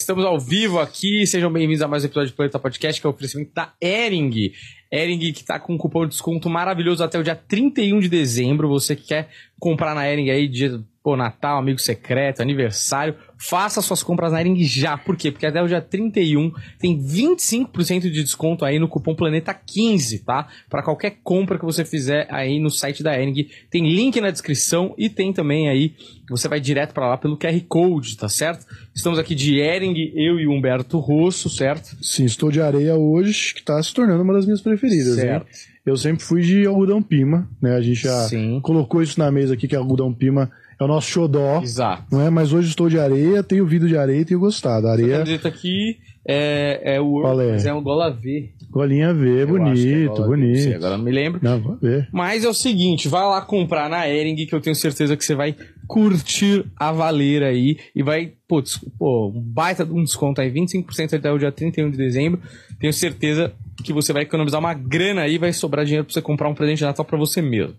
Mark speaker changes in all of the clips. Speaker 1: Estamos ao vivo aqui, sejam bem-vindos a mais um episódio do Planeta Podcast, que é o oferecimento da Ering. Ering que tá com um cupom de desconto maravilhoso até o dia 31 de dezembro. Você que quer comprar na Ering aí, dia, pô, Natal, amigo secreto, aniversário, faça suas compras na Ering já. Por quê? Porque até o dia 31 tem 25% de desconto aí no cupom Planeta 15, tá? Para qualquer compra que você fizer aí no site da Ering. Tem link na descrição e tem também aí, você vai direto para lá pelo QR Code, tá certo? Estamos aqui de Ering, eu e o Humberto Rosso, certo?
Speaker 2: Sim, estou de areia hoje, que tá se tornando uma das minhas preferidas, né? Eu sempre fui de algodão pima, né? A gente já
Speaker 1: Sim.
Speaker 2: colocou isso na mesa aqui, que algodão pima é o nosso xodó,
Speaker 1: Exato.
Speaker 2: não é? Mas hoje estou de areia, tenho ouvido de areia e tenho gostado.
Speaker 1: A
Speaker 2: Areia,
Speaker 1: camiseta aqui é, é o
Speaker 2: Qual é?
Speaker 1: World, é um dólar V.
Speaker 2: golinha V,
Speaker 1: Eu acho que é
Speaker 2: bonito,
Speaker 1: dólar V, não sei,
Speaker 2: bonito.
Speaker 1: Agora eu me lembro.
Speaker 2: Não, vou ver.
Speaker 1: Mas é o seguinte, vai lá comprar na Ering, que eu tenho certeza que você vai curtir a valer aí. E vai, putz, pô, um baita de um desconto aí, 25% até o dia 31 de dezembro. Tenho certeza que você vai economizar uma grana aí, vai sobrar dinheiro pra você comprar um presente de Natal pra você mesmo.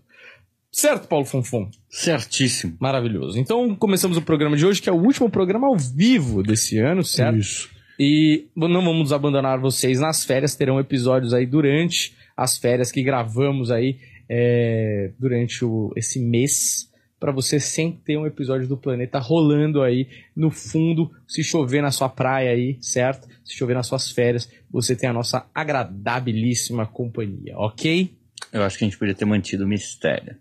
Speaker 1: Certo, Paulo Fonfon?
Speaker 3: Certíssimo.
Speaker 1: Maravilhoso. Então, começamos o programa de hoje, que é o último programa ao vivo desse ano, certo?
Speaker 2: Isso.
Speaker 1: E não vamos abandonar vocês nas férias, terão episódios aí durante as férias que gravamos aí é, durante o- esse mês, para você sempre ter um episódio do planeta rolando aí no fundo, se chover na sua praia aí, certo? Se chover nas suas férias, você tem a nossa agradabilíssima companhia, ok?
Speaker 3: Eu acho que a gente podia ter mantido o mistério.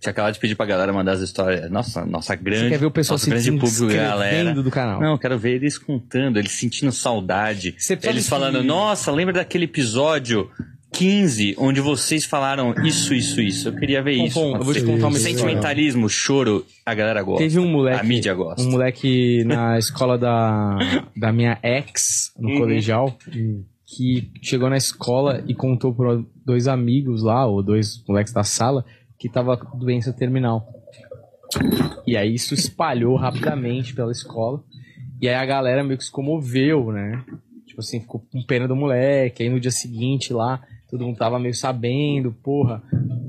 Speaker 3: Tinha acabado de pedir pra galera mandar as histórias. Nossa, nossa grande.
Speaker 1: Você quer ver o pessoal
Speaker 3: nosso
Speaker 1: se
Speaker 3: grande público, galera.
Speaker 1: inscrevendo do canal?
Speaker 3: Não, eu quero ver eles contando, eles sentindo saudade.
Speaker 1: Você sabe
Speaker 3: Eles
Speaker 1: que-
Speaker 3: falando, nossa, lembra daquele episódio 15, onde vocês falaram isso, isso, isso. Eu queria ver
Speaker 1: Bom,
Speaker 3: isso.
Speaker 1: bom, eu vou te
Speaker 3: acontecer.
Speaker 1: contar uma
Speaker 2: Sente
Speaker 1: história.
Speaker 2: mental.
Speaker 3: Sentimentalismo, choro, a galera gosta.
Speaker 1: Teve um moleque.
Speaker 3: A mídia gosta.
Speaker 1: Um moleque na escola da, da minha ex, no
Speaker 3: Uhum.
Speaker 1: colegial, que chegou na escola e contou para dois amigos lá, ou dois moleques da sala, que tava com doença terminal. E aí isso espalhou rapidamente pela escola. E aí a galera meio que se comoveu, né? Tipo assim, ficou com pena do moleque. Aí no dia seguinte lá, todo mundo tava meio sabendo, porra.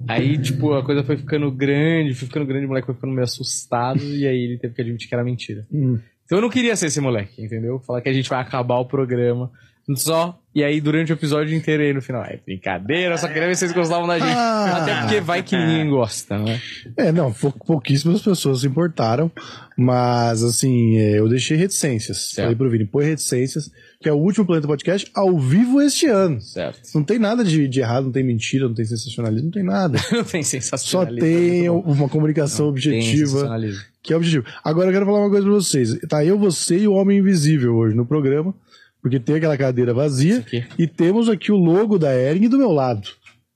Speaker 1: Aí, tipo, a coisa foi ficando grande, foi ficando grande, o moleque foi ficando meio assustado. E aí ele teve que admitir que era mentira.
Speaker 2: Hum.
Speaker 1: Então eu não queria ser esse moleque, entendeu? Falar que a gente vai acabar o programa só. E aí durante o episódio inteiro aí no final. É brincadeira, eu só queria ver se vocês gostavam da gente.
Speaker 2: Ah,
Speaker 1: Até porque vai que ninguém gosta, né?
Speaker 2: É, não, pou- pouquíssimas pessoas se importaram, mas assim, é, eu deixei reticências.
Speaker 1: Certo.
Speaker 2: Falei pro Vini, põe reticências, que é o último Planeta Podcast ao vivo este ano.
Speaker 1: Certo.
Speaker 2: Não tem nada de, de errado, não tem mentira, não tem sensacionalismo, não tem nada.
Speaker 1: Não tem
Speaker 2: Só
Speaker 1: sensacionalismo. tá
Speaker 3: é
Speaker 2: tem uma comunicação
Speaker 1: Tem
Speaker 2: objetiva,
Speaker 1: sensacionalismo.
Speaker 2: que é o objetivo. Agora eu quero falar uma coisa pra vocês. Tá eu, você e o Homem Invisível hoje no programa, porque tem aquela cadeira
Speaker 1: Isso
Speaker 2: vazia
Speaker 1: aqui.
Speaker 2: e temos aqui o logo da Ering do meu lado.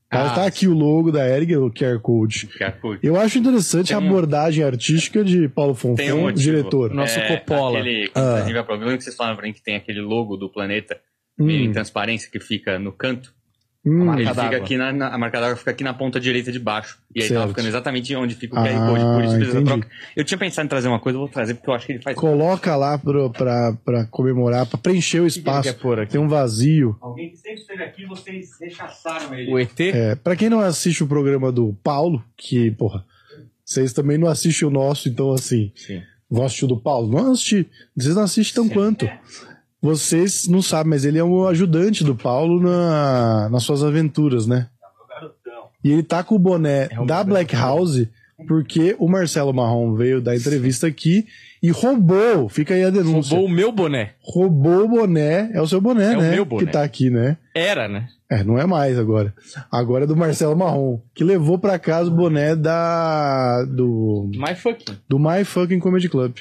Speaker 2: Tá,
Speaker 1: Ah,
Speaker 2: tá aqui o logo da Ering, o QR Code.
Speaker 3: Ficar curto.
Speaker 2: Eu acho interessante
Speaker 3: Tem
Speaker 2: a
Speaker 3: um-
Speaker 2: abordagem artística de Paulo
Speaker 3: Tem um
Speaker 2: Fonfon,
Speaker 3: motivo.
Speaker 2: diretor.
Speaker 1: Nosso Coppola.
Speaker 3: É, Aquele,
Speaker 2: Ah.
Speaker 3: quando a gente vai pro programa, que é vocês falaram pra mim que tem aquele logo do planeta meio em
Speaker 2: Hum,
Speaker 3: transparência que fica no canto.
Speaker 2: hum,
Speaker 1: marca
Speaker 3: tá Ele
Speaker 1: d'água.
Speaker 3: fica aqui na, na- a marca d'água fica aqui na ponta direita de baixo. E aí
Speaker 2: Certo.
Speaker 3: tava ficando exatamente onde fica o
Speaker 2: Ah,
Speaker 3: QR Code. Por isso precisa
Speaker 2: entendi.
Speaker 3: troca. Eu tinha pensado em trazer uma coisa, eu vou trazer, porque eu acho que ele faz.
Speaker 2: coloca lá pro, pra, pra comemorar, pra preencher o
Speaker 1: O que que ele
Speaker 2: espaço.
Speaker 1: quer pôr aqui?
Speaker 2: Tem um vazio.
Speaker 3: Alguém que sempre esteve aqui, vocês rechaçaram ele.
Speaker 1: O ET?
Speaker 2: É, pra quem não assiste o programa do Paulo, que, porra, vocês também não assistem o nosso, então assim,
Speaker 1: Sim.
Speaker 2: vão assistir o do Paulo? Não assistir. Vocês não assistem tão quanto. Vocês não sabem, mas ele é um ajudante do Paulo na, nas suas aventuras, né? E ele tá com o boné
Speaker 1: É um
Speaker 2: da
Speaker 1: grande
Speaker 2: Black House, porque o Marcelo Marrom veio dar entrevista aqui e roubou, fica aí a denúncia.
Speaker 1: Roubou o meu boné.
Speaker 2: Roubou o boné, é o seu boné,
Speaker 1: É o
Speaker 2: né?
Speaker 1: meu boné.
Speaker 2: Que tá aqui, né?
Speaker 1: Era, né?
Speaker 2: É, não é mais agora. Agora é do Marcelo Marrom, que levou pra casa o boné da do,
Speaker 1: My fucking.
Speaker 2: do My Fucking Comedy Club.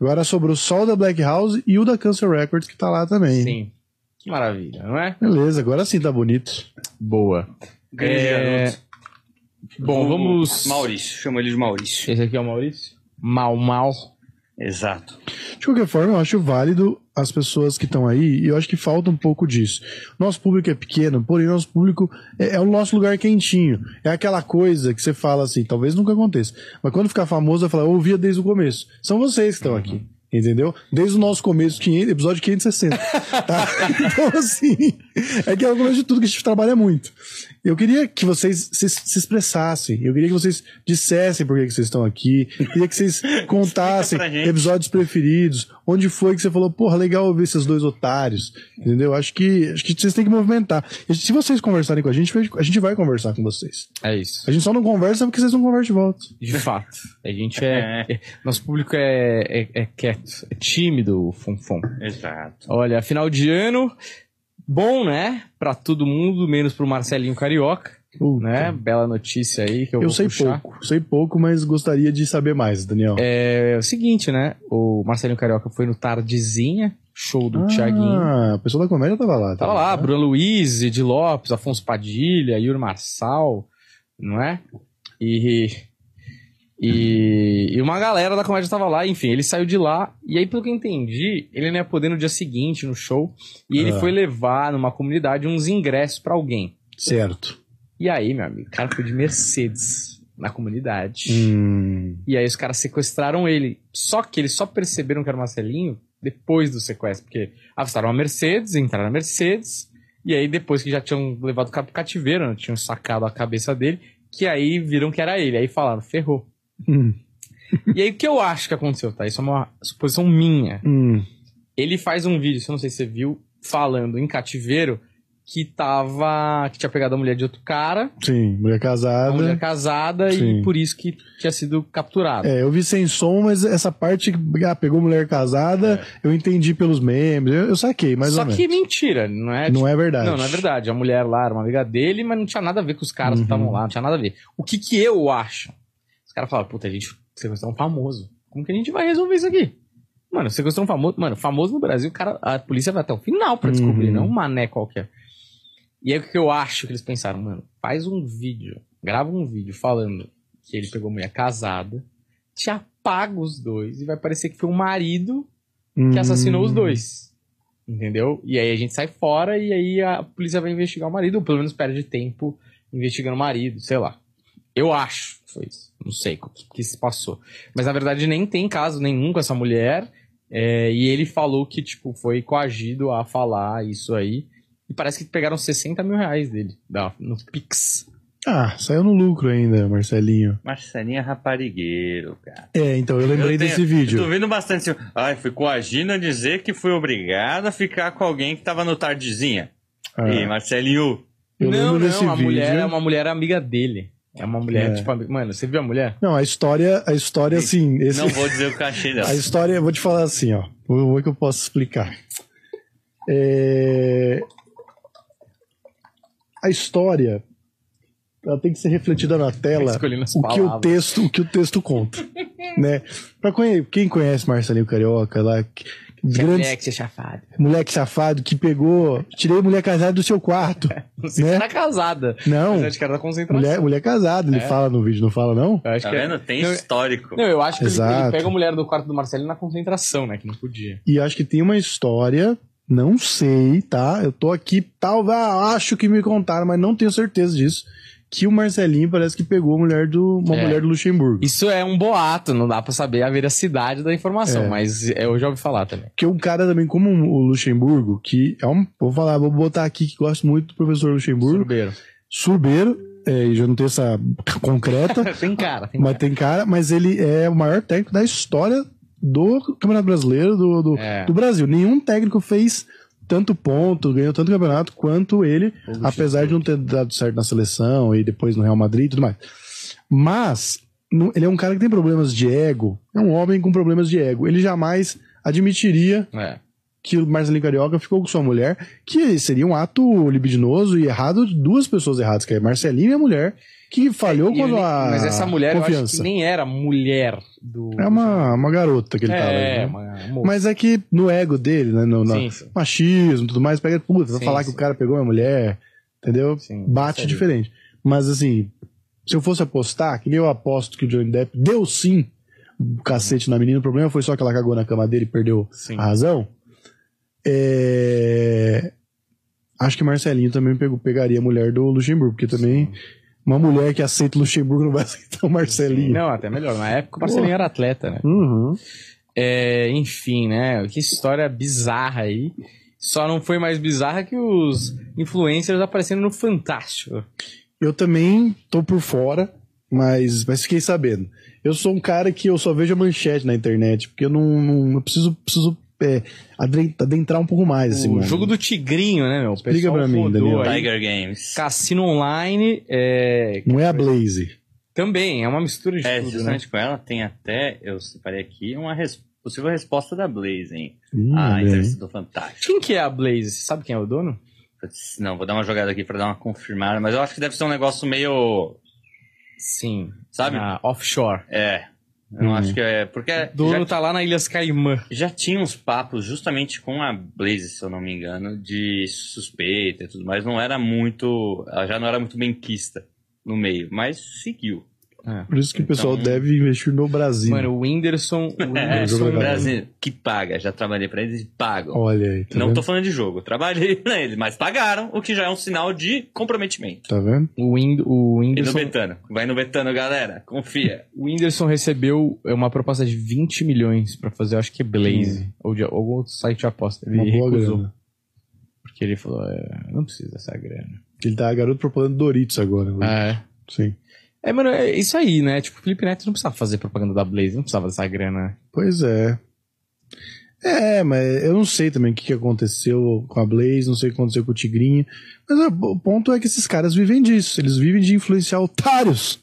Speaker 2: Agora sobrou só o da Black House e o da Cancel Records que tá lá também.
Speaker 1: Sim. Que maravilha, não é?
Speaker 2: Beleza, agora sim tá bonito.
Speaker 1: Boa.
Speaker 3: Grande
Speaker 1: É,
Speaker 3: garoto.
Speaker 1: Bom,
Speaker 3: O
Speaker 1: vamos.
Speaker 3: Maurício, chama ele de Maurício.
Speaker 1: Esse aqui é o Maurício? Mal, mal.
Speaker 3: Exato.
Speaker 2: De qualquer forma, eu acho válido as pessoas que estão aí, e eu acho que falta um pouco disso. Nosso público é pequeno, porém nosso público é, é o nosso lugar quentinho. É aquela coisa que você fala assim, talvez nunca aconteça. Mas quando ficar famoso, vai falar, eu ouvia desde o começo. São vocês que estão aqui. Entendeu? Desde o nosso começo, 500, episódio 560. tá? Então, assim, é que é o começo de tudo que a gente trabalha muito. Eu queria que vocês se, se expressassem. Eu queria que vocês dissessem por que, que vocês estão aqui. Eu queria que vocês contassem
Speaker 3: pra gente.
Speaker 2: episódios preferidos. Onde foi que você falou, porra, legal ouvir esses dois otários. Entendeu? Acho que, acho que vocês têm que movimentar. E se vocês conversarem com a gente, a gente vai conversar com vocês.
Speaker 1: É isso.
Speaker 2: A gente só não conversa porque vocês não conversam de volta.
Speaker 1: De fato. A gente é. é- nosso público é, é, é quieto, é tímido, o Fonfon.
Speaker 3: Exato.
Speaker 1: Olha, final de ano, bom, né? Pra todo mundo, menos pro Marcelinho Carioca,
Speaker 2: Puta.
Speaker 1: né? Bela notícia aí que eu,
Speaker 2: Eu,
Speaker 1: vou
Speaker 2: sei
Speaker 1: puxar.
Speaker 2: pouco, sei pouco, mas gostaria de saber mais, Daniel.
Speaker 1: É o seguinte, né? O Marcelinho Carioca foi no Tardezinha, show do
Speaker 2: ah,
Speaker 1: Thiaguinho.
Speaker 2: a pessoa da comédia tava lá. tá?
Speaker 1: Tava lá, Bruno Luiz, Ed Lopes, Afonso Padilha, Yuri Marçal, não é? E, e, e uma galera da comédia tava lá, enfim, ele saiu de lá, e aí, pelo que eu entendi, ele não ia poder no dia seguinte, no show, e ele
Speaker 2: Ah.
Speaker 1: foi levar numa comunidade uns ingressos pra alguém.
Speaker 2: Certo.
Speaker 1: E aí, meu amigo, o cara foi de Mercedes na comunidade.
Speaker 2: Hum,
Speaker 1: E aí os caras sequestraram ele. Só que eles só perceberam que era o Marcelinho depois do sequestro, porque avistaram a Mercedes, entraram na Mercedes, e aí depois que já tinham levado o cara pro cativeiro, né, tinham sacado a cabeça dele, que aí viram que era ele. Aí falaram, ferrou.
Speaker 2: hum,
Speaker 1: e aí o que eu acho que aconteceu, tá? Isso é uma suposição minha.
Speaker 2: hum.
Speaker 1: Ele faz um vídeo, se eu não sei se você viu, falando em cativeiro que tava. que tinha pegado a mulher de outro cara,
Speaker 2: Sim, mulher
Speaker 1: a
Speaker 2: casada.
Speaker 1: mulher casada,
Speaker 2: Sim.
Speaker 1: e por isso que tinha sido capturado.
Speaker 2: É, eu vi sem som, mas essa parte que ah, pegou mulher casada,
Speaker 1: É.
Speaker 2: eu entendi pelos memes, eu, eu saquei, mais
Speaker 1: Só
Speaker 2: ou menos.
Speaker 1: que mentira, não é?
Speaker 2: Não é verdade.
Speaker 1: Não, não é verdade. A mulher lá era uma amiga dele, mas não tinha nada a ver com os caras
Speaker 2: Uhum.
Speaker 1: que estavam lá, não tinha nada a ver. O que que eu acho? Os caras falaram, puta, a gente sequestrou um famoso. Como que a gente vai resolver isso aqui? Mano, sequestrou um famoso. Mano, famoso no Brasil, o cara, a polícia vai até o final pra descobrir,
Speaker 2: Uhum.
Speaker 1: não um mané qualquer. E aí o que eu acho que eles pensaram, mano, faz um vídeo, grava um vídeo falando que ele pegou mulher casada, te apaga os dois e vai parecer que foi um marido
Speaker 2: Hum.
Speaker 1: que assassinou os dois. Entendeu? E aí a gente sai fora e aí a polícia vai investigar o marido, ou pelo menos perde tempo investigando o marido, sei lá. Eu acho que foi isso. Não sei o que- o que se passou. Mas na verdade nem tem caso nenhum com essa mulher. é, e ele falou que, tipo, foi coagido a falar isso aí. E parece que pegaram 60 mil reais dele da- no Pix.
Speaker 2: Ah, saiu no lucro ainda, Marcelinho.
Speaker 3: Marcelinha Raparigueiro, cara.
Speaker 2: É, então, eu lembrei
Speaker 3: Eu tenho-
Speaker 2: desse vídeo.
Speaker 3: Eu tô vendo bastante. assim, Ai, fui coagindo a dizer que fui obrigado a ficar com alguém que tava no tardezinha.
Speaker 2: Ah,
Speaker 3: Ei, Marcelinho.
Speaker 2: eu lembro
Speaker 1: não,
Speaker 2: desse
Speaker 1: não, a
Speaker 2: vídeo.
Speaker 1: mulher é uma mulher amiga dele. É uma mulher,
Speaker 2: É.
Speaker 1: tipo, ami- mano, você viu a mulher?
Speaker 2: Não, a história, a história, assim, esse,
Speaker 3: Não vou dizer o cachê dela.
Speaker 2: A história, eu vou te falar assim, ó. Como é que eu posso explicar? É... A história, ela tem que ser refletida na tela.
Speaker 1: Escolhendo as
Speaker 2: O que o
Speaker 1: palavras.
Speaker 2: texto, o que o texto conta, né? Para quem conhece Marcelinho Carioca, lá, que- grandes
Speaker 1: é Moleque, chafado.
Speaker 2: moleque safado que pegou, tirei mulher casada do seu quarto,
Speaker 1: Não sei se
Speaker 2: Né?
Speaker 1: era tá casada.
Speaker 2: Não.
Speaker 1: Mas eu acho que era da concentração.
Speaker 2: mulher, mulher casada, ele
Speaker 1: É.
Speaker 2: fala no vídeo, não fala não?
Speaker 1: Eu acho
Speaker 3: Tá
Speaker 1: que é-
Speaker 3: vendo? Tem
Speaker 1: Não,
Speaker 3: histórico.
Speaker 1: Não, eu acho que ele- ele
Speaker 2: Exato.
Speaker 1: pega a mulher do quarto do Marcelo na concentração, né? Que não podia.
Speaker 2: E acho que tem uma história, não sei, tá? Eu tô aqui, talvez acho que me contaram, mas não tenho certeza disso. Que o Marcelinho parece que pegou a mulher do, uma
Speaker 1: É.
Speaker 2: mulher do Luxemburgo.
Speaker 1: Isso é um boato, não dá pra saber a veracidade da informação,
Speaker 2: É.
Speaker 1: mas é, eu já ouvi falar também.
Speaker 2: Porque um cara também, como o Luxemburgo, que é um. Vou falar, vou botar aqui que gosto muito do professor Luxemburgo.
Speaker 1: Surubeiro.
Speaker 2: Surbeiro, é, e já não tem essa concreta,
Speaker 1: Tem cara, tem
Speaker 2: mas tem cara, mas ele é o maior técnico da história do Campeonato Brasileiro, do, do,
Speaker 1: cara. É,
Speaker 2: do Brasil. Nenhum técnico fez tanto ponto, ganhou tanto campeonato quanto ele,
Speaker 1: Luxemburgo.
Speaker 2: apesar de não ter dado certo na seleção e depois no Real Madrid e tudo mais. Mas não- ele é um cara que tem problemas de ego, é um homem com problemas de ego. Ele jamais admitiria
Speaker 1: é.
Speaker 2: que o Marcelinho Carioca ficou com sua mulher, que seria um ato libidinoso e errado de duas pessoas erradas, que é Marcelinho e a mulher, que falhou
Speaker 1: É, E
Speaker 2: com
Speaker 1: ele-
Speaker 2: a
Speaker 1: Mas essa mulher eu acho
Speaker 2: confiança.
Speaker 1: que nem era mulher do.
Speaker 2: É uma, uma garota que ele tava.
Speaker 1: É,
Speaker 2: né?
Speaker 1: uma moça.
Speaker 2: Mas é que no ego dele, né? no- na-
Speaker 1: Sim, sim.
Speaker 2: machismo e tudo mais, pega, puta, vai
Speaker 1: Sim,
Speaker 2: falar
Speaker 1: sim.
Speaker 2: que o cara pegou minha mulher, entendeu?
Speaker 1: Sim,
Speaker 2: Bate
Speaker 1: isso aí.
Speaker 2: diferente. Mas assim, se eu fosse apostar, que nem eu aposto que o Johnny Depp deu sim o cacete na menina, o problema foi só que ela cagou na cama dele e perdeu
Speaker 1: Sim.
Speaker 2: a razão. É... Acho que Marcelinho também pegou, pegaria a mulher do Luxemburgo, porque também uma mulher que aceita o Luxemburgo não vai aceitar o Marcelinho.
Speaker 1: Não, até melhor. Na época o Marcelinho era atleta, né?
Speaker 2: Uhum.
Speaker 1: É, enfim, né? Que história bizarra aí. Só não foi mais bizarra que os influencers aparecendo no Fantástico.
Speaker 2: Eu também tô por fora, mas, mas fiquei sabendo. Eu sou um cara que eu só vejo a manchete na internet, porque eu não, não- eu preciso, preciso é, adren- adentrar um pouco mais. Assim,
Speaker 1: o
Speaker 2: mano.
Speaker 1: jogo do Tigrinho, né, meu? O
Speaker 2: Explica
Speaker 1: pessoal
Speaker 2: pra mim,
Speaker 1: rodou
Speaker 2: Daniel.
Speaker 1: aí.
Speaker 3: Tiger Games.
Speaker 1: Cassino Online é,
Speaker 2: Não é a Blaze.
Speaker 1: também é uma mistura de
Speaker 3: É,
Speaker 1: tudo, né?
Speaker 3: justamente com ela tem até, eu separei aqui, uma res- possível resposta da Blaze, hein?
Speaker 2: Hum,
Speaker 3: ah,
Speaker 2: olha aí.
Speaker 3: entrevista do Fantástico.
Speaker 1: Quem que é a Blaze? Você sabe quem é o dono?
Speaker 3: Putz, Não, vou dar uma jogada aqui pra dar uma confirmada, mas eu acho que deve ser um negócio meio.
Speaker 1: Sim.
Speaker 3: Sabe?
Speaker 1: Na offshore.
Speaker 3: É. Eu não
Speaker 1: Uhum.
Speaker 2: Hum.
Speaker 3: acho que é. Porque
Speaker 1: O dono
Speaker 3: já,
Speaker 1: tá lá na Ilhas Caimã.
Speaker 3: já tinha uns papos justamente com a Blaze, se eu não me engano, de suspeita e tudo mais. Não era muito. Ela já não era muito benquista no meio, mas seguiu.
Speaker 2: Por isso que o pessoal
Speaker 3: Então-
Speaker 2: deve investir no
Speaker 1: é.
Speaker 2: Brasil.
Speaker 1: Mano, o Whindersson. O
Speaker 3: É,
Speaker 1: Whindersson
Speaker 2: jogo é
Speaker 3: o
Speaker 2: legal.
Speaker 3: Brasil que paga. Já trabalhei pra eles e pagam.
Speaker 2: Olha aí, tá
Speaker 3: não
Speaker 2: vendo?
Speaker 3: tô falando de jogo, eu trabalhei pra eles, mas pagaram, o que já é um sinal de comprometimento.
Speaker 2: Tá vendo?
Speaker 1: O, Whind
Speaker 3: é
Speaker 1: o,
Speaker 3: E no
Speaker 1: Whindersson,
Speaker 3: Betano. Vai no Betano, galera. Confia.
Speaker 1: o Whindersson recebeu é, uma proposta de 20 milhões pra fazer, eu acho que é Blaze, ou de algum outro site de aposta. Ele
Speaker 2: Hum. Uma boa
Speaker 1: recusou,
Speaker 2: grana.
Speaker 1: porque ele falou: é, não precisa dessa grana.
Speaker 2: Ele tá garoto propagando Doritos agora. né?
Speaker 1: É.
Speaker 2: Sim.
Speaker 1: É, mano, é isso aí, né? Tipo, o Felipe Neto não precisava fazer propaganda da Blaze, não precisava dessa grana.
Speaker 2: Pois é. É, mas eu não sei também o que que aconteceu com a Blaze, não sei o que aconteceu com o Tigrinha. Mas ah, o ponto é que esses caras vivem disso. Eles vivem de influenciar otários,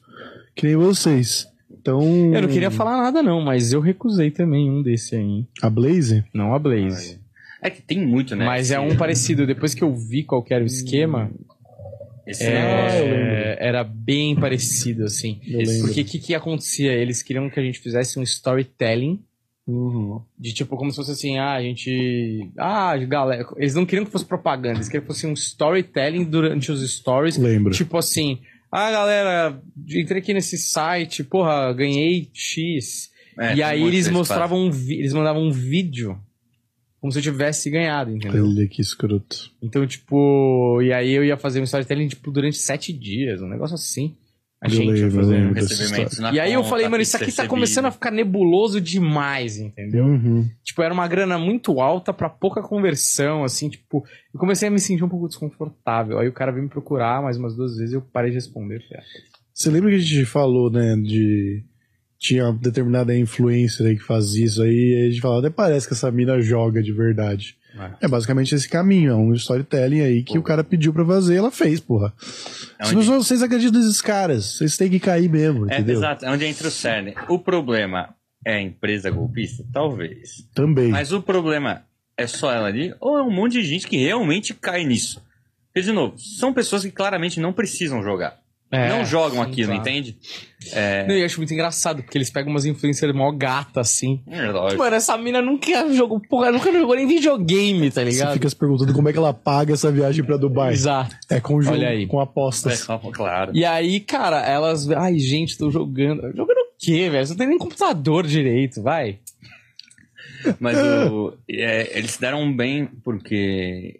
Speaker 2: que nem vocês. Então.
Speaker 1: Eu não queria falar nada, não, mas eu recusei também um desse aí. hein?
Speaker 2: A Blaze?
Speaker 1: Não a Blaze.
Speaker 3: É que tem muito, né?
Speaker 1: Mas
Speaker 3: esse-
Speaker 1: é um parecido. Depois que eu vi qual que era o esquema,
Speaker 2: Hum.
Speaker 3: Esse
Speaker 2: Ah,
Speaker 3: negócio.
Speaker 1: é, era bem parecido, assim.
Speaker 2: Eu
Speaker 1: Esse-
Speaker 2: lembro.
Speaker 1: Porque o que, que acontecia? Eles queriam que a gente fizesse um storytelling
Speaker 2: Uhum.
Speaker 1: de tipo, como se fosse assim, ah, a gente. Ah, galera. Eles não queriam que fosse propaganda, eles queriam que fosse um storytelling durante os stories.
Speaker 2: Lembro.
Speaker 1: Tipo assim, ah, galera, entrei aqui nesse site, porra, ganhei X.
Speaker 3: É,
Speaker 1: e
Speaker 3: tem
Speaker 1: aí
Speaker 3: muito
Speaker 1: eles
Speaker 3: desse
Speaker 1: mostravam um vi- eles mandavam um vídeo como se eu tivesse ganhado, entendeu?
Speaker 2: Olha que escroto.
Speaker 1: Então, tipo, e aí eu ia fazer um storytelling, tipo, durante sete dias, um negócio assim. A
Speaker 2: Eu
Speaker 1: gente ia
Speaker 2: lembro, eu
Speaker 1: fazer.
Speaker 2: lembro.
Speaker 1: um-
Speaker 3: recebimentos na
Speaker 1: E aí eu
Speaker 3: conta, é
Speaker 1: falei, mano, isso aqui tá
Speaker 3: recebido.
Speaker 1: começando a ficar nebuloso demais, entendeu?
Speaker 2: Uhum.
Speaker 1: Tipo, era uma grana muito alta pra pouca conversão, assim, tipo, eu comecei a me sentir um pouco desconfortável. Aí o cara veio me procurar mais umas duas vezes, eu parei de responder. falei, ah,
Speaker 2: Você lembra que a gente falou, né, de... Tinha uma determinada influencer aí que fazia isso aí, e aí a gente falava, até parece que essa mina joga de verdade. É basicamente esse caminho, é um storytelling aí que o cara pediu pra fazer, ela fez, porra.
Speaker 3: É
Speaker 2: Se
Speaker 3: onde-
Speaker 2: não, vocês acreditam nesses caras, vocês têm que cair mesmo,
Speaker 3: É,
Speaker 2: entendeu?
Speaker 3: exato, é onde entra o cerne. O problema é a empresa golpista? Talvez.
Speaker 1: tá
Speaker 2: Também.
Speaker 3: Mas o problema é só ela ali ou é um monte de gente que realmente cai nisso? Porque, de novo, são pessoas que claramente não precisam jogar.
Speaker 1: é,
Speaker 3: não jogam
Speaker 1: sim,
Speaker 3: aquilo,
Speaker 1: claro.
Speaker 3: entende? É,
Speaker 1: Não, e eu acho muito engraçado, porque eles pegam umas influencers mó gata, assim.
Speaker 3: É lógico.
Speaker 1: Mano, essa mina nunca jogou, porra, nunca jogou nem videogame, tá
Speaker 2: Você
Speaker 1: ligado?
Speaker 2: fica se perguntando como é que ela paga essa viagem pra Dubai.
Speaker 1: Exato.
Speaker 2: É com jogo,
Speaker 1: Olha aí.
Speaker 2: com
Speaker 3: É
Speaker 2: apostas.
Speaker 3: só- claro.
Speaker 1: E aí, cara, elas. Ai, gente, tô jogando. Jogando o quê, velho? Você não tem nem computador direito, vai.
Speaker 3: Mas o- é, eles se deram bem porque.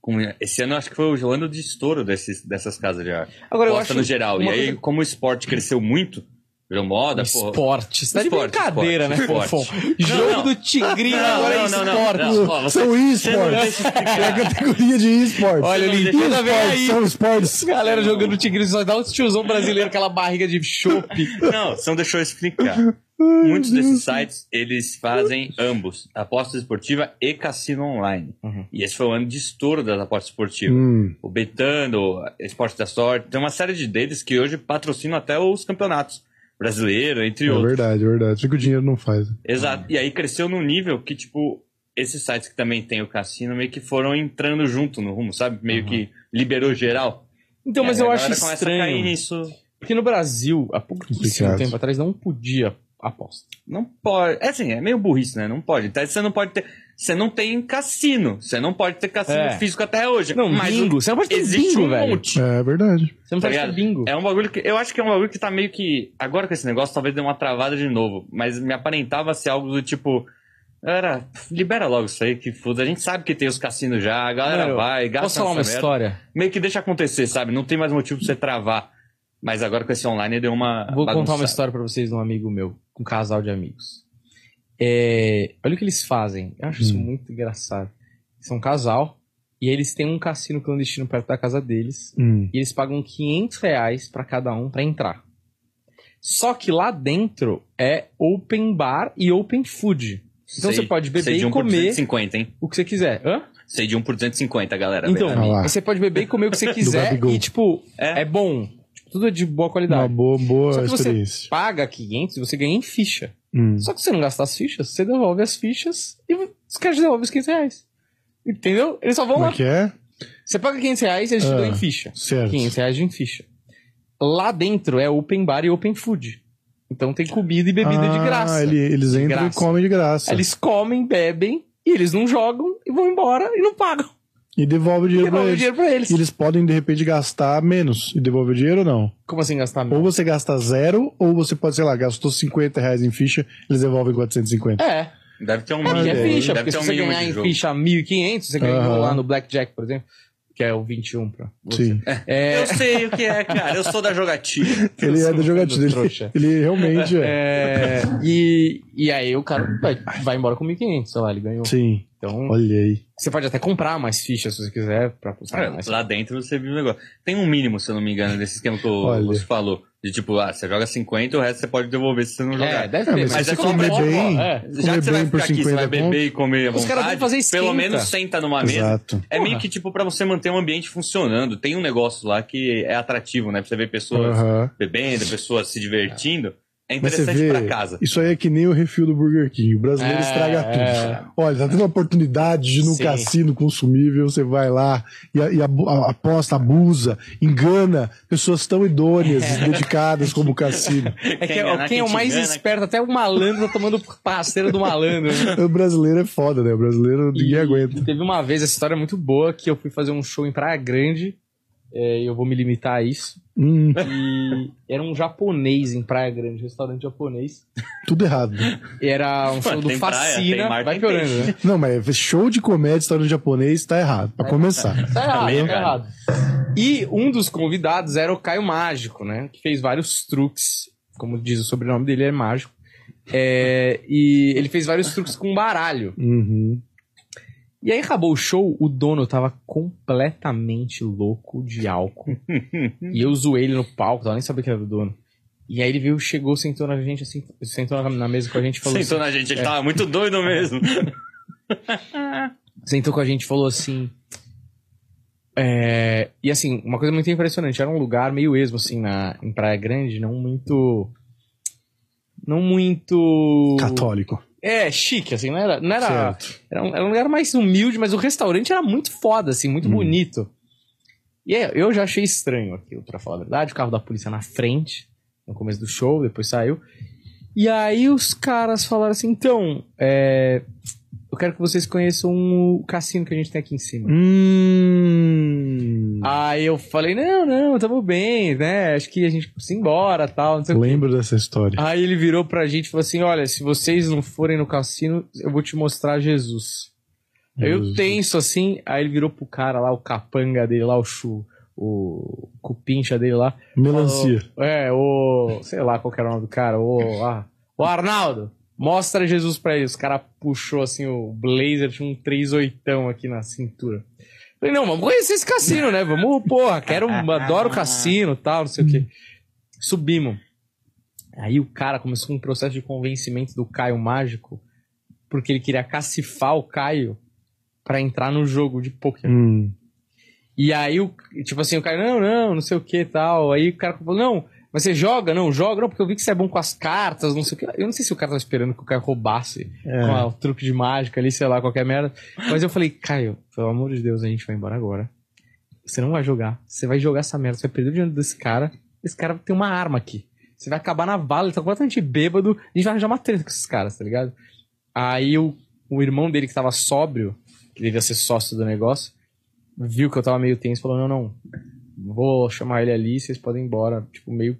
Speaker 3: com- esse ano acho que foi o ano de estouro desses, dessas casas de arte.
Speaker 1: Agora eu
Speaker 3: Aposta
Speaker 1: acho.
Speaker 3: no geral. E
Speaker 1: uma
Speaker 3: aí,
Speaker 1: coisa-
Speaker 3: como o esporte cresceu muito, virou moda, pô.
Speaker 1: Esporte. Você tá de
Speaker 3: Esporte,
Speaker 1: brincadeira,
Speaker 3: esporte,
Speaker 1: né,
Speaker 3: esporte.
Speaker 1: Fofão?
Speaker 3: Não,
Speaker 1: Jogo
Speaker 3: não.
Speaker 1: do Tigrinho agora é
Speaker 3: não, não,
Speaker 1: esporte.
Speaker 3: não. Ó, você-
Speaker 2: São
Speaker 3: você não
Speaker 2: esportes.
Speaker 3: deixa explicar.
Speaker 2: É a categoria de esportes.
Speaker 1: Olha,
Speaker 3: Não,
Speaker 1: Olimpíada
Speaker 2: Esportes,
Speaker 1: vem aí.
Speaker 2: São esportes.
Speaker 1: Galera jogando Tigrinho, só dá um tiozão brasileiro, aquela barriga de chope.
Speaker 3: Não, você não deixou eu explicar. Muitos desses sites, eles fazem ambos. Aposta esportiva e cassino online.
Speaker 1: Uhum.
Speaker 3: E esse foi o ano de estouro das apostas esportivas.
Speaker 2: Hum,
Speaker 3: O Betano, Esporte da Sorte, tem uma série de deles que hoje patrocinam até os campeonatos brasileiros, entre
Speaker 2: é
Speaker 3: outros.
Speaker 2: verdade, é verdade. Só que o dinheiro não faz.
Speaker 3: Exato. E aí cresceu num nível que, tipo, esses sites que também tem o cassino meio que foram entrando junto no rumo, sabe? Meio que liberou geral.
Speaker 1: Então, mas
Speaker 3: E aí
Speaker 1: eu
Speaker 3: a
Speaker 1: acho
Speaker 3: galera começa A cair
Speaker 1: estranho.
Speaker 3: nisso.
Speaker 1: Porque no Brasil, há pouquíssimo
Speaker 2: Complicado.
Speaker 1: tempo atrás, não podia aposta.
Speaker 3: Não pode. É assim, é meio burrice, né? Não pode. Então, você não pode ter. Você não tem cassino. Você não pode ter cassino
Speaker 1: É.
Speaker 3: físico até hoje.
Speaker 1: Não,
Speaker 3: mas
Speaker 1: bingo.
Speaker 3: o-
Speaker 1: Você não pode ter
Speaker 3: existe
Speaker 1: bingo,
Speaker 3: um
Speaker 1: velho.
Speaker 3: monte.
Speaker 2: É verdade.
Speaker 1: Você não
Speaker 3: Tá
Speaker 1: pode ter
Speaker 3: ligado?
Speaker 1: bingo.
Speaker 3: É um bagulho que. Eu acho que é um bagulho que tá meio que. Agora com esse negócio, talvez dê uma travada de novo. Mas me aparentava ser algo do tipo. Era, libera logo isso aí, que foda. A gente sabe que tem os cassinos já, a galera
Speaker 1: Mano,
Speaker 3: vai, gasta
Speaker 1: Posso falar uma
Speaker 3: nessa merda.
Speaker 1: história?
Speaker 3: Meio que deixa acontecer, sabe? Não tem mais motivo pra você travar. Mas agora com esse online deu uma.
Speaker 1: Vou contar uma
Speaker 3: bagunçada.
Speaker 1: história pra vocês de um amigo meu, um casal de amigos. É, olha o que eles fazem. Eu acho isso
Speaker 2: Hum.
Speaker 1: muito engraçado. São um casal, e eles têm um cassino clandestino perto da casa deles.
Speaker 2: Hum.
Speaker 1: E eles pagam 500 reais pra cada um pra entrar. Só que lá dentro é open bar e open food. Então
Speaker 3: Sei-
Speaker 1: você pode beber
Speaker 3: sei de
Speaker 1: e
Speaker 3: um por
Speaker 1: comer
Speaker 3: 250, hein?
Speaker 1: o que você quiser. Hã?
Speaker 3: Sei de um por 250, galera.
Speaker 1: Então,
Speaker 3: Verdade.
Speaker 2: Ah lá.
Speaker 1: você pode beber e comer o que você quiser
Speaker 2: Gabigol.
Speaker 1: e, tipo,
Speaker 3: É.
Speaker 1: é, bom. Tipo, tudo é de boa
Speaker 2: Uma
Speaker 1: qualidade.
Speaker 2: boa,
Speaker 1: Só
Speaker 2: boa
Speaker 1: que você-
Speaker 2: experiência.
Speaker 1: Paga 500 e você ganha em ficha.
Speaker 2: Hum.
Speaker 1: Só que você não gasta as fichas, você devolve as fichas e os caras devolvem os 500 reais. Entendeu? Eles só vão
Speaker 2: Como é
Speaker 1: lá.
Speaker 2: que é?
Speaker 1: Você paga 500 reais e eles te
Speaker 2: Ah.
Speaker 1: dão em ficha.
Speaker 2: Certo.
Speaker 1: 500 reais em ficha. Lá dentro é open bar e open food. Então tem comida e bebida de
Speaker 2: Ah,
Speaker 1: graça.
Speaker 2: ele- eles entram
Speaker 1: graça.
Speaker 2: e comem de graça.
Speaker 1: Aí Eles comem, bebem, e eles não jogam, e vão embora, e não pagam.
Speaker 2: E devolve o
Speaker 1: E
Speaker 2: dinheiro pra
Speaker 1: devolve
Speaker 2: eles.
Speaker 1: dinheiro pra eles.
Speaker 2: E eles podem, de repente, gastar menos e devolver o dinheiro ou não?
Speaker 1: Como assim gastar
Speaker 2: Ou
Speaker 1: menos?
Speaker 2: você gasta zero, ou você pode, sei lá, gastou 50 reais em ficha, eles devolvem 450.
Speaker 1: É,
Speaker 3: Deve ter um
Speaker 1: é, que é
Speaker 2: Olha aí.
Speaker 1: ficha,
Speaker 3: Deve
Speaker 1: porque
Speaker 3: ter
Speaker 1: se
Speaker 3: um
Speaker 1: você
Speaker 3: mínimo
Speaker 1: ganhar
Speaker 3: de
Speaker 1: em
Speaker 3: jogo.
Speaker 1: ficha 1.500, você ganhou
Speaker 2: Aham.
Speaker 1: lá no Blackjack, por exemplo, que é o 21 pra você.
Speaker 2: Sim.
Speaker 1: É,
Speaker 3: Eu sei o que é, cara. Eu sou da jogatina.
Speaker 2: Ele é
Speaker 1: sou
Speaker 2: da jogatina. Ele,
Speaker 1: trouxa.
Speaker 2: ele realmente é.
Speaker 1: um é, e, e aí o cara vai, vai embora com 1.500, sei lá, ele ganhou.
Speaker 2: Sim.
Speaker 1: Então,
Speaker 2: Olha aí.
Speaker 1: você pode até comprar mais fichas se você quiser, pra
Speaker 3: Ah,
Speaker 1: custar mais.
Speaker 3: lá dentro você viu o negócio. Tem um mínimo, se eu não me engano, desse esquema que o
Speaker 2: Olha.
Speaker 3: você falou. De tipo, ah, você joga 50, o resto você pode devolver se você não jogar.
Speaker 1: É, deve
Speaker 2: É,
Speaker 1: ter,
Speaker 2: mas
Speaker 1: mas
Speaker 3: se
Speaker 1: é
Speaker 3: você
Speaker 1: só
Speaker 3: comer
Speaker 1: uma bola,
Speaker 2: bem,
Speaker 1: é.
Speaker 3: Já
Speaker 2: Comer
Speaker 3: que você vai
Speaker 2: bem por
Speaker 3: ficar aqui, você vai
Speaker 2: 50 conto.
Speaker 3: beber e comer à
Speaker 1: Os
Speaker 3: vontade,
Speaker 1: caras vão fazer
Speaker 3: pelo
Speaker 1: esquenta.
Speaker 3: menos senta numa mesa.
Speaker 2: Exato.
Speaker 3: É meio
Speaker 1: Porra.
Speaker 3: que tipo pra você manter um ambiente funcionando. Tem um negócio lá que é atrativo, né? Pra você ver pessoas
Speaker 2: Aham.
Speaker 3: bebendo, pessoas se divertindo. É
Speaker 2: Mas você
Speaker 3: interessante
Speaker 2: vê,
Speaker 3: pra casa.
Speaker 2: isso aí é que nem o refil do Burger King. O brasileiro
Speaker 1: É,
Speaker 2: estraga
Speaker 1: é.
Speaker 2: tudo. Olha, tá tendo uma oportunidade de ir num
Speaker 1: Sim.
Speaker 2: cassino consumível, você vai lá e, a- e abu- a- aposta, abusa, engana pessoas tão idôneas, dedicadas como o cassino.
Speaker 1: É que
Speaker 3: Quem
Speaker 1: é-
Speaker 3: enganar,
Speaker 1: quem, é o
Speaker 3: te
Speaker 1: mais
Speaker 3: engana,
Speaker 1: esperto, até o malandro tá tomando parceiro do malandro. né?
Speaker 2: O brasileiro é foda, né? O brasileiro ninguém aguenta.
Speaker 1: Teve uma vez, essa história é muito boa, que eu fui fazer um show em Praia Grande, é, e eu vou me limitar a isso.
Speaker 2: Hum,
Speaker 1: E era um japonês em Praia Grande, restaurante japonês.
Speaker 2: tudo errado.
Speaker 1: E era um show
Speaker 3: Mano,
Speaker 1: do
Speaker 3: tem praia,
Speaker 1: Fascina.
Speaker 3: tem mar,
Speaker 1: vai
Speaker 3: tem
Speaker 1: piorando, né?
Speaker 2: Não, mas é show de comédia, história de japonês, tá errado. Pra começar.
Speaker 1: Tá errado,
Speaker 3: Também,
Speaker 1: tá
Speaker 3: cara.
Speaker 1: errado. E um dos convidados era o Caio Mágico, né? Que fez vários truques. Como diz o sobrenome dele, é mágico. É, e ele fez vários truques com baralho.
Speaker 2: Uhum.
Speaker 1: E aí acabou o show, o dono tava completamente louco de álcool. e eu zoei ele no palco, tava nem sabia que era do dono. E aí ele veio, chegou, sentou na gente, assim, sentou na- na mesa com a gente e falou
Speaker 3: Sentou na gente, ele
Speaker 2: É.
Speaker 3: tava muito doido mesmo.
Speaker 1: sentou com a gente e falou assim. é, e assim, uma coisa muito impressionante, era um lugar meio esmo, assim, na, em Praia Grande, não muito. Não muito.
Speaker 2: Católico.
Speaker 1: É, chique, assim, não era. Não era,
Speaker 2: Certo.
Speaker 1: era, um, era um lugar mais humilde, mas o restaurante era muito foda, assim, muito
Speaker 2: Hum.
Speaker 1: bonito. E é, eu já achei estranho aquilo, pra falar a verdade. O carro da polícia na frente, no começo do show, depois saiu. E aí os caras falaram assim: então, é, eu quero que vocês conheçam o cassino que a gente tem aqui em cima.
Speaker 2: Hum.
Speaker 1: Aí eu falei: não, não, tamo bem, né? Acho que a gente precisa ir embora tal, não sei o quê.
Speaker 2: Lembro dessa história.
Speaker 1: Aí ele virou pra gente e falou assim: Olha, se vocês não forem no cassino, eu vou te mostrar Jesus. Aí Eu
Speaker 2: Jesus.
Speaker 1: tenso assim, aí ele virou pro cara lá, o capanga dele lá, o chu, o cupincha dele lá.
Speaker 2: Melancia.
Speaker 1: É, o. Sei lá qual que era o nome do cara, o. ah, o Arnaldo, mostra Jesus pra ele. Os cara puxou assim o blazer, tinha um 38 aqui na cintura. Falei, não, vamos conhecer esse cassino, né? Vamos, porra, quero, adoro cassino tal, não sei o quê. Subimos. Aí o cara começou um processo de convencimento do Caio Mágico, porque ele queria cacifar o Caio pra entrar no jogo de poker.
Speaker 2: Hum.
Speaker 1: E aí, o, tipo assim, o cara, não, não, não sei o que e tal. Aí o cara falou, não, mas você joga? Não, joga, não, porque eu vi que você é bom com as cartas, não sei o que. Eu não sei se o cara tava esperando que o cara roubasse
Speaker 2: É.
Speaker 1: com a- o truque de mágica ali, sei lá, qualquer merda. Mas eu falei, Caio, pelo amor de Deus, a gente vai embora agora. Você não vai jogar. Você vai jogar essa merda, você vai perder o dinheiro desse cara. Esse cara tem uma arma aqui. Você vai acabar na vala, ele tá completamente bêbado. A gente vai arranjar uma treta com esses caras, tá ligado? Aí o, o irmão dele que tava sóbrio, que devia ser sócio do negócio, viu que eu tava meio tenso, falou, não, não, vou chamar ele ali, vocês podem ir embora. Tipo, meio,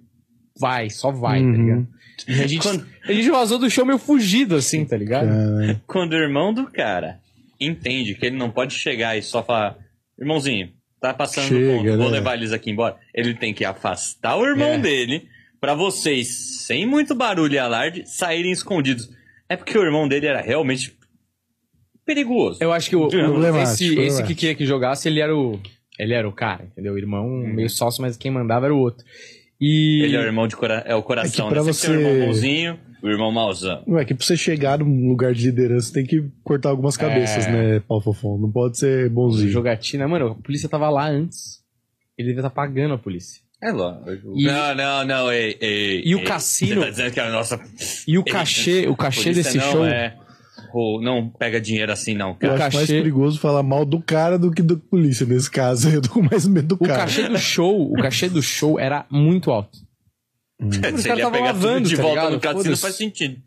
Speaker 1: vai, só vai, tá
Speaker 2: Uhum.
Speaker 1: ligado? E a gente,
Speaker 3: Quando-
Speaker 1: a gente vazou do show meio fugido, assim, tá ligado?
Speaker 2: Caralho.
Speaker 3: Quando o irmão do cara entende que ele não pode chegar e só falar, irmãozinho, tá passando
Speaker 2: Chega,
Speaker 3: do ponto, vou
Speaker 2: né?"
Speaker 3: levar eles aqui embora. Ele tem que afastar o irmão
Speaker 1: É.
Speaker 3: dele pra vocês, sem muito barulho e alarde, saírem escondidos. É porque o irmão dele era realmente perigoso.
Speaker 1: Eu acho que o,
Speaker 2: Problemático,
Speaker 1: esse, esse que
Speaker 2: problemático.
Speaker 1: queria que jogasse, ele era o. Ele era o cara, entendeu? O irmão
Speaker 2: Uhum.
Speaker 1: meio sócio, mas quem mandava era o outro. E.
Speaker 3: Ele é o irmão de cora... é o coração,
Speaker 2: É que pra
Speaker 3: né? Tem o
Speaker 2: você-
Speaker 3: irmão bonzinho, o irmão mauzão.
Speaker 2: Ué, que pra você chegar num lugar de liderança, tem que cortar algumas cabeças,
Speaker 1: É.
Speaker 2: né, Paulo Fofão? Não pode ser bonzinho.
Speaker 1: Jogatina, mano, a polícia tava lá antes. Ele devia estar pagando a polícia.
Speaker 3: É lógico.
Speaker 1: E-
Speaker 3: Não, não, não, ei, ei,
Speaker 1: E o
Speaker 3: ei.
Speaker 1: cassino-
Speaker 3: Você tá dizendo que a nossa
Speaker 1: E o
Speaker 3: Ele-
Speaker 1: cachê, o cachê
Speaker 3: polícia
Speaker 1: desse
Speaker 3: não
Speaker 1: show.
Speaker 3: é- Ou não pega dinheiro assim, não,
Speaker 2: Eu
Speaker 1: O
Speaker 3: cara.
Speaker 2: acho mais
Speaker 1: cachê-
Speaker 2: perigoso falar mal do cara do que da polícia nesse caso. Eu tô com mais medo do
Speaker 1: O
Speaker 2: cara.
Speaker 1: cachê do show, o cachê do show era muito alto.
Speaker 3: É, Você
Speaker 1: Os caras
Speaker 3: ia
Speaker 1: estavam
Speaker 3: pegar tudo
Speaker 1: lavando,
Speaker 3: de
Speaker 1: tá
Speaker 3: volta
Speaker 1: ligado?
Speaker 3: no cassino
Speaker 1: Foda-se.
Speaker 3: faz sentido.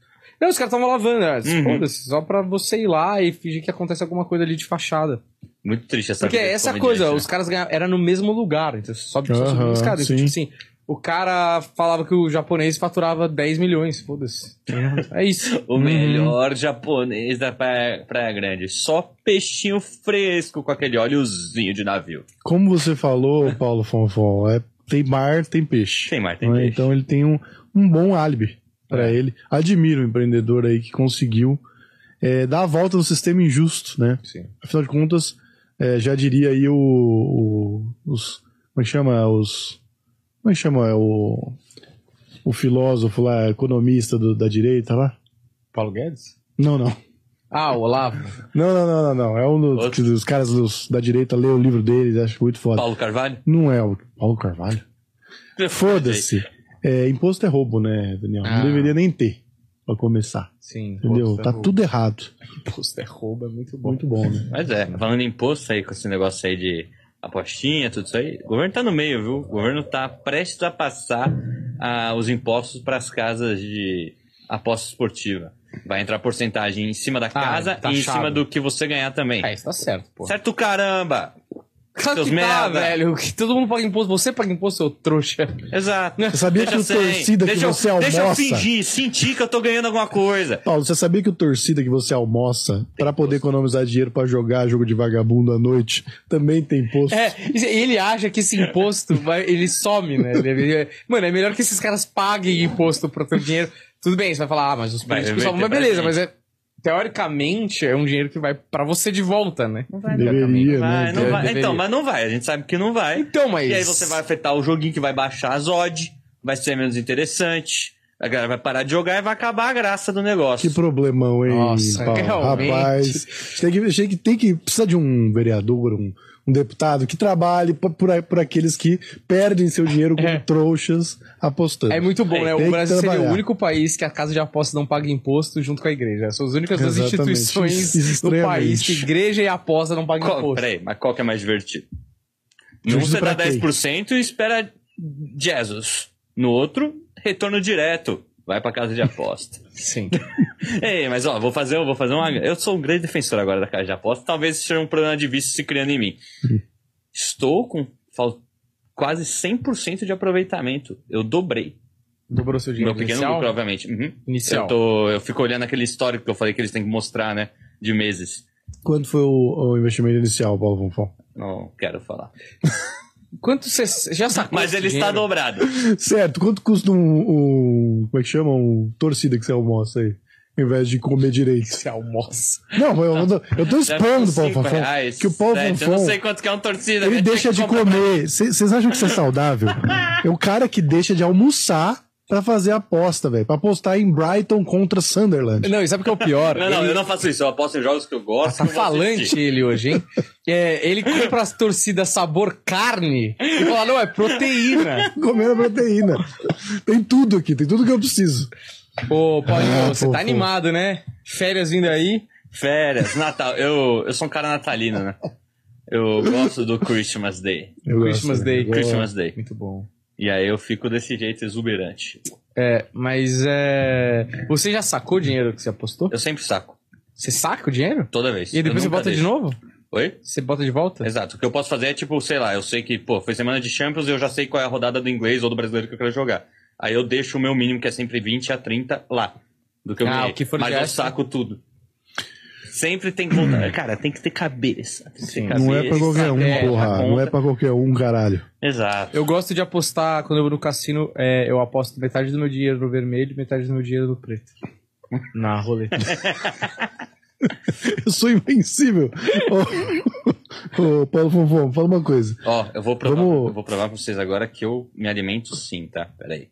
Speaker 1: Não, os caras estavam lavando, era,
Speaker 3: Uhum.
Speaker 1: foda-se, só pra você ir lá e fingir que acontece alguma coisa ali de fachada.
Speaker 3: Muito triste essa
Speaker 1: Porque é
Speaker 3: vida de
Speaker 1: essa
Speaker 3: comediante,
Speaker 1: coisa,
Speaker 3: né?
Speaker 1: os caras ganhavam, era no mesmo lugar, então você sobe, só sobe
Speaker 2: Aham,
Speaker 1: uma escada. Então,
Speaker 2: sim.
Speaker 1: tipo assim, o cara falava que o japonês faturava 10 milhões, foda-se. É isso.
Speaker 3: O melhor japonês da Praia, Praia Grande. Só peixinho fresco com aquele óleozinho de navio.
Speaker 2: Como você falou, Paulo Fonfon, é, tem mar, tem peixe.
Speaker 3: Tem mais, tem
Speaker 2: né?
Speaker 3: peixe.
Speaker 2: Então ele tem um, um bom álibi pra
Speaker 1: É.
Speaker 2: ele. Admiro o empreendedor aí que conseguiu é, dar a volta no sistema injusto, né?
Speaker 1: Sim.
Speaker 2: Afinal de contas, é, já diria aí o, o- os. Como é que chama? Os. Como é que chama? É O, o filósofo lá, economista do- da direita lá?
Speaker 1: Paulo Guedes?
Speaker 2: Não, não.
Speaker 1: Ah, o Olavo.
Speaker 2: Não, não, não, não, não. É um do-
Speaker 3: Outro?
Speaker 2: dos caras dos- da direita lê o livro deles, acho muito
Speaker 1: então,
Speaker 2: foda.
Speaker 3: Paulo Carvalho?
Speaker 2: Não é o Paulo Carvalho. Foda-se. É, imposto é roubo, né, Daniel?
Speaker 1: Ah.
Speaker 2: Não deveria nem ter, pra começar.
Speaker 1: Sim.
Speaker 2: Entendeu?
Speaker 1: é
Speaker 2: tá
Speaker 1: roubo.
Speaker 2: tudo errado.
Speaker 1: Imposto é roubo, é muito bom.
Speaker 2: Muito bom, né?
Speaker 3: Mas é, falando em imposto aí, com esse negócio aí de apostinha, tudo isso aí, o governo tá no meio, viu? O governo tá prestes a passar ah, os impostos para as casas de aposta esportiva. Vai entrar porcentagem em cima da casa
Speaker 1: tá
Speaker 3: e em
Speaker 1: achado.
Speaker 3: cima do que você ganhar também.
Speaker 1: É, isso tá certo, pô.
Speaker 3: Certo, caramba!
Speaker 1: Claro
Speaker 3: Seus
Speaker 1: que tá,
Speaker 3: merda.
Speaker 1: velho. Que todo mundo paga imposto. Você paga imposto, seu trouxa.
Speaker 3: Exato.
Speaker 2: Você sabia que o
Speaker 3: sem.
Speaker 2: torcida que
Speaker 3: deixa eu-
Speaker 2: você almoça.
Speaker 3: Deixa eu fingir, sentir que eu tô ganhando alguma coisa.
Speaker 2: Paulo, você sabia que o torcida que você almoça pra poder economizar dinheiro pra jogar jogo de vagabundo à noite também tem imposto?
Speaker 1: É, e ele acha que esse imposto, vai, ele some, né? Ele- ele- mano, é melhor que esses caras paguem imposto pro teu dinheiro. Tudo bem, você vai falar, ah, mas os
Speaker 3: Vai
Speaker 1: políticos somem. Mas
Speaker 3: reverter pra
Speaker 1: beleza,
Speaker 3: gente.
Speaker 1: mas é, teoricamente é um dinheiro que vai pra você de volta, né? Não vai,
Speaker 2: Deveria,
Speaker 3: Vai,
Speaker 2: né?
Speaker 3: não
Speaker 1: eu
Speaker 3: vai.
Speaker 1: deveria.
Speaker 3: Então, mas não vai. A gente sabe que não vai.
Speaker 1: Então,
Speaker 2: É
Speaker 1: mas...
Speaker 3: E aí você vai afetar o joguinho que vai baixar as odds, vai ser menos interessante. A galera vai parar de jogar e vai acabar a graça do negócio.
Speaker 2: Que problemão, hein,
Speaker 1: Nossa,
Speaker 2: Paulo?
Speaker 1: realmente.
Speaker 2: Rapaz, tem que, achei que tem que precisa de um vereador, um, um deputado que trabalhe por, por, aí- por aqueles que perdem seu dinheiro como
Speaker 1: É.
Speaker 2: trouxas apostando.
Speaker 1: É muito bom, né?
Speaker 2: Tem
Speaker 1: O
Speaker 2: que
Speaker 1: Brasil seria o
Speaker 2: trabalhar.
Speaker 1: único país que a casa de apostas não paga imposto junto com a igreja. São as únicas duas
Speaker 2: Exatamente. Isso,
Speaker 1: instituições do
Speaker 2: estranhamente.
Speaker 1: país que igreja e aposta não pagam
Speaker 3: Qual,
Speaker 1: imposto.
Speaker 3: peraí, mas qual que é mais divertido? Num
Speaker 2: Justo
Speaker 3: você dá
Speaker 2: pra quem?
Speaker 3: 10% e espera Jesus. No outro, retorno direto. Vai pra casa de aposta.
Speaker 1: Sim.
Speaker 3: Ei, mas ó, vou fazer, eu vou fazer uma. Eu sou um grande defensor agora da casa de aposta. Talvez seja um problema de vício se criando em mim.
Speaker 2: Hum.
Speaker 3: Estou com fal- quase 100% de aproveitamento. Eu dobrei
Speaker 1: Dobrou seu
Speaker 3: meu
Speaker 1: dinheiro
Speaker 3: pequeno
Speaker 1: inicial?
Speaker 3: lucro, obviamente. Uhum.
Speaker 1: Inicial.
Speaker 3: Eu, tô, eu fico olhando aquele histórico que eu falei que eles têm que mostrar, né? De meses.
Speaker 2: Quanto foi o, o investimento inicial, Paulo Fonfon?
Speaker 3: Não quero falar.
Speaker 1: Quanto você... Já sacou
Speaker 3: Mas
Speaker 1: esse
Speaker 3: ele está
Speaker 1: dinheiro?
Speaker 3: dobrado.
Speaker 2: Certo, quanto custa um, um- Como é que chama? Um torcida que você almoça aí? Ao invés de comer direito.
Speaker 1: Você almoça.
Speaker 2: Não, mas eu, eu, tô- eu tô
Speaker 3: Deve ter
Speaker 2: expondo,
Speaker 3: uns
Speaker 2: Paulo
Speaker 3: cinco
Speaker 2: Fonfon.
Speaker 3: reais,
Speaker 2: Que o Paulo
Speaker 3: sete, Eu não
Speaker 2: Fonfon-
Speaker 3: sei quanto que é um torcida.
Speaker 2: Ele
Speaker 3: mas tinha
Speaker 2: deixa
Speaker 3: é. que
Speaker 2: de
Speaker 3: comprar-
Speaker 2: comer. Vocês acham que isso é saudável? é o cara que deixa de almoçar pra fazer aposta, velho. Pra apostar em Brighton contra Sunderland.
Speaker 1: Não, e sabe o que é o pior?
Speaker 3: Não, não,
Speaker 1: Ele-
Speaker 3: eu não faço isso. Eu aposto em jogos que eu gosto.
Speaker 1: Tá
Speaker 3: que eu vou
Speaker 1: falante
Speaker 3: assistir.
Speaker 1: ele hoje, hein? É, ele compra as torcidas sabor carne e fala, não, é proteína.
Speaker 2: Comendo proteína. Tem tudo aqui, tem tudo que eu preciso.
Speaker 1: Ô, Paulinho,
Speaker 2: Ah,
Speaker 1: você tá
Speaker 2: fofo.
Speaker 1: animado, né? Férias vindo aí.
Speaker 3: Férias, Natal. Eu, eu sou um cara natalino, né? Eu gosto do Christmas Day.
Speaker 2: Eu
Speaker 1: Christmas Day.
Speaker 2: eu gosto.
Speaker 3: Christmas Day.
Speaker 1: Muito bom.
Speaker 3: E aí eu fico desse jeito exuberante.
Speaker 1: É, mas é... Você já sacou o dinheiro que você apostou?
Speaker 3: Eu sempre saco.
Speaker 1: Você saca o dinheiro?
Speaker 3: Toda vez.
Speaker 1: E aí depois você
Speaker 3: Eu nunca
Speaker 1: bota de
Speaker 3: deixo.
Speaker 1: novo?
Speaker 3: Oi?
Speaker 1: Você bota de volta?
Speaker 3: Exato. O que eu posso fazer é, tipo, sei lá, eu sei que, pô, foi semana de Champions e eu já sei qual é a rodada do inglês ou do brasileiro que eu quero jogar. Aí eu deixo o meu mínimo, que é sempre 20 a 30, lá. Do que eu
Speaker 1: Ah,
Speaker 3: ganhei.
Speaker 1: o que for
Speaker 3: Mas
Speaker 1: de
Speaker 3: eu
Speaker 1: extra.
Speaker 3: saco tudo. Sempre tem que voltar. Cara, tem que ter cabeça. Tem que ter
Speaker 1: Sim.
Speaker 3: cabeça.
Speaker 2: Não é pra qualquer
Speaker 3: é,
Speaker 2: um, porra.
Speaker 3: conta.
Speaker 2: Não é pra qualquer um, caralho.
Speaker 3: Exato.
Speaker 1: Eu gosto de apostar, quando eu vou no cassino, é, eu aposto metade do meu dinheiro no vermelho e metade do meu dinheiro no preto. Na roleta.
Speaker 2: Eu sou invencível. Ô, ô, Paulo Fonfon, fala uma coisa.
Speaker 3: Ó, eu vou provar,
Speaker 2: Vamos-
Speaker 3: eu vou provar pra vocês agora que eu me alimento sim, tá? Peraí.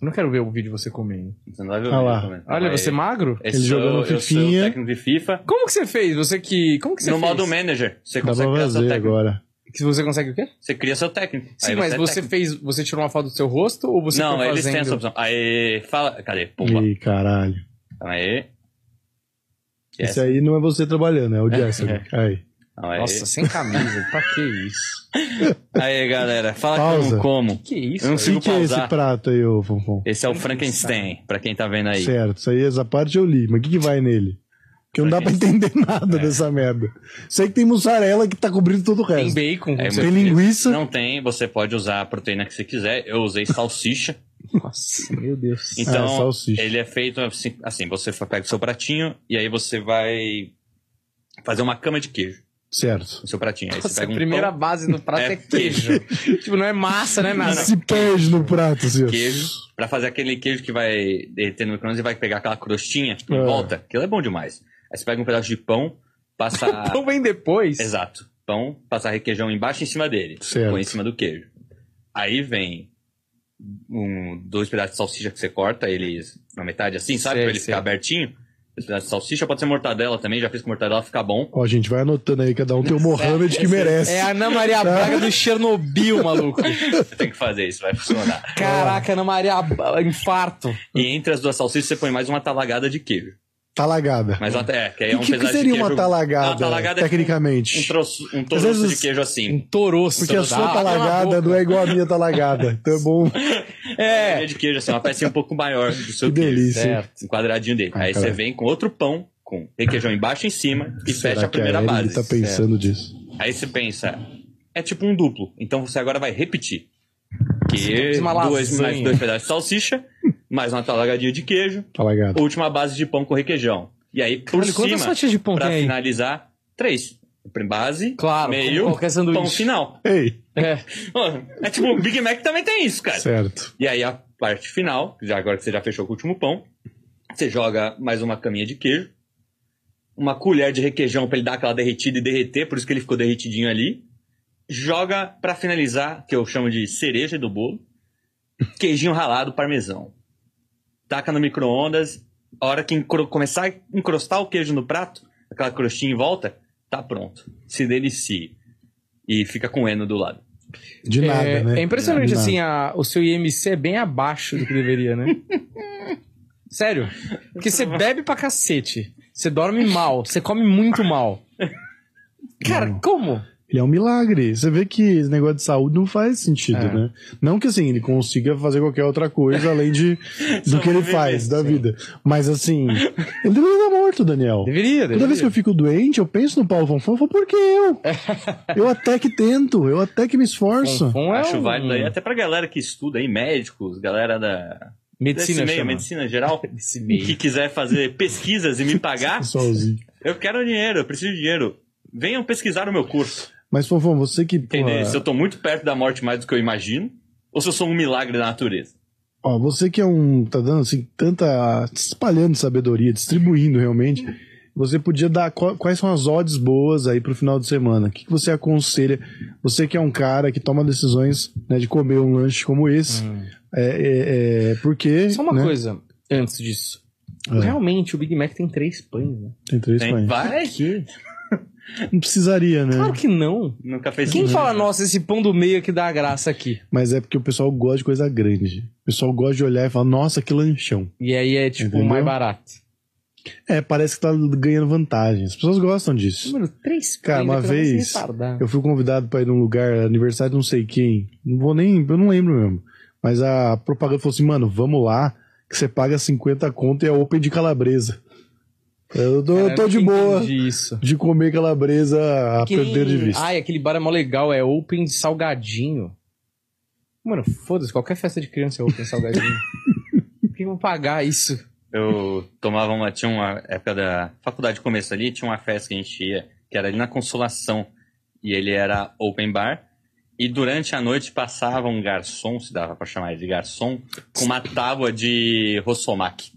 Speaker 1: Não quero ver o vídeo de você comendo.
Speaker 3: Você não tá vai ver o
Speaker 2: Ah lá.
Speaker 3: vídeo também.
Speaker 1: Olha,
Speaker 3: Mas
Speaker 1: você é magro?
Speaker 3: esse
Speaker 2: Ele
Speaker 3: sou-
Speaker 2: jogando
Speaker 3: eu sou o
Speaker 2: fifinha.
Speaker 3: técnico de FIFA.
Speaker 1: Como que você fez? Você que. Como que você
Speaker 3: no
Speaker 1: fez?
Speaker 3: modo manager, você
Speaker 2: Dá
Speaker 3: consegue
Speaker 2: pra
Speaker 3: criar seu
Speaker 2: fazer
Speaker 3: técnico.
Speaker 2: agora.
Speaker 1: Que você consegue o quê?
Speaker 3: Você cria seu técnico.
Speaker 1: Sim,
Speaker 3: Aí
Speaker 1: mas
Speaker 3: é
Speaker 1: você
Speaker 3: técnico.
Speaker 1: fez. Você tirou uma foto do seu rosto ou você
Speaker 3: Não,
Speaker 1: foi
Speaker 3: eles têm
Speaker 1: fazendo?
Speaker 3: essa opção. Aí, fala. Cadê? Pumba.
Speaker 2: Ih, caralho.
Speaker 3: Calma aí.
Speaker 2: Esse aí não é você trabalhando, é o Jesse. Aí.
Speaker 3: Calma aí.
Speaker 1: Nossa, sem camisa. pra que isso?
Speaker 3: Aí, galera, fala que eu
Speaker 2: Pausa.
Speaker 3: não como.
Speaker 1: Que isso?
Speaker 3: Eu não
Speaker 1: velho?
Speaker 2: O
Speaker 3: sei.
Speaker 2: que,
Speaker 3: consigo
Speaker 2: que é esse
Speaker 3: pausar.
Speaker 2: prato aí, ô Fonfon?
Speaker 3: Esse é o Frankenstein, pra quem tá vendo aí.
Speaker 2: Certo, isso aí, essa parte eu li, mas o que, que vai nele? Porque não dá pra entender
Speaker 3: É.
Speaker 2: nada dessa merda. Sei que tem mussarela que tá cobrindo todo o
Speaker 1: Tem
Speaker 2: resto.
Speaker 1: bacon.
Speaker 3: É,
Speaker 1: como você-
Speaker 2: Tem linguiça. Ah,
Speaker 3: Não tem, você pode usar a proteína que você quiser. Eu usei salsicha.
Speaker 1: Nossa, meu Deus.
Speaker 3: Então,
Speaker 2: Ah, salsicha.
Speaker 3: ele é feito assim, assim, você fa- pega o seu pratinho e aí você vai fazer uma cama de queijo
Speaker 2: Certo.
Speaker 3: no seu pratinho. Aí você
Speaker 1: Nossa, a
Speaker 3: pega um
Speaker 1: primeira
Speaker 3: pão,
Speaker 1: base do prato é,
Speaker 3: É
Speaker 1: queijo. tipo, não é massa, não é nada.
Speaker 2: Se perde no prato, assim. ó.
Speaker 3: Ah, queijo, pra fazer aquele queijo que vai derreter no micro-ondas e vai pegar aquela crostinha em
Speaker 2: É.
Speaker 3: volta. Aquilo é bom demais. Aí você pega um pedaço de pão, passa...
Speaker 1: Então vem depois.
Speaker 3: Exato. Pão, passa requeijão embaixo e em cima dele.
Speaker 2: Certo.
Speaker 3: Põe em cima do queijo. Aí vem um, dois pedaços de salsicha que você corta, eles na metade assim, sabe?
Speaker 1: Sei,
Speaker 3: pra ele
Speaker 1: sei.
Speaker 3: ficar abertinho. Dois pedaços de salsicha, pode ser mortadela também, já fiz com mortadela, fica bom.
Speaker 2: Ó, gente, vai anotando aí, cada um tem o Mohamed que merece.
Speaker 1: É a Ana Maria Braga do Chernobyl, maluco.
Speaker 3: Você tem que fazer isso, vai funcionar.
Speaker 1: Caraca, Ana Maria Ba- infarto.
Speaker 3: e entre as duas salsichas, você põe mais uma talagada de queijo.
Speaker 2: Talagada.
Speaker 3: Mas até, é, que aí
Speaker 2: E
Speaker 3: é
Speaker 2: o
Speaker 3: um
Speaker 2: que, que
Speaker 3: pedaço
Speaker 2: seria
Speaker 3: de queijo.
Speaker 2: uma talagada,
Speaker 3: Não, talagada é
Speaker 2: tecnicamente?
Speaker 3: Um, troço, um
Speaker 2: Às
Speaker 3: troço
Speaker 2: vezes-
Speaker 3: de queijo assim.
Speaker 1: Um toroço.
Speaker 2: Porque a sua
Speaker 1: Ah, cala
Speaker 2: talagada
Speaker 1: boca.
Speaker 2: não é igual a minha talagada. Então é bom.
Speaker 1: É.
Speaker 3: de queijo assim, uma pecinha um pouco maior do seu
Speaker 2: Que
Speaker 3: queijo.
Speaker 2: delícia.
Speaker 1: Certo.
Speaker 3: Um quadradinho dele.
Speaker 2: Ah,
Speaker 3: aí você
Speaker 2: caralho.
Speaker 3: vem com outro pão, com requeijão embaixo e em cima, e
Speaker 2: Será
Speaker 3: fecha a
Speaker 2: que
Speaker 3: primeira
Speaker 2: Ellen
Speaker 3: base.
Speaker 2: tá pensando disso.
Speaker 3: Aí você pensa, é tipo um duplo. Então você agora vai repetir. Que
Speaker 1: fez é tipo uma
Speaker 3: dois,
Speaker 1: lasanha.
Speaker 3: mais dois pedaços de salsicha, mais uma talagadinha de queijo,
Speaker 2: Talagada.
Speaker 3: última base de pão com requeijão. E aí, por
Speaker 1: Olha, quantas
Speaker 3: cima,
Speaker 1: fatias de pão
Speaker 3: pra
Speaker 1: tem aí?
Speaker 3: finalizar, três. Base,
Speaker 1: Claro,
Speaker 3: meio,
Speaker 1: como qualquer sanduíche.
Speaker 3: pão final.
Speaker 2: Ei,
Speaker 1: É.
Speaker 3: É tipo, o Big Mac também tem isso, cara.
Speaker 2: certo.
Speaker 3: E aí a parte final, já agora que você já fechou com o último pão, você joga mais uma caminha de queijo, uma colher de requeijão pra ele dar aquela derretida e derreter, por isso que ele ficou derretidinho ali. Joga pra finalizar, que eu chamo de cereja do bolo, queijinho ralado parmesão. Taca no micro-ondas, a hora que encro- começar a encrostar o queijo no prato, aquela crostinha em volta, tá pronto. Se delicie. E fica com o eno do lado.
Speaker 2: De nada,
Speaker 1: é,
Speaker 2: né?
Speaker 1: é impressionante,
Speaker 2: De nada.
Speaker 1: assim, a- o seu IMC é bem abaixo do que deveria, né? Sério. Porque você bebe pra cacete. Você dorme mal. Você come muito mal. Cara,
Speaker 2: Mano.
Speaker 1: como?
Speaker 2: Ele é um milagre. Você vê que esse negócio de saúde não faz sentido,
Speaker 1: É.
Speaker 2: né? Não que assim, ele consiga fazer qualquer outra coisa além de do que ele
Speaker 3: Sobreviver,
Speaker 2: faz da
Speaker 3: sim.
Speaker 2: vida. Mas assim, ele deveria estar morto, Daniel.
Speaker 1: Deveria,
Speaker 2: Toda
Speaker 1: deveria.
Speaker 2: vez que eu fico doente, eu penso no Paulo Fonfon, eu falo, por que eu? Eu até que tento, eu até que me esforço.
Speaker 1: Fonfon é
Speaker 3: Acho
Speaker 1: um-
Speaker 3: válido aí, até pra galera que estuda aí, médicos, galera da
Speaker 1: Medicina,
Speaker 3: medicina, meio,
Speaker 1: chama.
Speaker 3: medicina geral,
Speaker 1: Desse
Speaker 3: que quiser fazer pesquisas e me pagar,
Speaker 2: Sozinho.
Speaker 3: eu quero dinheiro, eu preciso de dinheiro. Venham pesquisar o meu curso.
Speaker 2: Mas, Fonfon, você que.
Speaker 3: Entender se
Speaker 2: Porra,
Speaker 3: eu tô muito perto da morte mais do que eu imagino, ou se eu sou um milagre da natureza.
Speaker 2: ó, você que é um. tá dando assim, tanta. espalhando sabedoria, distribuindo realmente. Você podia dar qu- quais são as odds boas aí pro final de semana? O que, que você aconselha? Você que é um cara que toma decisões né, de comer um lanche como esse, é, é, é, porque.
Speaker 1: Só uma
Speaker 2: Hum. né?
Speaker 1: coisa antes disso.
Speaker 2: É.
Speaker 1: Realmente, o Big Mac tem três pães, né?
Speaker 2: Tem três
Speaker 3: Tem,
Speaker 2: pães.
Speaker 3: vai.
Speaker 2: Não precisaria, né?
Speaker 1: Claro que não.
Speaker 3: Nunca fez
Speaker 1: Quem
Speaker 3: sentido.
Speaker 1: fala, nossa, esse pão do meio é que dá a graça aqui?
Speaker 2: Mas é porque o pessoal gosta de coisa grande. O pessoal gosta de olhar e falar, nossa, que lanchão.
Speaker 1: E aí é tipo
Speaker 2: Entendeu?
Speaker 1: mais barato.
Speaker 2: É, parece que tá ganhando vantagem. As pessoas gostam disso.
Speaker 1: Número três
Speaker 2: Cara,
Speaker 1: pães,
Speaker 2: uma
Speaker 1: aquilo vai ser
Speaker 2: vez
Speaker 1: é retardado.
Speaker 2: Eu fui convidado pra ir num lugar, aniversário de não sei quem. Não vou nem, eu não lembro mesmo. Mas a propaganda falou assim, mano, vamos lá, que você paga 50 conto e é open de calabresa. Eu tô,
Speaker 1: Cara,
Speaker 2: eu tô de
Speaker 1: nunca
Speaker 2: boa
Speaker 1: entendi Isso.
Speaker 2: de comer calabresa a
Speaker 1: Que nem-
Speaker 2: perder de vista.
Speaker 1: Ai, aquele bar é mó legal, é open de salgadinho. Mano, foda-se, qualquer festa de criança é open de salgadinho. Por que vão pagar isso?
Speaker 3: Eu tomava uma. Tinha uma época da faculdade começo ali, tinha uma festa que a gente ia, que era ali na Consolação. E ele era open bar. E durante a noite passava um garçom, se dava pra chamar ele de garçom, com uma tábua de rossomac.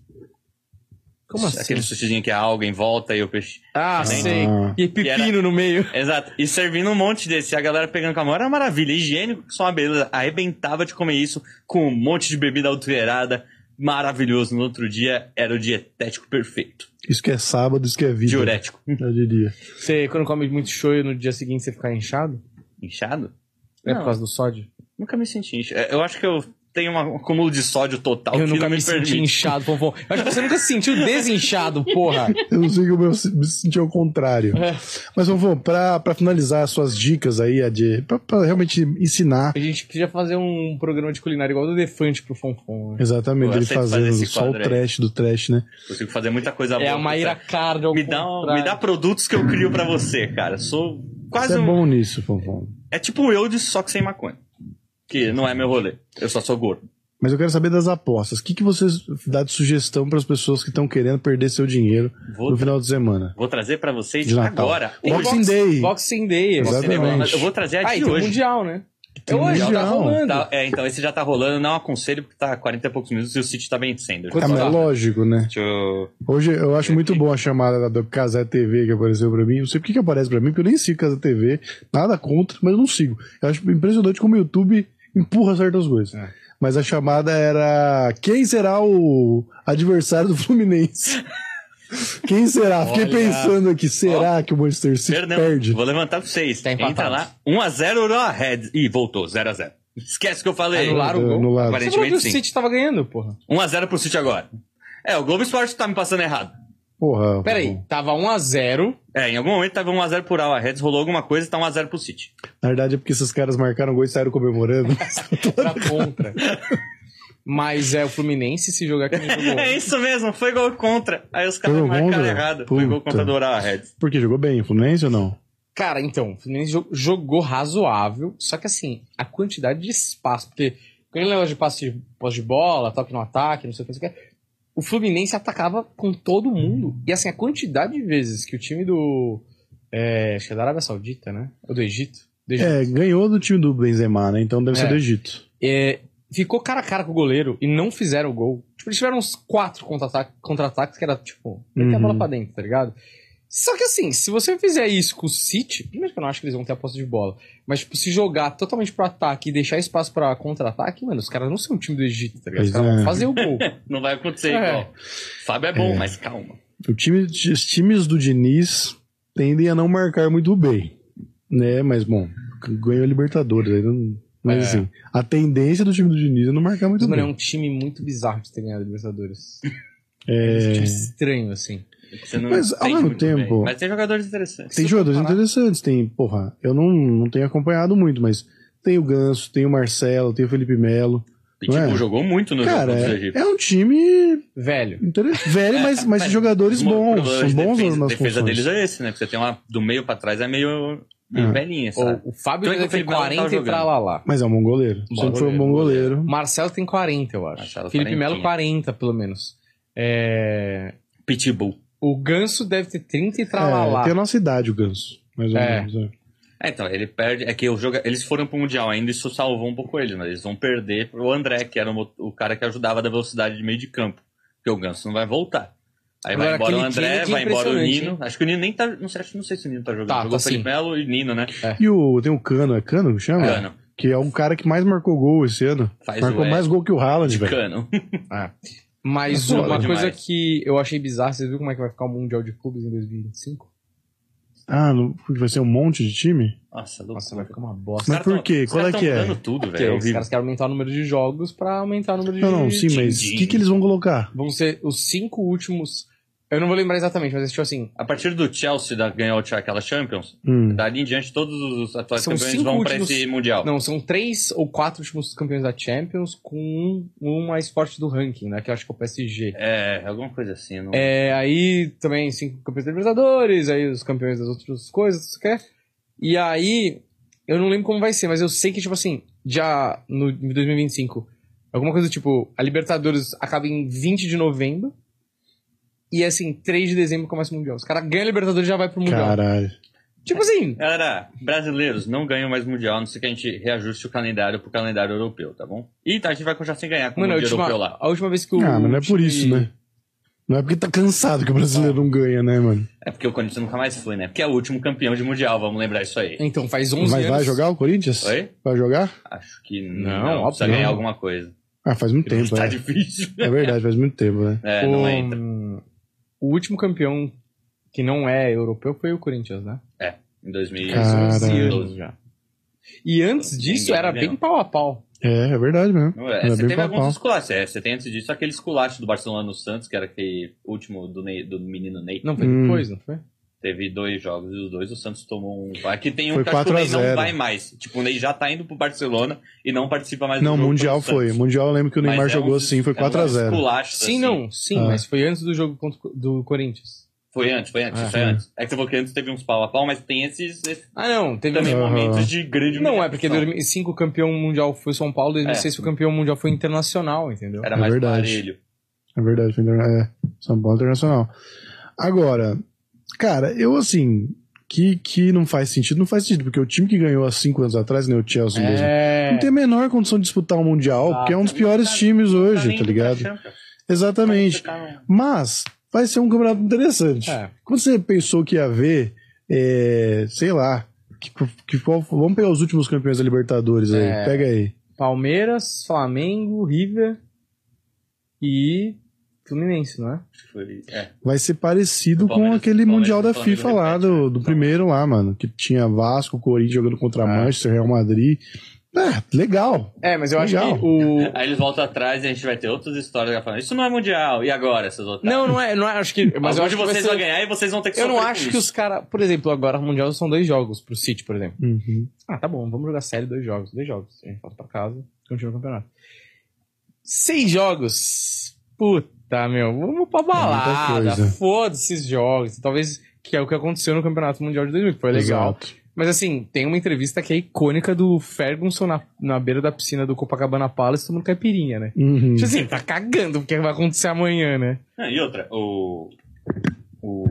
Speaker 1: Como assim?
Speaker 3: Aquele sushizinho que é alga em volta e o peixe.
Speaker 1: Ah,
Speaker 3: Também.
Speaker 1: sei.
Speaker 2: Ah.
Speaker 1: E pepino no meio.
Speaker 3: Exato. E servindo um monte desse. A galera pegando com a mão era uma maravilha. Higiênico, que só uma beleza. Arrebentava de comer isso com um monte de bebida adulterada. Maravilhoso. No outro dia era o dietético perfeito.
Speaker 2: Isso que é sábado, isso que é vida.
Speaker 3: Diurético.
Speaker 2: Eu diria.
Speaker 1: Você, quando come muito shoyu, no dia seguinte você fica inchado?
Speaker 3: Inchado?
Speaker 1: É
Speaker 3: Não.
Speaker 1: por causa do sódio?
Speaker 3: Nunca me senti inchado. Eu acho que eu tenho uma- um acúmulo de sódio total
Speaker 1: eu
Speaker 3: que
Speaker 1: nunca
Speaker 3: não
Speaker 1: me,
Speaker 3: me,
Speaker 1: senti
Speaker 3: permite.
Speaker 1: inchado, Pompom. Eu acho que você nunca se sentiu desinchado, porra.
Speaker 2: Eu não sei como eu se- me senti ao contrário.
Speaker 1: É.
Speaker 2: Mas vamos, pra, pra finalizar as suas dicas aí, a de. Pra, pra realmente ensinar
Speaker 1: A gente podia fazer um programa de culinária igual do Defante pro Fonfon. né?
Speaker 2: exatamente,
Speaker 3: Eu
Speaker 2: ele
Speaker 3: aceito fazer
Speaker 2: fazendo
Speaker 3: esse
Speaker 2: só o
Speaker 3: quadro aí.
Speaker 2: trash do trash, né?
Speaker 3: Consigo fazer muita coisa boa.
Speaker 1: É a
Speaker 3: com
Speaker 1: Maíra
Speaker 3: isso.
Speaker 1: Card ao
Speaker 3: tá Me dá, um- me
Speaker 1: contrário.
Speaker 3: dá produtos que eu crio pra você, cara. Sou quase
Speaker 2: Você é
Speaker 3: um.
Speaker 2: bom nisso, Fonfon.
Speaker 3: É tipo um eu de só que sem maconha. Que não é meu rolê. Eu só sou gordo.
Speaker 2: Mas eu quero saber das apostas. O que, que você dá de sugestão para as pessoas que estão querendo perder seu dinheiro
Speaker 3: Vou,
Speaker 2: no final de semana?
Speaker 3: vou trazer pra vocês
Speaker 2: De Natal.
Speaker 3: agora.
Speaker 1: Tem
Speaker 2: Boxing
Speaker 1: box-
Speaker 2: Day.
Speaker 1: Boxing Day. esse
Speaker 2: Exatamente.
Speaker 1: negócio.
Speaker 3: Mas Eu vou trazer a
Speaker 1: Ah, e tem
Speaker 3: de
Speaker 1: o
Speaker 3: é hoje.
Speaker 1: Mundial, né?
Speaker 2: Tem
Speaker 1: é hoje, tá
Speaker 2: Mundial.
Speaker 1: rolando.
Speaker 3: Tá, é, então esse já tá rolando. Não aconselho, porque tá 40 e poucos minutos e o City tá vencendo.
Speaker 2: Ah, mas é
Speaker 1: Tá.
Speaker 2: lógico, né?
Speaker 3: Deixa eu-
Speaker 2: Hoje eu acho muito bom a chamada da do Casé TV que apareceu pra mim. Não sei por que que aparece pra mim, porque eu nem sigo Casé TV, nada contra, mas eu não sigo. Eu acho impressionante como o YouTube empurra certas coisas.
Speaker 1: É.
Speaker 2: Mas a chamada era quem será o adversário do Fluminense? Quem será? Fiquei
Speaker 1: Olha.
Speaker 2: pensando aqui, será que o Manchester City
Speaker 3: Perdão.
Speaker 2: perde?
Speaker 3: Vou levantar pra vocês.
Speaker 1: Tá empatado.
Speaker 3: Entra lá. 1x0 no Red. Ih, voltou. 0x0. Esquece que eu falei.
Speaker 1: Anularam. Claro, o gol.
Speaker 2: no lado.
Speaker 1: Você
Speaker 3: Aparentemente,
Speaker 1: falou que o
Speaker 3: sim.
Speaker 1: City tava ganhando, porra.
Speaker 2: Tá
Speaker 3: 1x0 pro City agora. É, o Globo Esporte tá me passando errado.
Speaker 2: Porra.
Speaker 1: Peraí, tava 1x0.
Speaker 3: É, em algum momento tava 1x0 por Al Reds, rolou alguma coisa e tá 1x0 pro City.
Speaker 2: Na verdade é porque esses caras marcaram gol e saíram comemorando. Tá
Speaker 1: pra contra. Mas é o Fluminense se jogar aqui no jogo.
Speaker 3: É isso mesmo, foi gol contra. Aí os caras
Speaker 2: Foi gol
Speaker 3: marcaram
Speaker 2: contra?
Speaker 3: errado. Foi gol
Speaker 2: Puta.
Speaker 3: contra do Al Reds.
Speaker 2: porque jogou bem o Fluminense ou não?
Speaker 1: Cara, então, o Fluminense jo- jogou razoável, só que assim, a quantidade de espaço, porque aquele negócio de passe de, posse de bola, toque no ataque, não sei o que, não sei o que, o Fluminense atacava com todo mundo. E assim, a quantidade de vezes que o time do. É, acho que é da Arábia Saudita, né? Ou do Egito? Do Egito.
Speaker 2: É, ganhou do time do Benzema, né? Então deve
Speaker 1: É.
Speaker 2: ser do Egito.
Speaker 1: É, ficou cara a cara com o goleiro e não fizeram o gol. Tipo, eles tiveram uns quatro contra-ata- contra-ataques que era, tipo, meter a
Speaker 2: Uhum.
Speaker 1: bola pra dentro, tá ligado? Só que assim, se você fizer isso com o City, primeiro que eu não acho que eles vão ter a posse de bola, mas tipo, se jogar totalmente pro ataque e deixar espaço pra contra-ataque, mano, os caras não são um time do Egito, tá ligado? Os
Speaker 2: Pois
Speaker 1: caras vão
Speaker 2: é.
Speaker 1: fazer o gol.
Speaker 3: Não vai acontecer
Speaker 1: É.
Speaker 3: igual. Fábio é bom, mas calma.
Speaker 2: O time, os times do Diniz tendem a não marcar muito bem, né? Mas, bom, ganhou a Libertadores. aí não- Mas,
Speaker 1: É.
Speaker 2: assim, a tendência do time do Diniz é não marcar muito
Speaker 1: Mas, mano, é
Speaker 2: bem.
Speaker 1: um time muito bizarro de ter ganhado a Libertadores. É. Um time estranho, assim.
Speaker 3: Você não
Speaker 2: Mas, ao
Speaker 3: entende
Speaker 2: mesmo
Speaker 3: muito bem.
Speaker 2: tempo-
Speaker 3: Mas tem jogadores interessantes.
Speaker 2: Tem
Speaker 1: se
Speaker 2: jogadores
Speaker 1: comparar-
Speaker 2: interessantes, tem, porra, eu não, não tenho acompanhado muito, mas tem o Ganso, tem o Marcelo, tem o Felipe Melo.
Speaker 3: E,
Speaker 2: não
Speaker 3: tipo,
Speaker 2: é?
Speaker 3: jogou muito no
Speaker 2: Cara,
Speaker 3: jogo contra o
Speaker 2: é,
Speaker 3: Egito.
Speaker 2: é um time
Speaker 1: Velho.
Speaker 2: interessante, velho, mas, mas
Speaker 3: mas-
Speaker 2: jogadores
Speaker 3: O
Speaker 2: bons,
Speaker 3: problema
Speaker 2: são
Speaker 3: de
Speaker 2: bons
Speaker 3: defesa,
Speaker 2: nas
Speaker 3: defesa
Speaker 2: funções.
Speaker 3: deles é esse, né? Porque você tem uma do meio pra trás, é meio, meio
Speaker 2: Ah.
Speaker 3: velhinha, sabe?
Speaker 1: O, o Fábio
Speaker 3: Então é que
Speaker 1: deve
Speaker 3: o
Speaker 1: ter
Speaker 3: Felipe Melo não tava
Speaker 1: 40 e pra
Speaker 3: jogando.
Speaker 1: lá lá.
Speaker 2: Mas é um bom goleiro,
Speaker 3: Bom
Speaker 2: sempre foi um
Speaker 3: goleiro,
Speaker 2: bom
Speaker 3: bom
Speaker 2: goleiro.
Speaker 1: Marcelo tem 40, eu acho.
Speaker 3: Marcelo,
Speaker 1: Felipe Melo, 40, pelo menos. É,
Speaker 3: Pitbull.
Speaker 1: O Ganso deve ter 30 e
Speaker 2: É,
Speaker 1: tralalá.
Speaker 2: tem a nossa idade o Ganso, mais ou
Speaker 1: É.
Speaker 2: menos. é.
Speaker 3: É, então, ele perde. É que o joga, eles foram pro Mundial ainda, isso salvou um pouco eles, mas eles vão perder pro André, que era o, mo- o cara que ajudava da velocidade de meio de campo. Porque o Ganso não vai voltar. Aí vai
Speaker 1: Agora,
Speaker 3: embora o
Speaker 1: aquele
Speaker 3: André,
Speaker 1: Kennedy é
Speaker 3: vai embora o
Speaker 1: impressionante,
Speaker 3: Nino. Acho que o Nino nem tá. Não sei, acho que não sei se o Nino tá jogando.
Speaker 1: Tá,
Speaker 3: Jogou
Speaker 1: tá
Speaker 3: Felipe
Speaker 1: sim.
Speaker 3: Melo e Nino, né?
Speaker 2: E o, tem o Cano, é Cano que chama?
Speaker 3: Cano.
Speaker 2: Que é o cara que mais marcou gol esse ano.
Speaker 3: Faz
Speaker 2: marcou
Speaker 3: o L.
Speaker 2: mais gol que o Haaland, velho.
Speaker 3: Cano.
Speaker 1: Mas
Speaker 3: É foda
Speaker 1: uma
Speaker 3: demais.
Speaker 1: coisa que eu achei bizarra, você viu como é que vai ficar o Mundial de Clubes em 2025?
Speaker 2: Ah, não, vai ser um monte de time?
Speaker 3: Nossa, louco.
Speaker 1: Nossa, vai ficar uma bosta.
Speaker 2: Mas por quê? Qual é que é?
Speaker 3: tudo,
Speaker 1: Porque
Speaker 3: velho. É
Speaker 1: os
Speaker 3: horrível.
Speaker 1: caras querem aumentar o número de jogos pra aumentar o número de...
Speaker 2: Não, não, sim, mas o que, que eles vão colocar?
Speaker 1: Vão ser os cinco últimos... Eu não vou lembrar exatamente, mas é tipo assim...
Speaker 3: A partir do Chelsea da, ganhar o- aquela Champions,
Speaker 2: Hum.
Speaker 3: dali em diante todos os atuais
Speaker 1: São
Speaker 3: campeões
Speaker 1: cinco
Speaker 3: vão pra
Speaker 1: últimos-
Speaker 3: esse Mundial.
Speaker 1: Não, são três ou quatro últimos campeões da Champions com um, um mais forte do ranking, né? Que eu acho que é o PSG.
Speaker 3: É, alguma coisa assim. eu Não...
Speaker 1: É, aí também cinco campeões da Libertadores, aí os campeões das outras coisas, você quer? E aí, eu não lembro como vai ser, mas eu sei que, tipo assim, já no em 2025, alguma coisa tipo, a Libertadores acaba em 20 de novembro, e assim, 3 de dezembro começa o Mundial. Os caras ganham a Libertadores e já vai pro Mundial.
Speaker 2: Caralho.
Speaker 1: Tipo assim,
Speaker 3: Galera, brasileiros não ganham mais Mundial, a não ser que a gente reajuste o calendário pro calendário europeu, tá bom? E tá, a gente vai continuar sem ganhar com o
Speaker 1: mano, a
Speaker 3: Mundial
Speaker 1: última,
Speaker 3: Europeu lá.
Speaker 1: a última vez que o.
Speaker 2: Ah, mas não é por
Speaker 1: time-
Speaker 2: isso, né? Não é porque tá cansado que o brasileiro não ganha, né, mano?
Speaker 3: É porque o Corinthians nunca mais foi, né? Porque é o último campeão de Mundial, vamos lembrar isso aí.
Speaker 1: Então, faz 11
Speaker 2: Vai,
Speaker 1: anos.
Speaker 2: vai jogar o Corinthians?
Speaker 3: Oi?
Speaker 2: Vai jogar?
Speaker 3: Acho que
Speaker 1: Não,
Speaker 3: não,
Speaker 1: óbvio
Speaker 3: precisa
Speaker 1: não.
Speaker 3: ganhar alguma coisa.
Speaker 2: Ah, faz muito
Speaker 3: Porque
Speaker 2: tempo,
Speaker 3: tá
Speaker 2: é.
Speaker 3: difícil.
Speaker 2: É verdade, faz muito tempo, né?
Speaker 3: É, não
Speaker 1: o...
Speaker 3: entra.
Speaker 1: o último campeão que não é europeu foi o Corinthians, né?
Speaker 3: Em
Speaker 1: Faz
Speaker 2: Cara.
Speaker 1: 11
Speaker 2: Caralho.
Speaker 3: 2012.
Speaker 1: anos já. E antes disso
Speaker 3: Ninguém
Speaker 1: era
Speaker 3: ganhou.
Speaker 1: bem pau a pau.
Speaker 2: É, é verdade mesmo.
Speaker 3: Não é,
Speaker 2: Era
Speaker 3: você
Speaker 2: bem
Speaker 3: teve
Speaker 2: papal.
Speaker 3: alguns esculachos, é, você tem antes disso aquele esculacho do Barcelona no Santos, que era aquele último do, Ney- do menino Ney.
Speaker 1: Não, foi
Speaker 2: Hum.
Speaker 1: depois, não foi?
Speaker 3: Teve dois jogos e os dois o Santos tomou um. Aqui tem um
Speaker 2: Foi
Speaker 3: que acho que
Speaker 2: 4
Speaker 3: o
Speaker 2: a
Speaker 3: Ney não
Speaker 2: 0.
Speaker 3: vai mais. Tipo, o Ney já tá indo pro Barcelona e não participa mais
Speaker 2: Não,
Speaker 3: do jogo
Speaker 2: Mundial
Speaker 3: pelo Santos.
Speaker 2: foi. Mundial eu lembro que o
Speaker 3: Mas
Speaker 2: Neymar
Speaker 3: é
Speaker 2: jogou
Speaker 3: um-
Speaker 2: assim, foi
Speaker 3: é um
Speaker 2: 4x0.
Speaker 3: esculacho,
Speaker 1: Sim,
Speaker 3: assim.
Speaker 1: não, sim,
Speaker 2: Ah.
Speaker 1: mas foi antes do jogo contra, o Co- do Corinthians.
Speaker 3: Foi antes, foi antes,
Speaker 1: Ah,
Speaker 3: isso é
Speaker 2: sim.
Speaker 3: antes. É que você falou que antes teve uns pau a pau, mas tem esses, esses
Speaker 1: Ah, não, teve
Speaker 3: também
Speaker 2: Aham.
Speaker 3: momentos de grande
Speaker 1: Não, é porque
Speaker 3: humilhação. É.
Speaker 1: 2005 o campeão mundial foi São Paulo, 2006 o campeão mundial foi internacional, entendeu?
Speaker 3: Era
Speaker 2: É
Speaker 3: mais
Speaker 2: verdade.
Speaker 3: parelho.
Speaker 2: É verdade, foi interna- é, São Paulo Internacional. Agora, cara, eu assim, que, que não faz sentido, não faz sentido, porque o time que ganhou há cinco anos atrás, né, o Chelsea mesmo,
Speaker 1: É.
Speaker 2: não tem a menor condição de disputar o Mundial,
Speaker 1: Tá.
Speaker 2: porque é um dos piores times
Speaker 3: Ah, Tá
Speaker 2: hoje,
Speaker 3: nem
Speaker 2: tá
Speaker 3: indo
Speaker 2: ligado?
Speaker 3: pra Champions.
Speaker 2: Exatamente.
Speaker 3: Tá no-
Speaker 2: Mas vai ser um campeonato interessante.
Speaker 1: É.
Speaker 2: Quando você pensou que ia ver, é, sei lá, que, que, qual- vamos pegar os últimos campeões da Libertadores aí,
Speaker 1: É.
Speaker 2: pega aí.
Speaker 1: Palmeiras, Flamengo, River e Fluminense, não é?
Speaker 3: Acho que foi- é.
Speaker 2: Vai ser parecido
Speaker 3: O
Speaker 2: com
Speaker 3: Palmeiras-
Speaker 2: aquele
Speaker 3: Palmeiras
Speaker 2: Mundial
Speaker 3: e
Speaker 2: da
Speaker 3: Flamengo
Speaker 2: FIFA lá,
Speaker 3: repete, né?
Speaker 2: do, do
Speaker 3: Então.
Speaker 2: primeiro lá, mano. Que tinha Vasco, Corinthians jogando contra Manchester, Real Madrid. Ah, legal.
Speaker 1: É, mas eu acho
Speaker 2: Legal.
Speaker 1: que o
Speaker 3: Aí eles voltam atrás e a gente vai ter outras histórias que falando, isso não é mundial, e agora, essas outras?
Speaker 1: Não, não é, não é, acho que, mas eu acho
Speaker 3: Algum de
Speaker 1: que vai
Speaker 3: vocês
Speaker 1: ser-
Speaker 3: vão ganhar e vocês vão ter que
Speaker 1: Eu não
Speaker 3: sofrer com
Speaker 1: acho que
Speaker 3: isso.
Speaker 1: os caras, por exemplo, agora o mundial são dois jogos pro City, por exemplo.
Speaker 2: Uhum.
Speaker 1: Ah, tá bom, vamos jogar série dois jogos. Dois jogos. A gente volta pra casa, continua o campeonato. Seis jogos. Puta, meu, vamos pra balada.
Speaker 2: coisa.
Speaker 1: Foda-se esses jogos. Talvez que é o que aconteceu no Campeonato Mundial de 2000, que foi legal.
Speaker 2: Exato.
Speaker 1: Mas assim, tem uma entrevista que é icônica do Ferguson na, na beira da piscina do Copacabana Palace tomando caipirinha, né?
Speaker 2: Uhum.
Speaker 1: Tipo assim, tá cagando o que vai acontecer amanhã, né?
Speaker 3: Ah, e outra, o... O...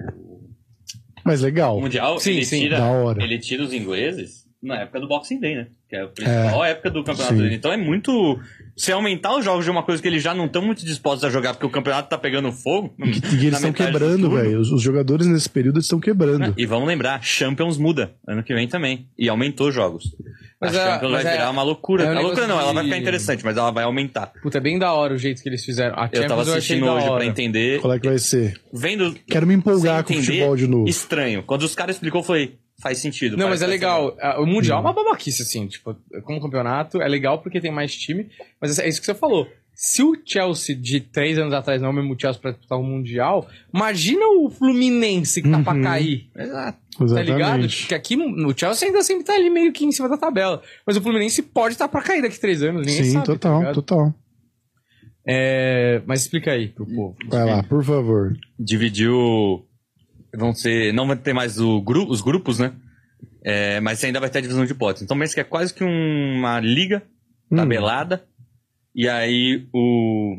Speaker 2: Mas
Speaker 3: O
Speaker 2: legal.
Speaker 3: Mundial,
Speaker 1: Sim,
Speaker 3: ele,
Speaker 1: sim.
Speaker 3: tira,
Speaker 2: Da hora.
Speaker 3: ele tira os ingleses na época do Boxing Day, né? Que é a principal época do campeonato
Speaker 2: Sim.
Speaker 3: dele. Então é muito. Se aumentar os jogos de uma coisa que eles já não estão muito dispostos a jogar, porque o campeonato tá pegando fogo.
Speaker 2: E eles
Speaker 3: na
Speaker 2: estão
Speaker 3: metade do
Speaker 2: quebrando,
Speaker 3: turno. né?
Speaker 2: velho. Os, os jogadores nesse período estão quebrando.
Speaker 3: E vamos lembrar, Champions muda ano que vem também. E aumentou os jogos.
Speaker 1: Mas
Speaker 3: a
Speaker 1: é-
Speaker 3: Champions
Speaker 1: mas
Speaker 3: vai
Speaker 1: é-
Speaker 3: virar uma loucura.
Speaker 1: é um
Speaker 3: a loucura
Speaker 1: negócio
Speaker 3: não, ela vai
Speaker 1: de-
Speaker 3: ficar interessante, mas ela vai aumentar.
Speaker 1: Puta, é bem da hora o jeito que eles fizeram. A
Speaker 3: Eu tava
Speaker 1: Champions achei
Speaker 3: assistindo
Speaker 1: da
Speaker 3: hoje pra
Speaker 1: hora.
Speaker 3: entender.
Speaker 2: Qual é que vai ser?
Speaker 3: Vendo
Speaker 2: Quero me empolgar com o
Speaker 3: Sem entender,
Speaker 2: futebol de novo.
Speaker 3: estranho. Quando os caras explicou, foi. Faz sentido.
Speaker 1: Não, mas
Speaker 3: parece
Speaker 1: é
Speaker 3: que vai ser
Speaker 1: legal. Ah, O Mundial é uma babaquice, assim, tipo, como campeonato, é legal porque tem mais time, mas é isso que você falou. Se o Chelsea de três anos atrás não é o mesmo Chelsea pra disputar o Mundial, imagina o Fluminense que tá pra
Speaker 2: Uhum.
Speaker 1: cair,
Speaker 3: Exato.
Speaker 1: tá ligado?
Speaker 2: Exatamente.
Speaker 1: Porque aqui no Chelsea ainda sempre tá ali meio que em cima da tabela. Mas o Fluminense pode estar tá pra cair daqui a três anos, ninguém
Speaker 2: Sim,
Speaker 1: sabe. tá
Speaker 2: total,
Speaker 1: ligado?
Speaker 2: total.
Speaker 1: É, mas explica aí pro povo.
Speaker 2: Vai lá, por favor.
Speaker 3: dividiu. Vão ser. Não vai ter mais o gru, os grupos, né? É, mas ainda vai ter a divisão de potes. Então pensa que é quase que uma liga
Speaker 2: Hum.
Speaker 3: tabelada. E aí o.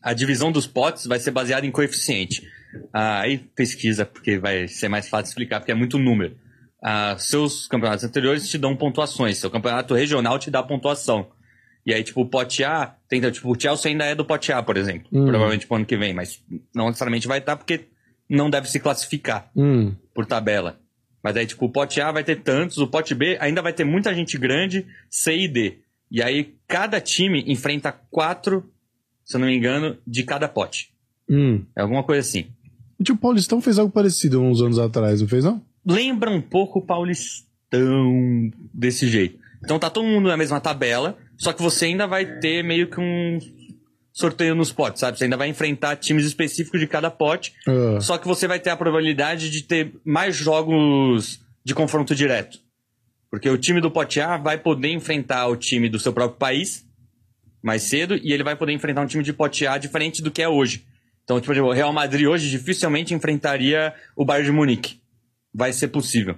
Speaker 3: A divisão dos potes vai ser baseada em coeficiente. Ah, Aí pesquisa, porque vai ser mais fácil explicar, porque é muito número. Ah, seus campeonatos anteriores te dão pontuações, seu campeonato regional te dá pontuação. E aí, tipo, o pote A, tem, tipo, o Chelsea ainda é do pote A, por exemplo.
Speaker 2: Hum.
Speaker 3: Provavelmente pro ano que vem, mas não necessariamente vai estar, porque não deve se classificar
Speaker 2: Hum.
Speaker 3: por tabela. Mas aí, tipo, o pote A vai ter tantos, o pote B ainda vai ter muita gente grande, C e D. E aí, cada time enfrenta quatro, se eu não me engano, de cada pote.
Speaker 2: Hum. tipo,
Speaker 3: É alguma coisa assim.
Speaker 2: O tio Paulistão fez algo parecido uns anos atrás, não fez, não?
Speaker 3: Lembra um pouco o Paulistão desse jeito. Então tá todo mundo na mesma tabela, só que você ainda vai ter meio que um sorteio nos potes, sabe? Você ainda vai enfrentar times específicos de cada pote
Speaker 2: Ah,
Speaker 3: Só que você vai ter a probabilidade de ter mais jogos de confronto direto. Porque o time do pote A vai poder enfrentar o time do seu próprio país mais cedo e ele vai poder enfrentar um time de pote A diferente do que é hoje. Então, tipo, o Real Madrid hoje dificilmente enfrentaria o Bayern de Munique. Vai ser possível.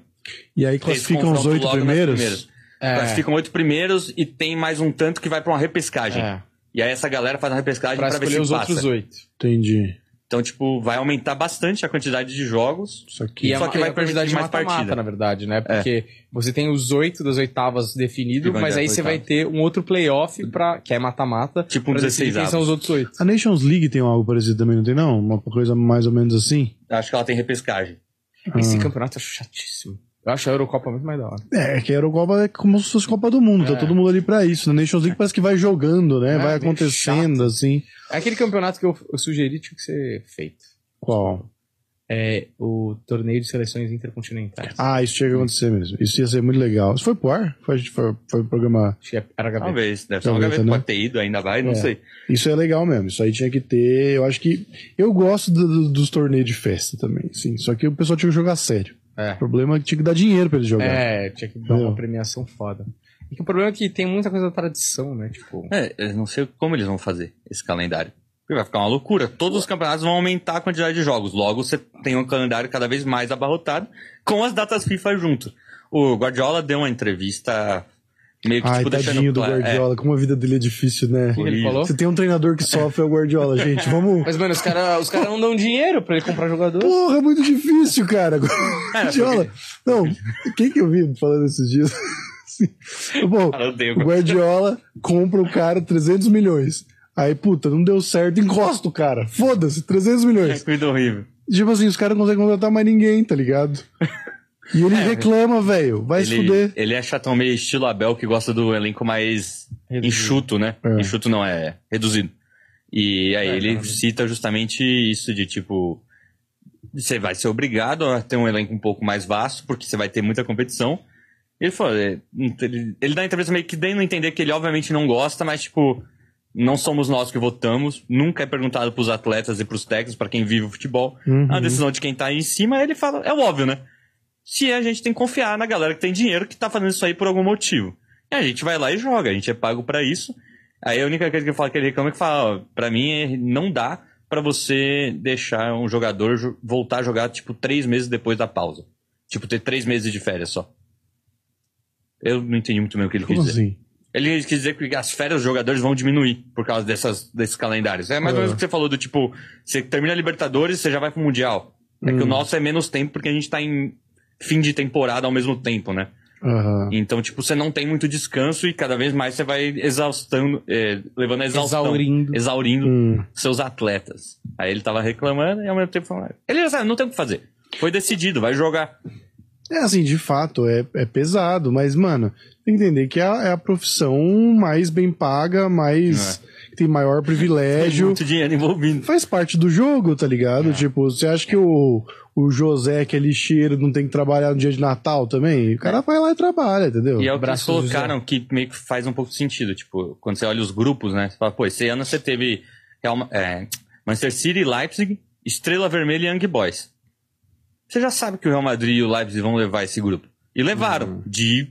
Speaker 2: e aí
Speaker 3: Eles
Speaker 2: classificam os
Speaker 3: confrontam
Speaker 2: oito
Speaker 3: logo nas
Speaker 2: primeiros?
Speaker 3: primeiras.
Speaker 1: É,
Speaker 3: Classificam oito primeiros e tem mais um tanto que vai pra uma repescagem.
Speaker 1: é,
Speaker 3: E aí essa galera faz uma repescagem
Speaker 1: pra
Speaker 3: pra, ver
Speaker 1: escolher
Speaker 3: se
Speaker 1: os
Speaker 3: passa.
Speaker 1: outros oito.
Speaker 2: Entendi.
Speaker 3: Então, tipo, vai aumentar bastante a quantidade de jogos.
Speaker 2: Isso aqui.
Speaker 1: E
Speaker 3: Só
Speaker 1: é,
Speaker 3: que
Speaker 1: que vai
Speaker 3: vai
Speaker 1: a quantidade de
Speaker 3: permitir mais
Speaker 1: mata-mata,
Speaker 3: partida. É.
Speaker 1: na verdade, né? Porque você tem os oito das oitavas definido,
Speaker 3: E vai
Speaker 1: mas
Speaker 3: ganhar
Speaker 1: aí
Speaker 3: as
Speaker 1: você vai
Speaker 3: oitavas.
Speaker 1: ter um outro playoff, pra, que é mata-mata,
Speaker 3: Tipo um
Speaker 1: pra decidir
Speaker 3: 16
Speaker 1: quem são os outros oito.
Speaker 2: A Nations League tem algo parecido também, não tem não? Uma coisa mais ou menos assim?
Speaker 3: Acho que ela tem repescagem. Hum.
Speaker 1: Esse campeonato é chatíssimo. Eu acho a Eurocopa muito mais da hora.
Speaker 2: É, que a Eurocopa é como se fosse Copa do Mundo,
Speaker 1: É.
Speaker 2: tá todo mundo ali pra isso. Na Nations League parece que vai jogando, né?
Speaker 1: É,
Speaker 2: vai
Speaker 1: meio
Speaker 2: acontecendo, assim.
Speaker 1: É aquele campeonato que eu, eu sugeri tinha que ser feito.
Speaker 2: Qual?
Speaker 1: É o torneio de seleções intercontinentais.
Speaker 2: Ah, isso tinha que acontecer mesmo. Isso ia ser muito legal. Isso foi pro ar? Foi, foi, foi pro programa.
Speaker 1: Acho que é- era HB.
Speaker 3: Talvez. Deve ser uma
Speaker 2: Talvez,
Speaker 3: gaveta.
Speaker 2: né?
Speaker 3: Pode ter ido, ainda vai, não
Speaker 2: É.
Speaker 3: sei.
Speaker 2: Isso é legal mesmo. Isso aí tinha que ter. Eu acho que. Eu gosto do- do- dos torneios de festa também, sim. Só que o pessoal tinha que jogar sério.
Speaker 1: É.
Speaker 2: O problema é que tinha que dar dinheiro pra eles jogar.
Speaker 1: É, tinha que dar uma
Speaker 2: Entendeu?
Speaker 1: premiação foda. E que o problema é que tem muita coisa da tradição, né? Tipo,
Speaker 3: É, eu não sei como eles vão fazer esse calendário. Porque vai ficar uma loucura. Todos os campeonatos vão aumentar a quantidade de jogos. Logo, você tem um calendário cada vez mais abarrotado, com as datas FIFA junto. O Guardiola deu uma entrevista meio que,
Speaker 2: Ai,
Speaker 3: tipo,
Speaker 2: tadinho
Speaker 3: deixando
Speaker 2: do
Speaker 3: claro. É,
Speaker 2: Guardiola, como a vida dele é difícil,
Speaker 1: o
Speaker 2: né?
Speaker 1: que que ele
Speaker 3: Horrível.
Speaker 1: falou?
Speaker 2: Se tem um treinador que sofre é o Guardiola, gente. Vamos.
Speaker 1: Mas, mano, os caras os cara não dão dinheiro pra ele comprar jogador.
Speaker 2: Porra, é muito difícil, cara. Guardiola. Não, quem que eu vi falando esses dias? Assim, Bom,
Speaker 3: Ah, eu
Speaker 2: o
Speaker 3: odeio.
Speaker 2: Guardiola compra o cara 300 milhões. Aí, puta, não deu certo, encosta o cara. Foda-se, 300
Speaker 3: É
Speaker 2: milhões.
Speaker 3: cuida horrível.
Speaker 2: Tipo assim, os caras não conseguem contratar mais ninguém, tá ligado? E ele reclama, velho. Vai se
Speaker 3: Ele,
Speaker 2: fuder.
Speaker 3: ele é chatão meio estilo Abel, que gosta do elenco mais enxuto, né?
Speaker 2: É.
Speaker 3: Enxuto não, é reduzido. E aí
Speaker 1: É,
Speaker 3: ele
Speaker 1: cara.
Speaker 3: cita justamente isso de tipo. Você vai ser obrigado a ter um elenco um pouco mais vasto, porque você vai ter muita competição. Ele falou, é, ele, ele dá a entrevista meio que dando a entender que ele obviamente não gosta, mas tipo, não somos nós que votamos, nunca é perguntado pros atletas e pros técnicos, pra quem vive o futebol.
Speaker 2: Uhum.
Speaker 3: A decisão de quem tá aí em cima, ele fala, é o óbvio, né? Se a gente tem que confiar na galera que tem dinheiro que tá fazendo isso aí por algum motivo. E a gente vai lá e joga, a gente é pago pra isso. Aí a única coisa que eu falo que ele reclama é que fala, ó, pra mim é- não dá pra você deixar um jogador jo- voltar a jogar, tipo, três meses depois da pausa. Tipo, ter três meses de férias só. Eu não entendi muito bem o que ele
Speaker 2: Como
Speaker 3: quis dizer.
Speaker 2: assim?
Speaker 3: Ele quis dizer que as férias dos jogadores vão diminuir por causa dessas, desses calendários. É mais ou
Speaker 2: É.
Speaker 3: menos o que você falou do tipo, você termina a Libertadores, você já vai pro Mundial. É
Speaker 2: Hum.
Speaker 3: que o nosso é menos tempo porque a gente tá em fim de temporada ao mesmo tempo, né?
Speaker 2: Aham.
Speaker 3: Então, tipo, você não tem muito descanso e cada vez mais você vai exaustando, é, levando a exaustão.
Speaker 1: Exaurindo.
Speaker 3: Exaurindo
Speaker 2: Hum.
Speaker 3: seus atletas. Aí ele tava reclamando e ao mesmo tempo falando. Ele já sabe, não tem o que fazer. Foi decidido, vai jogar.
Speaker 2: É assim, de fato, é, é pesado, mas, mano, tem que entender que é a, é a profissão mais bem paga, mais. que tem maior
Speaker 3: Tem
Speaker 2: privilégio.
Speaker 3: muito dinheiro envolvido.
Speaker 2: Faz parte do jogo, tá ligado? Tipo, você acha que o, o José, que é lixeiro, não tem que trabalhar no dia de Natal também? O cara vai lá e trabalha, entendeu?
Speaker 3: E é o que eles
Speaker 1: Abraço, José.
Speaker 3: colocaram que meio que faz um pouco de sentido. Tipo, quando você olha os grupos, né? Você fala, pô, esse ano você teve Real, Ma- é, Manchester City, Leipzig, Estrela Vermelha e Young Boys. Você já sabe que o Real Madrid e o Leipzig vão levar esse grupo. E levaram, de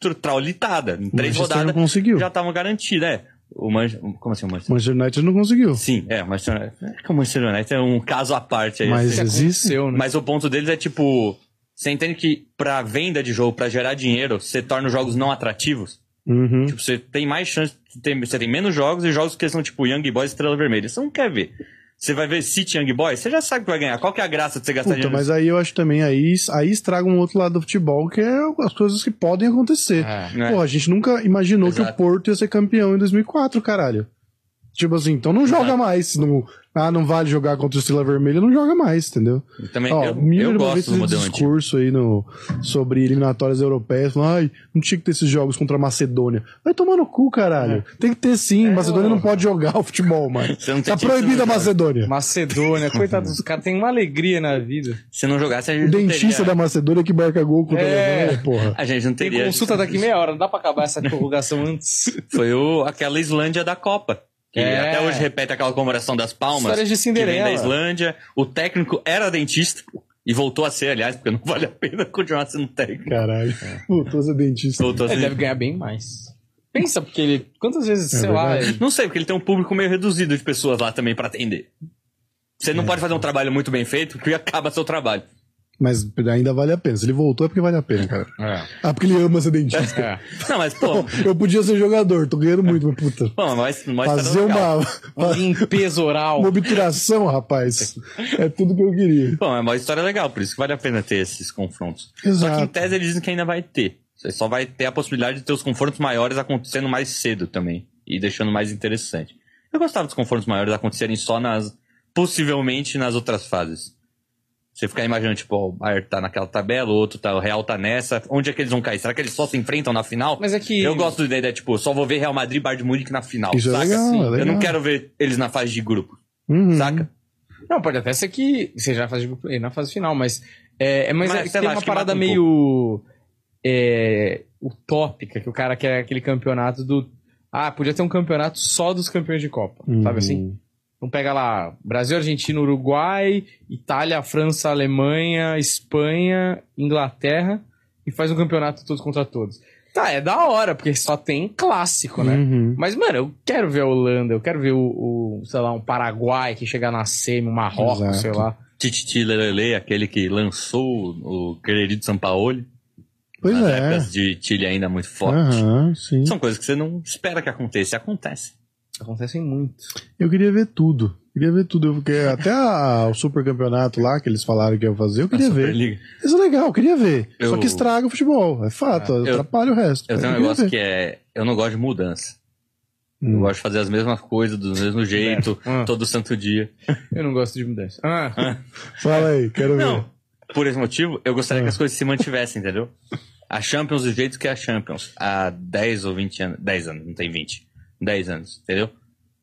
Speaker 3: tr- traulitada. Em
Speaker 2: O
Speaker 3: três
Speaker 2: Uhum. Manchester
Speaker 3: rodadas
Speaker 2: não conseguiu.
Speaker 3: já estavam garantidas, é. O Man... Como assim o
Speaker 2: O
Speaker 3: Manchester?
Speaker 2: Manchester United não conseguiu.
Speaker 3: Sim, é, o Manchester United. É que o Manchester United é um caso à parte aí. assim.
Speaker 2: Mas
Speaker 1: Isso
Speaker 2: existe?
Speaker 1: aconteceu, né?
Speaker 3: Mas o ponto deles é tipo, você entende que pra venda de jogo, pra gerar dinheiro, você torna os jogos não atrativos?
Speaker 2: Uhum.
Speaker 3: Tipo, você tem mais chance, de ter- você tem menos jogos e jogos que são tipo Young Boys, Estrela Vermelha. Você não quer ver. Você vai ver City Young Boys, você já sabe que vai ganhar. Qual que é a graça de você gastar
Speaker 2: Puta,
Speaker 3: dinheiro?
Speaker 2: mas aí eu acho também, aí, aí estraga um outro lado do futebol, que é as coisas que podem acontecer.
Speaker 1: É.
Speaker 3: né?
Speaker 2: Porra, a gente nunca imaginou que
Speaker 3: Exato.
Speaker 2: o Porto ia ser campeão em 2004, caralho. Tipo assim, então não joga
Speaker 3: Exato.
Speaker 2: mais. se Não, ah, não vale jogar contra o Estrela Vermelha, não joga mais, entendeu?
Speaker 3: Eu Também,
Speaker 2: Ó,
Speaker 3: eu,
Speaker 2: mil e
Speaker 3: eu
Speaker 2: uma vez
Speaker 3: gosto do
Speaker 2: esse
Speaker 3: modelo antigo.
Speaker 2: discurso aí no, sobre eliminatórias europeias, falando, ai, não tinha que ter esses jogos contra a Macedônia. Vai tomar no cu, caralho. Tem que ter sim, Macedônia não pode jogar o futebol, mano.
Speaker 3: Você É. não tem
Speaker 2: Tá
Speaker 3: que-
Speaker 2: proibida a Macedônia.
Speaker 1: Macedônia, coitado dos caras, tem uma alegria na vida.
Speaker 3: Se não jogasse, a gente
Speaker 2: O
Speaker 3: não teria-
Speaker 2: dentista da Macedônia que marca gol contra
Speaker 1: É.
Speaker 2: a Alemanha, porra.
Speaker 3: A gente não
Speaker 1: Tem
Speaker 3: teria.
Speaker 1: consulta daqui meia hora, não dá pra acabar essa prorrogação antes.
Speaker 3: Foi o, aquela Islândia da Copa. Que
Speaker 1: É.
Speaker 3: até hoje repete aquela comemoração das palmas.
Speaker 1: Histórias de
Speaker 3: Que vem
Speaker 1: Cinderela.
Speaker 3: da Islândia. O técnico era dentista. E voltou a ser, aliás, porque não vale a pena continuar sendo técnico.
Speaker 2: Caralho.
Speaker 3: É.
Speaker 2: Voltou a ser dentista.
Speaker 3: Voltou a
Speaker 1: Ele
Speaker 3: ser...
Speaker 1: deve ganhar bem mais. Pensa, porque ele. Quantas vezes,
Speaker 2: É
Speaker 1: sei lá,
Speaker 2: verdade.
Speaker 1: ele-
Speaker 3: Não sei, porque ele tem um público meio reduzido de
Speaker 2: É.
Speaker 3: pessoas lá também pra atender. Você não pode fazer um trabalho muito bem feito, porque acaba seu trabalho.
Speaker 2: Mas ainda vale a pena. Se ele voltou é porque vale a pena, cara.
Speaker 1: É.
Speaker 2: Ah, porque ele ama ser dentista.
Speaker 1: É.
Speaker 3: Não, mas pô,
Speaker 2: Pô, eu podia ser jogador, tô ganhando muito, mas puta.
Speaker 3: pô mas, mas tá
Speaker 2: Fazer
Speaker 3: dando legal.
Speaker 2: uma,
Speaker 1: Uma
Speaker 2: é.
Speaker 1: Limpeza oral.
Speaker 2: uma obturação, rapaz. É tudo que eu queria.
Speaker 3: Pô, é uma história legal, por isso que vale a pena ter esses confrontos. Só que então, em
Speaker 2: Exato.
Speaker 3: tese eles dizem que ainda vai ter. Você só vai ter a possibilidade de ter os confrontos maiores acontecendo mais cedo também. E deixando mais interessante. Eu gostava dos confrontos maiores acontecerem só nas. possivelmente nas outras fases. Você ficar imaginando, tipo, ó, o Bayern tá naquela tabela, o outro tá, o Real tá nessa. Onde é que eles vão cair? Será que eles só se enfrentam na final?
Speaker 1: Mas é que.
Speaker 3: Eu gosto da ideia, de, tipo, só vou ver Real Madrid e Bayern de Munique na final.
Speaker 2: Isso é
Speaker 3: saca?
Speaker 2: legal, é
Speaker 3: assim, Eu
Speaker 2: legal.
Speaker 3: não quero ver eles na fase de grupo,
Speaker 2: Uhum.
Speaker 3: saca?
Speaker 1: Não, pode até ser que seja na fase, de- na fase final, mas. É, é, mas
Speaker 3: Mas,
Speaker 1: é que
Speaker 3: sei
Speaker 1: tem
Speaker 3: lá,
Speaker 1: uma
Speaker 3: acho que
Speaker 1: parada
Speaker 3: mata um
Speaker 1: meio. é, utópica, que o cara quer aquele campeonato do. Ah, podia ter um campeonato só dos campeões de Copa,
Speaker 2: Uhum.
Speaker 1: sabe assim? Então pega lá Brasil, Argentina, Uruguai, Itália, França, Alemanha, Espanha, Inglaterra e faz um campeonato todos contra todos. Tá, é da hora, porque só tem clássico, né?
Speaker 2: Uhum.
Speaker 1: Mas, mano, eu quero ver a Holanda, eu quero ver o, o, sei lá, um Paraguai que chegar na semi, um Marrocos,
Speaker 2: Exato.
Speaker 1: sei lá.
Speaker 3: Titi Lelele, aquele que lançou o querido Sampaoli.
Speaker 2: Pois
Speaker 3: nas
Speaker 2: é.
Speaker 3: épocas de Chile ainda muito forte.
Speaker 2: Aham, sim.
Speaker 3: São coisas que você não espera que aconteça, e acontece.
Speaker 1: Acontecem muito.
Speaker 2: Eu queria ver tudo. Queria ver tudo. Eu queria- até a- o super campeonato lá que eles falaram que ia fazer, eu queria
Speaker 3: Na
Speaker 2: ver.
Speaker 3: Superliga.
Speaker 2: Isso é legal, eu queria ver. Só
Speaker 3: Eu-
Speaker 2: que estraga o futebol, é fato,
Speaker 3: Eu-
Speaker 2: atrapalha o resto.
Speaker 3: Eu tenho um
Speaker 2: queria
Speaker 3: negócio
Speaker 2: ver.
Speaker 3: que é. Eu não gosto de mudança. Eu
Speaker 2: Hum.
Speaker 3: gosto de fazer as mesmas coisas, do mesmo jeito,
Speaker 1: Ah,
Speaker 3: todo santo dia.
Speaker 1: eu não gosto de mudança. Ah,
Speaker 2: Fala aí, quero ver.
Speaker 3: Não. Por esse motivo, eu gostaria
Speaker 2: Ah.
Speaker 3: que as coisas se mantivessem, entendeu? A Champions do jeito que é a Champions. Há 10 ou 20 anos. 10 anos, não tem 20. 10 anos, entendeu?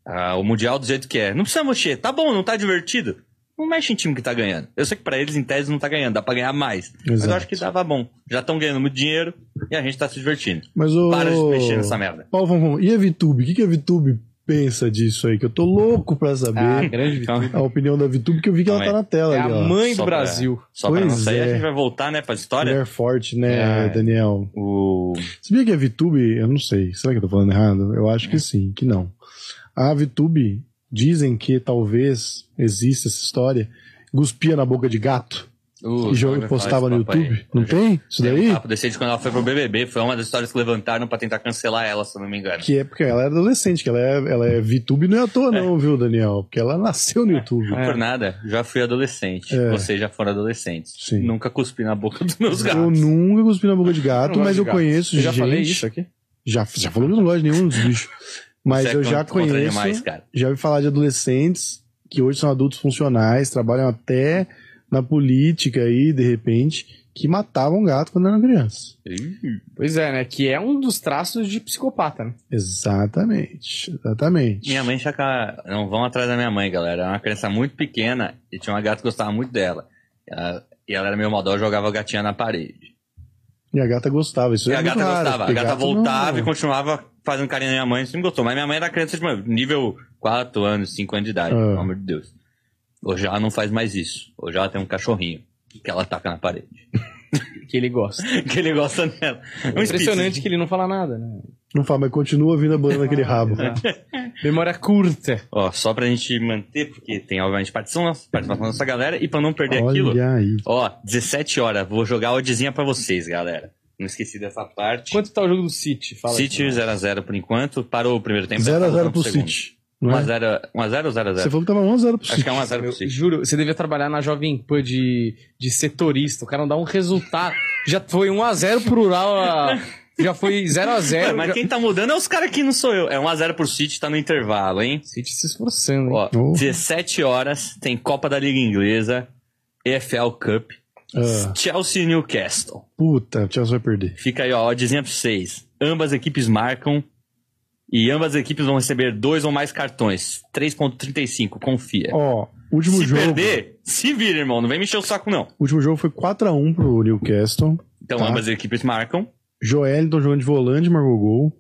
Speaker 3: Ah, o Mundial do jeito que é. Não precisa mexer. Tá bom, não tá divertido. Não mexe em time que tá ganhando. Eu sei que pra eles, em tese, não tá ganhando. Dá pra ganhar mais. Mas eu
Speaker 2: Exato.
Speaker 3: acho que dava bom. Já estão ganhando muito dinheiro e a gente tá se divertindo.
Speaker 2: Mas o.
Speaker 3: Para de mexer nessa merda.
Speaker 2: Paulo Fonfon, e a VTube? O que, que a VTube pensa disso aí? Que eu tô louco pra
Speaker 1: ah,
Speaker 2: saber
Speaker 1: grande vitória.
Speaker 2: a opinião da VTube, que eu vi que ela
Speaker 3: Não,
Speaker 2: tá
Speaker 3: é-
Speaker 2: na tela
Speaker 1: É a
Speaker 2: ali, ó.
Speaker 1: mãe do
Speaker 3: Só pra-
Speaker 1: Brasil.
Speaker 3: Só pra não
Speaker 2: Pois
Speaker 3: sair,
Speaker 2: é.
Speaker 3: a gente vai voltar, né, pra história.
Speaker 2: Mulher forte, né,
Speaker 1: É.
Speaker 2: Daniel?
Speaker 3: O...
Speaker 2: Sabia que a VTube, eu não sei, será que eu tô falando errado? Eu
Speaker 3: É.
Speaker 2: acho que sim, que não. A VTube, dizem que talvez exista essa história, guspia na boca de gato
Speaker 3: o-
Speaker 2: e jogo
Speaker 3: vai falar
Speaker 2: postava no
Speaker 3: esse papo aí.
Speaker 2: YouTube. Não tem isso
Speaker 3: Tem um
Speaker 2: daí?
Speaker 3: papo desse de quando ela foi pro BBB. Foi uma das histórias que levantaram pra tentar cancelar ela, se eu não me engano.
Speaker 2: Que é porque ela é adolescente, que ela é, ela é VTube não é à toa não, viu, Daniel? Porque ela nasceu no YouTube.
Speaker 3: Não por nada, já fui adolescente.
Speaker 2: É.
Speaker 3: Vocês já foram adolescentes.
Speaker 2: Sim.
Speaker 3: Nunca cuspi na boca dos meus
Speaker 2: Eu
Speaker 3: gatos.
Speaker 2: nunca cuspi na boca de gato,
Speaker 1: Eu não gosto
Speaker 2: mas
Speaker 1: de
Speaker 2: eu
Speaker 1: gato.
Speaker 2: conheço
Speaker 1: Eu já
Speaker 2: gente...
Speaker 1: falei isso aqui?
Speaker 2: Já, já falou que eu não gosto de nenhum dos bichos. Mas
Speaker 3: Você é
Speaker 2: eu já
Speaker 3: contra- contra
Speaker 2: conheço...
Speaker 3: Demais, cara.
Speaker 2: já ouvi falar de adolescentes que hoje são adultos funcionais, trabalham até na política aí, de repente, que matavam gato quando eram crianças.
Speaker 3: Ih,
Speaker 1: Pois é, né? Que é um dos traços de psicopata, né?
Speaker 2: Exatamente, exatamente.
Speaker 3: Minha mãe chaca... Não vão atrás da minha mãe, galera. Era uma criança muito pequena e tinha uma gata que gostava muito dela. Ela- E ela era meio maldosa, jogava a gatinha na parede.
Speaker 2: E a gata gostava, isso
Speaker 3: E
Speaker 2: é
Speaker 3: a
Speaker 2: muito
Speaker 3: gata
Speaker 2: raro,
Speaker 3: gostava. A
Speaker 2: porque
Speaker 3: gata
Speaker 2: gato
Speaker 3: voltava
Speaker 2: não-
Speaker 3: e continuava fazendo carinho na minha mãe. Isso me gostou. Mas minha mãe era criança de mano, nível 4 anos, 5 anos de idade,
Speaker 2: Ah.
Speaker 3: pelo amor de Deus. Hoje ela não faz mais isso. Hoje ela tem um cachorrinho que ela ataca na parede.
Speaker 1: Que ele gosta.
Speaker 3: que ele gosta dela. É um
Speaker 1: Impressionante
Speaker 3: espírito.
Speaker 1: que ele não fala nada, né?
Speaker 2: Não fala, mas continua vindo a banda naquele rabo.
Speaker 1: Memória curta.
Speaker 3: Ó, só pra gente manter, porque tem, obviamente, participação, participação da nossa galera. E pra não perder aquilo,
Speaker 2: Olha aí.
Speaker 3: Ó, 17 horas, vou jogar a oddzinha pra vocês, galera. Não esqueci dessa parte.
Speaker 1: Quanto tá o jogo do City? Fala aí.
Speaker 3: City 0x0 por enquanto, parou o primeiro tempo.
Speaker 2: 0x0 pro
Speaker 3: um segundo.
Speaker 2: City. não é?
Speaker 3: 1x0 ou 0x0?
Speaker 2: Você falou que tava 1x0 pro
Speaker 3: Acho
Speaker 2: City.
Speaker 3: que é 1x0 pro City.
Speaker 1: Juro, você devia trabalhar na Jovem Pan de, de setorista. O cara não dá um resultado. Já foi 1x0 pro Ural. a- Já foi 0x0.
Speaker 3: Ué, mas quem tá mudando é os caras que não sou eu. É 1x0 pro City, tá no intervalo, hein?
Speaker 1: City se esforçando. hein?
Speaker 3: Ó,
Speaker 2: Oh.
Speaker 3: 17 horas, tem Copa da Liga Inglesa, EFL Cup,
Speaker 2: Ah,
Speaker 3: Chelsea e Newcastle.
Speaker 2: puta, o Chelsea vai perder.
Speaker 3: Fica aí, ó, a oddzinha pra vocês. Ambas equipes marcam e ambas equipes vão receber dois ou mais cartões. 3.35, confia.
Speaker 2: Ó, último
Speaker 3: se
Speaker 2: jogo.
Speaker 3: perder, se vira, irmão. Não vem mexer o saco, não.
Speaker 2: Último jogo foi 4x1 pro Newcastle.
Speaker 3: Então,
Speaker 2: Tá.
Speaker 3: ambas as equipes marcam.
Speaker 2: Joelton jogando de volante, marcou gol.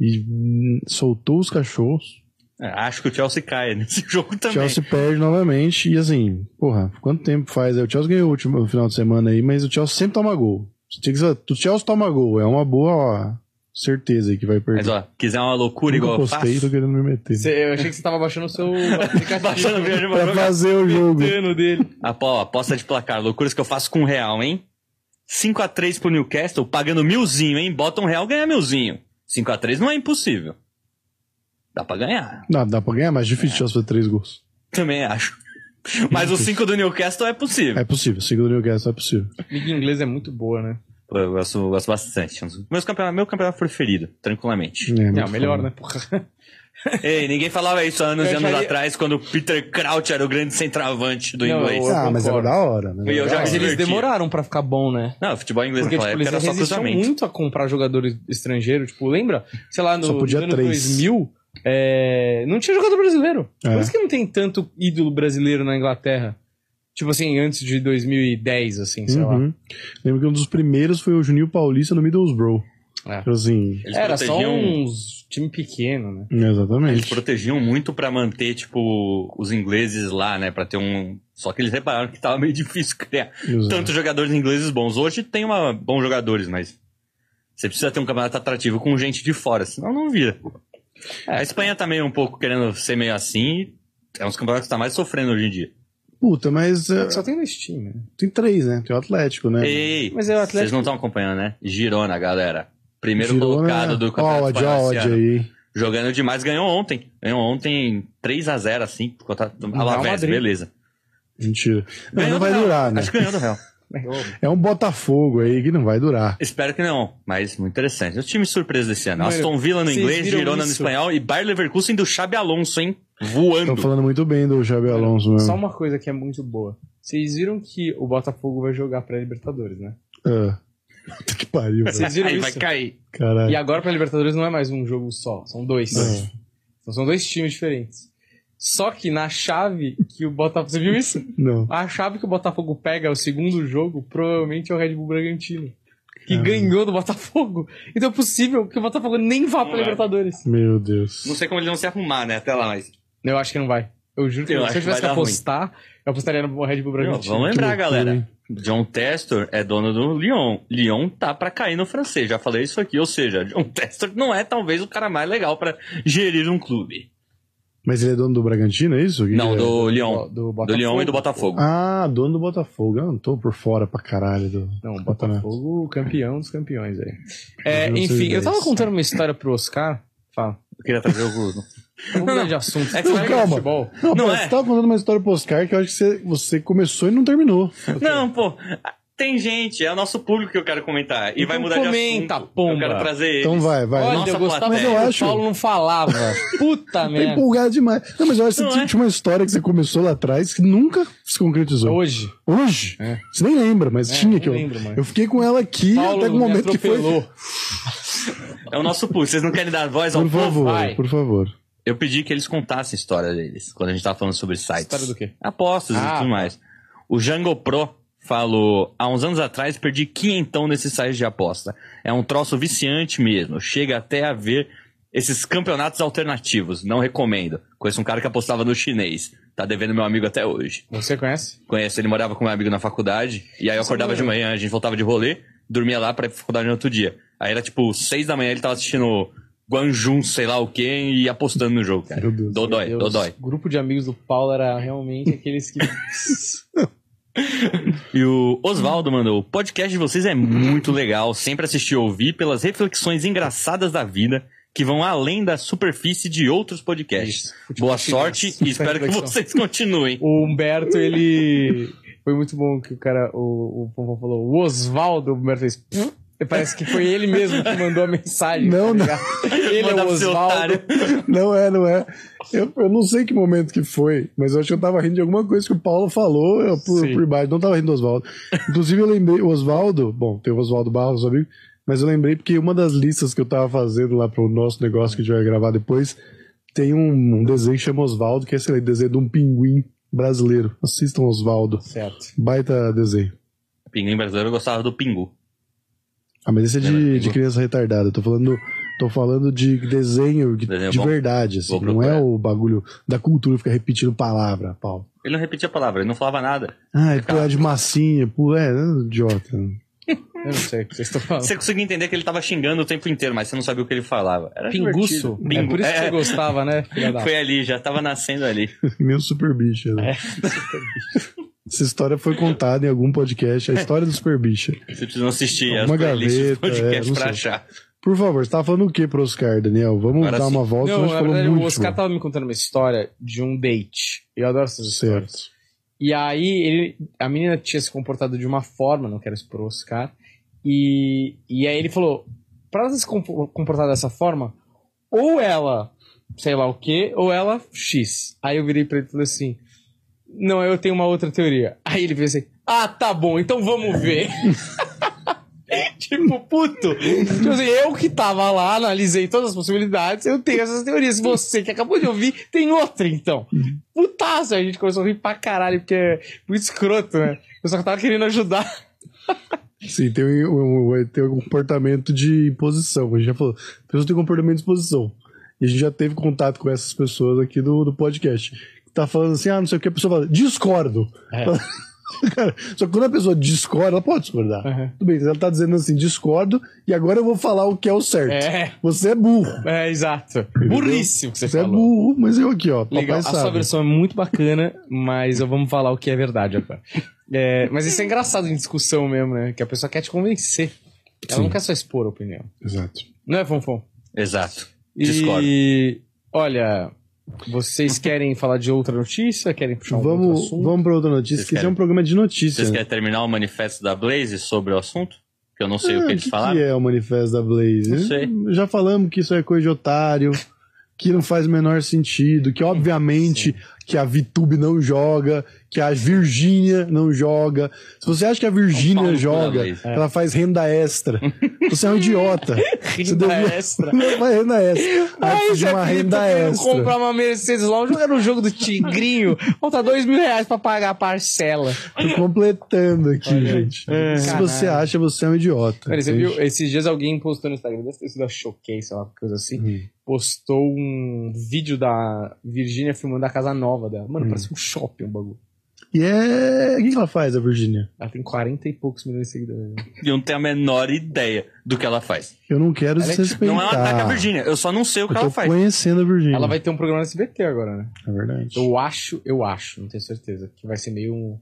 Speaker 2: E hum, soltou os cachorros.
Speaker 3: É, Acho que o Chelsea cai nesse jogo também.
Speaker 2: Chelsea perde novamente. E assim, porra, quanto tempo faz? aí? O Chelsea ganhou o último final de semana aí, mas o Chelsea sempre toma gol. Você tinha que saber, O Chelsea toma gol, é uma boa certeza aí que vai perder.
Speaker 3: Mas ó, quiser uma loucura
Speaker 2: Nunca
Speaker 3: igual eu
Speaker 2: postei, tô
Speaker 3: faço,
Speaker 2: querendo me meter.
Speaker 1: Cê- eu achei que você tava baixando o seu aplicativo.
Speaker 3: baixando o viagem
Speaker 2: Pra
Speaker 3: pra
Speaker 2: fazer o jogo.
Speaker 1: Tentando dele.
Speaker 3: Apo- Ah, ó, Aposta de placar, loucuras que eu faço com um real, hein? 5x3 pro Newcastle, pagando milzinho, hein? Bota um real, ganha milzinho. 5x3 não é impossível. Dá pra ganhar.
Speaker 2: Não, dá pra ganhar, mas difícil chance fazer três gols.
Speaker 3: Também acho. Mas o 5 do Newcastle é possível.
Speaker 2: É possível, segundo o Newcastle é possível.
Speaker 1: Liga inglesa é muito boa, né?
Speaker 3: Pô, Eu gosto, eu gosto bastante. Um dos- Meus campeonato, meu campeonato preferido, tranquilamente.
Speaker 2: É,
Speaker 1: Não,
Speaker 2: muito
Speaker 1: melhor,
Speaker 2: foda.
Speaker 1: né? Porra.
Speaker 3: Ei, ninguém falava isso há anos e
Speaker 1: Eu
Speaker 3: anos
Speaker 1: acharia-
Speaker 3: atrás, quando o Peter Crouch era o grande centroavante do
Speaker 1: Não,
Speaker 3: inglês.
Speaker 1: eu-
Speaker 2: Ah, mas era
Speaker 1: concordo.
Speaker 2: da hora, né?
Speaker 3: E eu já-
Speaker 1: Mas eles
Speaker 3: divertia.
Speaker 1: demoraram pra ficar bom, né?
Speaker 3: Não, futebol inglês
Speaker 1: Porque,
Speaker 3: naquela
Speaker 1: tipo, eles
Speaker 3: época era só
Speaker 1: resistiam
Speaker 3: cruzamento.
Speaker 1: muito a comprar jogadores estrangeiros. Tipo, lembra? Sei lá, no
Speaker 2: Só podia
Speaker 1: no ano
Speaker 2: três.
Speaker 1: 2000, é, não tinha jogador brasileiro.
Speaker 2: É.
Speaker 1: Por isso que não tem tanto ídolo brasileiro na Inglaterra. Tipo assim, antes de 2010, assim, sei lá.
Speaker 2: Uhum. Lembro que um dos primeiros foi o Juninho Paulista no Middlesbrough.
Speaker 1: É.
Speaker 2: Tipo assim,
Speaker 3: Eles
Speaker 1: Era só um
Speaker 3: protegiam-
Speaker 1: uns time pequeno, né?
Speaker 3: Eles
Speaker 2: exatamente.
Speaker 3: protegiam muito pra manter, tipo, os ingleses lá, né? Pra ter um. Só que eles repararam que tava meio difícil criar
Speaker 2: Exato.
Speaker 3: tantos jogadores ingleses bons. Hoje tem uma bons jogadores, mas. Você precisa ter um campeonato atrativo com gente de fora, senão não vira. A Espanha tá meio um pouco querendo ser meio assim. e É um dos campeonatos que tá mais sofrendo hoje em dia.
Speaker 2: Puta, mas é,
Speaker 1: Só tem dois times. né?
Speaker 2: tem três, né? Tem o Atlético, né?
Speaker 3: Ei,
Speaker 1: Mas é o Atlético-
Speaker 3: vocês não estão acompanhando, né? Girona, galera. Primeiro
Speaker 2: Girona-
Speaker 3: colocado
Speaker 1: é
Speaker 3: do
Speaker 2: Ó, o
Speaker 3: campeonato
Speaker 2: ódio, ó,
Speaker 3: espanhol
Speaker 2: o
Speaker 3: esse
Speaker 2: ódio
Speaker 3: ano.
Speaker 2: aí.
Speaker 3: Jogando demais, ganhou ontem. Ganhou ontem 3x0, assim, contra o Alavés,
Speaker 1: Madrid.
Speaker 3: beleza.
Speaker 2: Mentira. Não,
Speaker 3: Ganhou
Speaker 2: não
Speaker 3: do
Speaker 2: vai
Speaker 3: Real.
Speaker 2: durar, né?
Speaker 3: Acho que ganhou do Real.
Speaker 2: É um Botafogo aí que não vai durar.
Speaker 3: Espero que não, mas muito interessante. Os times surpresa desse ano.
Speaker 1: Mano,
Speaker 3: Aston Villa no
Speaker 1: vocês
Speaker 3: inglês,
Speaker 1: viram
Speaker 3: Girona no
Speaker 1: isso?
Speaker 3: espanhol e Bayer Leverkusen do Xabi Alonso, hein? Voando.
Speaker 2: Estão
Speaker 1: Então,
Speaker 2: falando muito bem do Xabi Alonso né? mesmo.
Speaker 1: Só uma coisa que é muito boa. Vocês viram que o Botafogo vai jogar pra Libertadores, né?
Speaker 2: Ah. Puta que pariu, velho.
Speaker 1: Vocês viram
Speaker 3: Aí
Speaker 1: isso?
Speaker 3: vai cair.
Speaker 1: E
Speaker 2: Caralho.
Speaker 1: agora pra Libertadores não é mais um jogo só, são dois.
Speaker 2: É.
Speaker 1: Então são dois times diferentes. Só que na chave que o Botafogo. Você viu isso?
Speaker 2: Não.
Speaker 1: A chave que o Botafogo pega o segundo jogo provavelmente é o Red Bull Bragantino. Que
Speaker 2: Caramba.
Speaker 1: ganhou do Botafogo. Então é possível que o Botafogo nem vá pra
Speaker 3: Não é.
Speaker 1: Libertadores.
Speaker 2: Meu Deus.
Speaker 3: Não sei como eles vão se arrumar, né? Até lá, mas.
Speaker 1: Eu acho que não vai. Eu juro que
Speaker 3: Eu
Speaker 1: não.
Speaker 3: acho
Speaker 1: se eu
Speaker 3: que vai
Speaker 1: tivesse que
Speaker 3: dar ruim.
Speaker 1: apostar, eu apostaria no Red Bull
Speaker 3: Não,
Speaker 1: Bragantino.
Speaker 2: Que
Speaker 3: vamos lembrar,
Speaker 2: loucura,
Speaker 3: galera.
Speaker 2: hein?
Speaker 3: John Testor é dono do Lyon. Lyon tá pra cair no francês. Já falei isso aqui. Ou seja, John Testor não é talvez o cara mais legal pra gerir um clube.
Speaker 2: Mas ele é dono do Bragantino, é isso? O que
Speaker 3: Não,
Speaker 2: que é?
Speaker 3: do Lyon.
Speaker 1: Bo- do
Speaker 3: Do Lyon e do Botafogo.
Speaker 2: Ah, dono do Botafogo. Eu não tô por fora pra caralho do.
Speaker 1: Não, o Botafogo, campeão dos campeões aí. É,
Speaker 2: Não sei
Speaker 1: enfim, eu
Speaker 2: dez.
Speaker 1: tava contando uma história pro Oscar. Fala.
Speaker 3: Eu queria trazer o.
Speaker 1: Vamos mudar de assunto.
Speaker 3: É que você
Speaker 1: Fala de
Speaker 2: calma.
Speaker 1: futebol.
Speaker 2: Não,
Speaker 3: Não
Speaker 2: mas
Speaker 3: é?
Speaker 2: você tava contando uma história pro Oscar que eu acho que você, você começou e não terminou.
Speaker 3: Não, pô. Tem gente, é o nosso público que eu quero comentar. E
Speaker 1: Então
Speaker 3: vai mudar
Speaker 1: comenta,
Speaker 3: de assunto.
Speaker 1: pomba.
Speaker 3: Eu quero trazer ele.
Speaker 2: Então vai, vai.
Speaker 1: Olha,
Speaker 3: Nossa,
Speaker 1: eu gostava
Speaker 3: plateia.
Speaker 1: que
Speaker 2: Mas eu
Speaker 1: o
Speaker 2: acho-
Speaker 1: Paulo não falava. Puta
Speaker 2: Tá
Speaker 1: merda.
Speaker 2: empolgado demais. Não, mas eu acho que
Speaker 3: Não
Speaker 2: você
Speaker 3: é?
Speaker 2: tinha uma história que você começou lá atrás que nunca se concretizou.
Speaker 1: Hoje.
Speaker 2: Hoje?
Speaker 1: É.
Speaker 2: Você nem lembra, mas
Speaker 1: É,
Speaker 2: tinha
Speaker 1: não
Speaker 2: que eu.
Speaker 1: lembro mais.
Speaker 2: Eu fiquei com ela aqui
Speaker 1: Paulo
Speaker 2: até o
Speaker 1: me
Speaker 2: momento que foi.
Speaker 1: atropelou.
Speaker 3: É o nosso público. Vocês não querem dar voz ao
Speaker 2: Por
Speaker 3: povo?
Speaker 2: favor,
Speaker 1: vai.
Speaker 2: por favor.
Speaker 3: Eu pedi que eles contassem a história deles, quando a gente tava falando sobre sites.
Speaker 1: História do quê?
Speaker 3: Apostas
Speaker 1: Ah,
Speaker 3: e
Speaker 1: tá.
Speaker 3: tudo mais. O Django Pro falou, há uns anos atrás perdi quinhentão nesses sites de aposta. É um troço viciante mesmo. Chega até a ver esses campeonatos alternativos. Não recomendo. Conheço um cara que apostava no chinês. Tá devendo meu amigo até hoje.
Speaker 1: Você conhece?
Speaker 3: Conheço, ele morava com meu amigo na faculdade. E aí eu
Speaker 1: Esse
Speaker 3: acordava de
Speaker 1: é maneiro.
Speaker 3: manhã, a gente voltava de rolê, dormia lá pra ir pra faculdade no outro dia. Aí era tipo seis da manhã, ele tava assistindo Guanjun, sei lá o quê, e apostando no jogo, cara.
Speaker 2: Meu Deus.
Speaker 3: Dodói,
Speaker 1: Meu Deus,
Speaker 3: Dodói.
Speaker 1: O grupo de amigos do Paulo era realmente aqueles que.
Speaker 3: E o Oswaldo mandou: o podcast de vocês é muito legal, sempre assisti e ouvi pelas reflexões engraçadas da vida que vão além da superfície de outros podcasts.
Speaker 1: Isso, futebol
Speaker 3: Boa
Speaker 1: que
Speaker 3: sorte
Speaker 1: graça.
Speaker 3: e espero que
Speaker 1: Reflexão.
Speaker 3: vocês continuem.
Speaker 1: O Humberto, ele. Foi muito bom que o cara. O, o Pompom falou. O Oswaldo, o Humberto fez. "Pff", e Parece que foi ele mesmo que mandou a mensagem. tá
Speaker 2: Não, não.
Speaker 1: ligado? Ele é o
Speaker 3: Mandar pro seu
Speaker 1: Oswaldo.
Speaker 3: otário.
Speaker 2: Não é, não é. Eu, eu não sei que momento que foi, mas eu acho que eu tava rindo de alguma coisa que o Paulo falou eu, por,
Speaker 1: Sim.
Speaker 2: por baixo. Não tava rindo do Oswaldo. Inclusive, eu lembrei, o Oswaldo, bom, tem o Oswaldo Barros, amigo, mas eu lembrei porque uma das listas que eu tava fazendo lá pro nosso negócio que a gente vai gravar depois tem um, um desenho que chama Oswaldo, que é esse desenho de um pinguim brasileiro. Assistam Oswaldo.
Speaker 1: Certo.
Speaker 2: Baita desenho.
Speaker 3: Pinguim brasileiro, eu gostava do Pingu.
Speaker 2: Ah, mas esse é
Speaker 3: Lembra do
Speaker 2: de, de
Speaker 3: pinguim?
Speaker 2: criança retardada. Eu Tô falando, tô falando de desenho, de-
Speaker 3: Desenho
Speaker 2: de
Speaker 3: bom.
Speaker 2: verdade, assim.
Speaker 3: Vou
Speaker 2: Não é
Speaker 3: procurar.
Speaker 2: o bagulho da cultura ficar repetindo palavra, Paulo.
Speaker 3: Ele não repetia a palavra, ele não falava nada.
Speaker 2: Ah, é pular de massinha, pula, é, né, idiota.
Speaker 1: Eu não sei o que vocês estão falando.
Speaker 3: Você conseguia entender que ele tava xingando o tempo inteiro, mas você não sabia o que ele falava. Era
Speaker 1: Pinguço?
Speaker 3: tá divertido.
Speaker 1: É por isso que
Speaker 3: É,
Speaker 1: você gostava, né? filha da-
Speaker 3: foi ali, já tava nascendo ali.
Speaker 2: Meu super bicha.
Speaker 3: É.
Speaker 2: né? Essa história foi contada em algum podcast, a história do super bicha.
Speaker 3: Vocês precisam assistir as
Speaker 2: Uma
Speaker 3: playlists do
Speaker 2: gaveta, é,
Speaker 3: podcast
Speaker 2: não
Speaker 3: pra
Speaker 2: sei.
Speaker 3: achar.
Speaker 2: Por favor, você tava falando o que pro Oscar, Daniel? Vamos
Speaker 3: Agora
Speaker 2: dar
Speaker 3: sim.
Speaker 2: uma volta,
Speaker 1: Não,
Speaker 2: nós
Speaker 1: na
Speaker 2: falamos
Speaker 1: verdade, o
Speaker 2: muito.
Speaker 1: Oscar tá tava me contando uma história de um date. Eu adoro essas histórias.
Speaker 2: Certo.
Speaker 1: E aí, ele, a menina tinha se comportado de uma forma, não quero expor o Oscar. E, e aí ele falou: pra ela se compo- comportar dessa forma, ou ela, sei lá o quê, ou ela, X. Aí eu virei pra ele e falei assim: Não, eu tenho uma outra teoria. Aí ele fez assim: Ah, tá bom, então vamos ver. tipo, puto. Tipo assim, eu que tava lá, analisei todas as possibilidades, eu tenho essas teorias. Você que acabou de ouvir, tem outra, então. Putaço, a gente começou a rir pra caralho, porque é muito escroto, né? Eu só tava querendo ajudar.
Speaker 2: Sim, tem um, um- um- tem um comportamento de imposição. A gente já falou, pessoas têm comportamento de imposição. E a gente já teve contato com essas pessoas aqui do, do podcast. Tá falando assim, ah, não sei o que, a pessoa fala, discordo.
Speaker 1: É.
Speaker 2: Cara, só que quando a pessoa discorda, ela pode discordar.
Speaker 1: Uhum.
Speaker 2: Tudo bem, ela tá dizendo assim, discordo, e agora eu vou falar o que é o certo.
Speaker 1: É,
Speaker 2: Você é burro.
Speaker 1: é, exato. Burríssimo que você,
Speaker 2: Você é
Speaker 1: falou.
Speaker 2: burro, tá mas eu aqui, ó.
Speaker 1: Legal,
Speaker 2: papai
Speaker 1: a sua
Speaker 2: sabe.
Speaker 1: versão é muito bacana, mas eu vamos falar o que é verdade agora. É, mas isso é engraçado em discussão mesmo, né? Que a pessoa quer te convencer. Ela
Speaker 2: Sim.
Speaker 1: não quer só expor a opinião.
Speaker 2: Exato.
Speaker 1: Não é, Fonfon?
Speaker 3: Exato.
Speaker 1: E,
Speaker 3: Discordo.
Speaker 1: Olha, vocês querem falar de outra notícia? Querem puxar um outro
Speaker 2: Vamos,
Speaker 1: assunto?
Speaker 2: vamos pra outra notícia,
Speaker 3: Vocês
Speaker 2: que esse é
Speaker 3: querem-
Speaker 2: um programa de notícias.
Speaker 3: Vocês querem terminar o manifesto da Blaze sobre o assunto? Que eu não sei
Speaker 2: Ah,
Speaker 3: o que eles falaram.
Speaker 2: que é o manifesto da Blaze?
Speaker 3: Não sei.
Speaker 2: Já falamos que isso é coisa de otário, que não faz o menor sentido, que obviamente que a VTube não joga, que a Virgínia não joga. Se você acha que a
Speaker 3: É um Pau no
Speaker 2: Virgínia
Speaker 3: cu da
Speaker 2: joga,
Speaker 3: Blaze.
Speaker 2: ela faz renda extra. Você é um idiota. Você
Speaker 1: Renda
Speaker 2: devia-
Speaker 1: extra.
Speaker 2: Não faz renda extra. Ela
Speaker 1: Aí
Speaker 2: precisa de
Speaker 1: Zé
Speaker 2: uma
Speaker 1: Felipe
Speaker 2: renda
Speaker 1: tá querendo
Speaker 2: extra.
Speaker 1: comprar uma Mercedes lá, jogar no jogo do Tigrinho, falta dois mil reais pra pagar a parcela.
Speaker 2: Tô completando aqui, gente.
Speaker 1: é.
Speaker 2: Se você
Speaker 1: Caralho.
Speaker 2: acha, você é um idiota.
Speaker 1: Peraí, você
Speaker 2: entende?
Speaker 1: viu? Esses dias alguém postou no Instagram, deve ter sido a Showcase, sei lá, uma coisa assim,
Speaker 2: Hum.
Speaker 1: postou um vídeo da Virgínia filmando a casa nova dela.
Speaker 2: Hum.
Speaker 1: Mano, parece um shopping o bagulho.
Speaker 2: E é. O que que ela faz, a Virgínia?
Speaker 1: Ela tem 40 e poucos milhões de seguidores.
Speaker 2: Hum.
Speaker 1: né?
Speaker 3: E eu não tenho a menor ideia do que ela faz.
Speaker 2: Eu não quero
Speaker 1: Ela é-
Speaker 2: desrespeitar.
Speaker 3: Não é um ataque à Virgínia, eu só não sei o que
Speaker 2: Eu
Speaker 3: ela
Speaker 2: tô
Speaker 3: faz.
Speaker 2: conhecendo a Virgínia.
Speaker 1: Ela vai ter um programa no SBT agora, né?
Speaker 2: É verdade.
Speaker 1: Eu acho, eu acho, não tenho certeza, que vai ser meio um...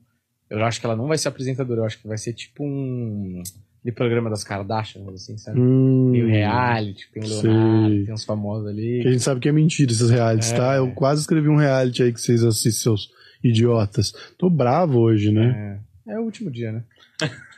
Speaker 1: Eu acho que ela não vai ser apresentadora, eu acho que vai ser tipo um... Aquele programa das Kardashian, assim, sabe?
Speaker 2: Hum,
Speaker 1: Tem o reality, tem o
Speaker 2: Sei.
Speaker 1: Leonardo, tem uns famosos
Speaker 2: que A
Speaker 1: ali.
Speaker 2: gente sabe que é mentira esses realities,
Speaker 1: É.
Speaker 2: tá? Eu quase escrevi um reality aí que vocês assistem, seus idiotas. Tô bravo hoje, né?
Speaker 1: É o último dia, né?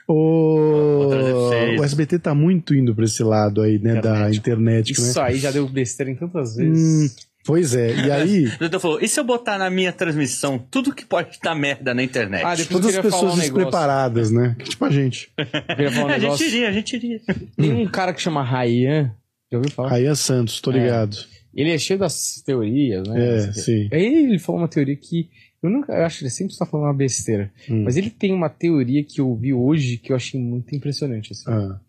Speaker 2: O...
Speaker 3: Outra deve ser
Speaker 2: o
Speaker 3: isso.
Speaker 2: SBT tá muito indo pra esse lado aí, né? Da internet, né?
Speaker 1: Isso aí já deu besteira em tantas
Speaker 2: Hum.
Speaker 1: vezes.
Speaker 2: Pois é, e aí
Speaker 3: O doutor falou: e se eu botar na minha transmissão tudo que pode dar merda na internet?
Speaker 1: Ah, depois eu
Speaker 2: todas as
Speaker 1: queria falar
Speaker 2: pessoas
Speaker 1: um negócio.
Speaker 2: despreparadas, né? Tipo a gente.
Speaker 1: Eu queria falar um
Speaker 3: a gente
Speaker 1: negócio.
Speaker 3: iria, a gente iria.
Speaker 1: Tem um cara que chama Rayan, já ouviu falar?
Speaker 2: Raia Santos, tô ligado.
Speaker 1: Ele é cheio das teorias, né?
Speaker 2: É,
Speaker 1: Não sei o quê.
Speaker 2: sim.
Speaker 1: Aí ele falou uma teoria que. Eu, nunca, eu acho que ele sempre está falando uma besteira.
Speaker 2: Hum.
Speaker 1: Mas ele tem uma teoria que eu vi hoje que eu achei muito impressionante. Assim.
Speaker 2: Ah,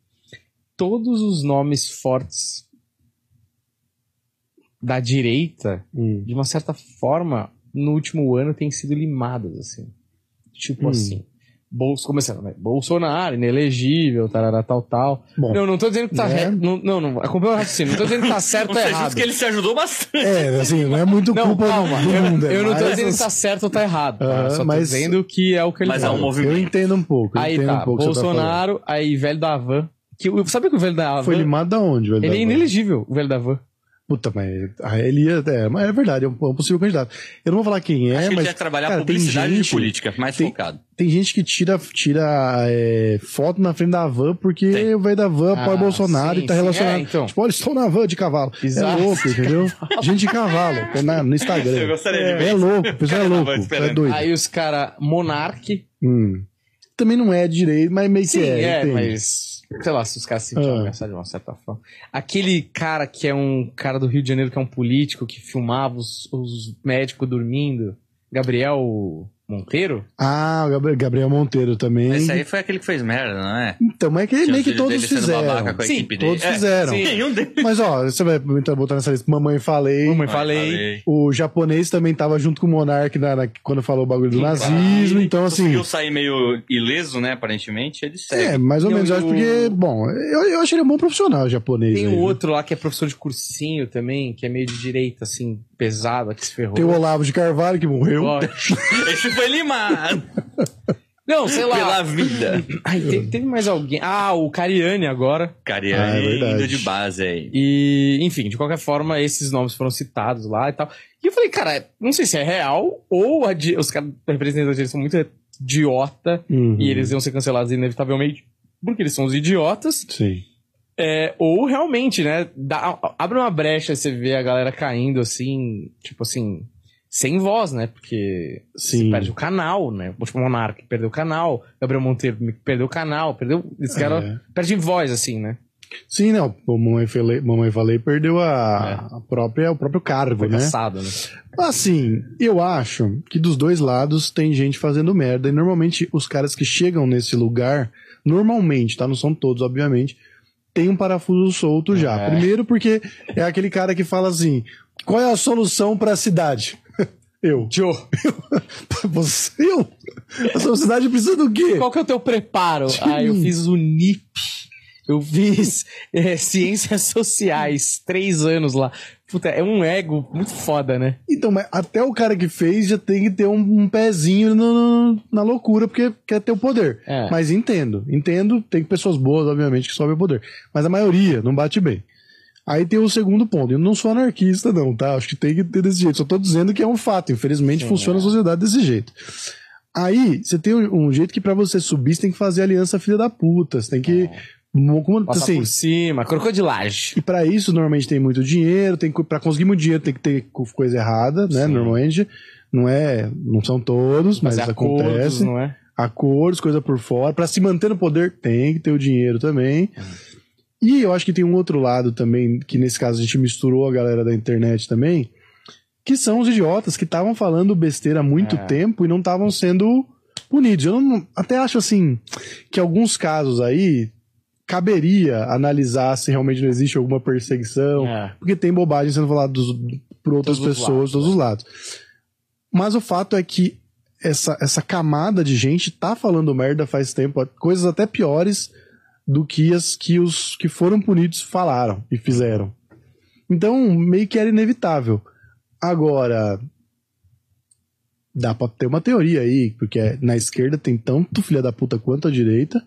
Speaker 1: Todos os nomes fortes da direita
Speaker 2: hum.
Speaker 1: de uma certa forma, no último ano têm sido limadas, assim. Tipo
Speaker 2: Hum.
Speaker 1: assim. Bolso, começando, né? Bolsonaro, inelegível, tarará, tal, tal.
Speaker 2: Bom,
Speaker 1: Não, não tô dizendo que tá
Speaker 2: Né?
Speaker 1: certo. Não, não, não, acompanha o raciocínio. Não tô dizendo que tá certo
Speaker 3: Ou
Speaker 1: ou
Speaker 3: seja,
Speaker 1: errado.
Speaker 3: justo que ele se ajudou bastante.
Speaker 2: é, assim, não é muito
Speaker 1: Não,
Speaker 2: culpa
Speaker 1: calma.
Speaker 2: do mundo. é
Speaker 1: Eu não tô
Speaker 2: mais
Speaker 1: dizendo que
Speaker 2: assim.
Speaker 1: tá certo ou tá errado. tá?
Speaker 2: Aham,
Speaker 1: Só tô
Speaker 2: mas-
Speaker 1: dizendo que é o que ele
Speaker 3: Mas é um
Speaker 1: fala.
Speaker 3: movimento.
Speaker 2: Eu entendo um pouco. Eu
Speaker 1: Aí
Speaker 2: entendo
Speaker 1: tá,
Speaker 2: um pouco o que você tá falando.
Speaker 1: Bolsonaro, aí velho da Havan. Que, o- sabe que o velho da Havan.
Speaker 2: Foi limado da onde, velho?
Speaker 1: ele é
Speaker 2: Da-
Speaker 1: inelegível, o velho da Havan.
Speaker 2: Puta, mas ah, ele ia. É, mas é verdade, é um, é um possível candidato. Eu não vou falar quem é,
Speaker 3: Acho que ele
Speaker 2: mas
Speaker 3: ia trabalhar
Speaker 2: cara, tem
Speaker 3: publicidade
Speaker 2: gente-
Speaker 3: de política, mais
Speaker 2: tem-
Speaker 3: focado.
Speaker 2: tem gente que tira, tira é, foto na frente da van porque
Speaker 3: Tem.
Speaker 2: o velho da van apoia
Speaker 1: Ah,
Speaker 2: o Bolsonaro
Speaker 1: sim,
Speaker 2: e tá
Speaker 1: sim.
Speaker 2: relacionado.
Speaker 1: É, então.
Speaker 2: Tipo, olha, estou na van de cavalo.
Speaker 1: Exato.
Speaker 2: É louco, entendeu? gente de cavalo, é na- no
Speaker 3: Eu
Speaker 2: Instagram.
Speaker 3: gostaria de ver.
Speaker 2: É louco, o pessoal é
Speaker 3: Cara,
Speaker 2: louco,
Speaker 3: tava esperando.
Speaker 2: é doido.
Speaker 1: Aí os caras, Monarque.
Speaker 2: Hum. Também não é direito, mas meio que
Speaker 1: Sim,
Speaker 2: é.
Speaker 1: é,
Speaker 2: entende?
Speaker 1: mas. Sei lá, se os caras se
Speaker 2: Ah.
Speaker 1: sentiam ameaçados de uma certa forma. Aquele cara que é um cara do Rio de Janeiro, que é um político, que filmava os, os médicos dormindo. Gabriel Monteiro?
Speaker 2: Ah, o Gabri- Gabriel Monteiro também.
Speaker 3: Esse aí foi aquele que fez merda, não é?
Speaker 2: Então, mas é que
Speaker 3: Tinha
Speaker 2: meio
Speaker 3: os
Speaker 2: que
Speaker 3: filhos
Speaker 2: todos
Speaker 3: dele sendo babaca
Speaker 2: fizeram.
Speaker 3: com a
Speaker 1: Sim,
Speaker 3: equipe dele.
Speaker 2: Todos
Speaker 3: É,
Speaker 2: fizeram.
Speaker 1: sim.
Speaker 3: Nenhum deles.
Speaker 2: Mas ó, você vai então, botar nessa lista. Mamãe falei.
Speaker 1: Mamãe, falei.
Speaker 2: O japonês também tava junto com o Monark na, na- quando falou o bagulho do
Speaker 1: Sim,
Speaker 2: nazismo. Então, assim.
Speaker 3: Conseguiu sair meio ileso, né? Aparentemente, ele segue.
Speaker 2: É, mais ou
Speaker 1: Eu-
Speaker 2: menos. Eu acho porque, bom, eu, eu acho ele um bom profissional o japonês.
Speaker 1: um Tem
Speaker 2: aí,
Speaker 1: um
Speaker 2: viu?
Speaker 1: outro lá que é professor de cursinho também, que é meio de direita, assim, pesado, que se ferrou.
Speaker 2: Tem o Olavo de Carvalho que morreu.
Speaker 1: Ó,
Speaker 3: Esse foi limado
Speaker 1: Não, sei lá.
Speaker 3: pela vida.
Speaker 1: Ai, te- teve, mais alguém. Ah, o Cariani agora.
Speaker 2: Ah, é
Speaker 3: Cariani
Speaker 2: verdade.
Speaker 3: indo de base aí.
Speaker 1: E, enfim, de qualquer forma, esses nomes foram citados lá e tal. E eu falei, cara, não sei se é real ou a di- os caras representantes deles são muito idiota
Speaker 2: Uhum.
Speaker 1: e eles iam ser cancelados inevitavelmente porque eles são os idiotas.
Speaker 2: Sim.
Speaker 1: É, ou realmente, né? dá- abre uma brecha e você vê a galera caindo assim, tipo assim, sem voz, né? Porque
Speaker 2: Sim.
Speaker 1: Você perde o canal, né? Tipo, o Monarca que perdeu o canal, Gabriel Monteiro que perdeu o canal, perdeu. Esse cara
Speaker 2: É.
Speaker 1: perde voz, assim, né?
Speaker 2: Sim, não. O Mamãe Falei, Mamãe Falei perdeu a, a própria, o próprio cargo,
Speaker 1: É. Foi
Speaker 2: né?
Speaker 1: caçado, né?
Speaker 2: Assim, eu acho que dos dois lados tem gente fazendo merda. E normalmente os caras que chegam nesse lugar, normalmente, tá? Não são todos, obviamente, tem um parafuso solto já.
Speaker 1: É.
Speaker 2: Primeiro porque é aquele cara que fala assim: qual é a solução pra cidade? Eu.
Speaker 1: Joe,
Speaker 2: Você? Eu? A sociedade precisa do quê?
Speaker 1: qual que é o teu preparo? Ah, eu fiz o NIP. Eu fiz é, Ciências Sociais, três anos lá. Puta, é um ego muito foda, né?
Speaker 2: Então, mas até o cara que fez já tem que ter um, um pezinho no- no- na loucura, porque quer ter o poder.
Speaker 1: É.
Speaker 2: Mas entendo, entendo, tem pessoas boas, obviamente, que sobem o poder. Mas a maioria não bate bem. Aí tem o segundo ponto. Eu não sou anarquista, não, tá? Acho que tem que ter desse jeito. Só tô dizendo que é um fato. Infelizmente,
Speaker 1: Sim, é.
Speaker 2: funciona a sociedade desse jeito. Aí, você tem um um jeito que pra você subir, você tem que fazer aliança filha da puta. Você tem que. Como-
Speaker 1: É. Passar
Speaker 2: assim,
Speaker 1: por cima, crocodilagem.
Speaker 2: e pra isso, normalmente tem muito dinheiro, tem para conseguir muito dinheiro tem que ter co- coisa errada, né?
Speaker 1: Sim.
Speaker 2: Normalmente não é, não são todos, mas,
Speaker 1: Fazer acordos,
Speaker 2: acontece.
Speaker 1: não é?
Speaker 2: Acordos, coisa por fora, Pra se manter no poder tem que ter o dinheiro também. E eu acho que tem um outro lado também, que nesse caso a gente misturou a galera da internet também, que são os idiotas que estavam falando besteira há muito
Speaker 1: É.
Speaker 2: tempo e não estavam sendo punidos. Eu não- até acho assim que alguns casos aí caberia analisar se realmente não existe alguma perseguição,
Speaker 1: É.
Speaker 2: porque tem bobagem sendo falada dos- por outras
Speaker 1: Todos os
Speaker 2: pessoas,
Speaker 1: lados, né?
Speaker 2: todos os lados. Mas o fato é que essa, essa camada de gente tá falando merda faz tempo, coisas até piores do que as que os que foram punidos falaram e fizeram. Então, meio que era inevitável. Agora, dá pra ter uma teoria aí, porque é, na esquerda tem tanto filha da puta quanto a direita,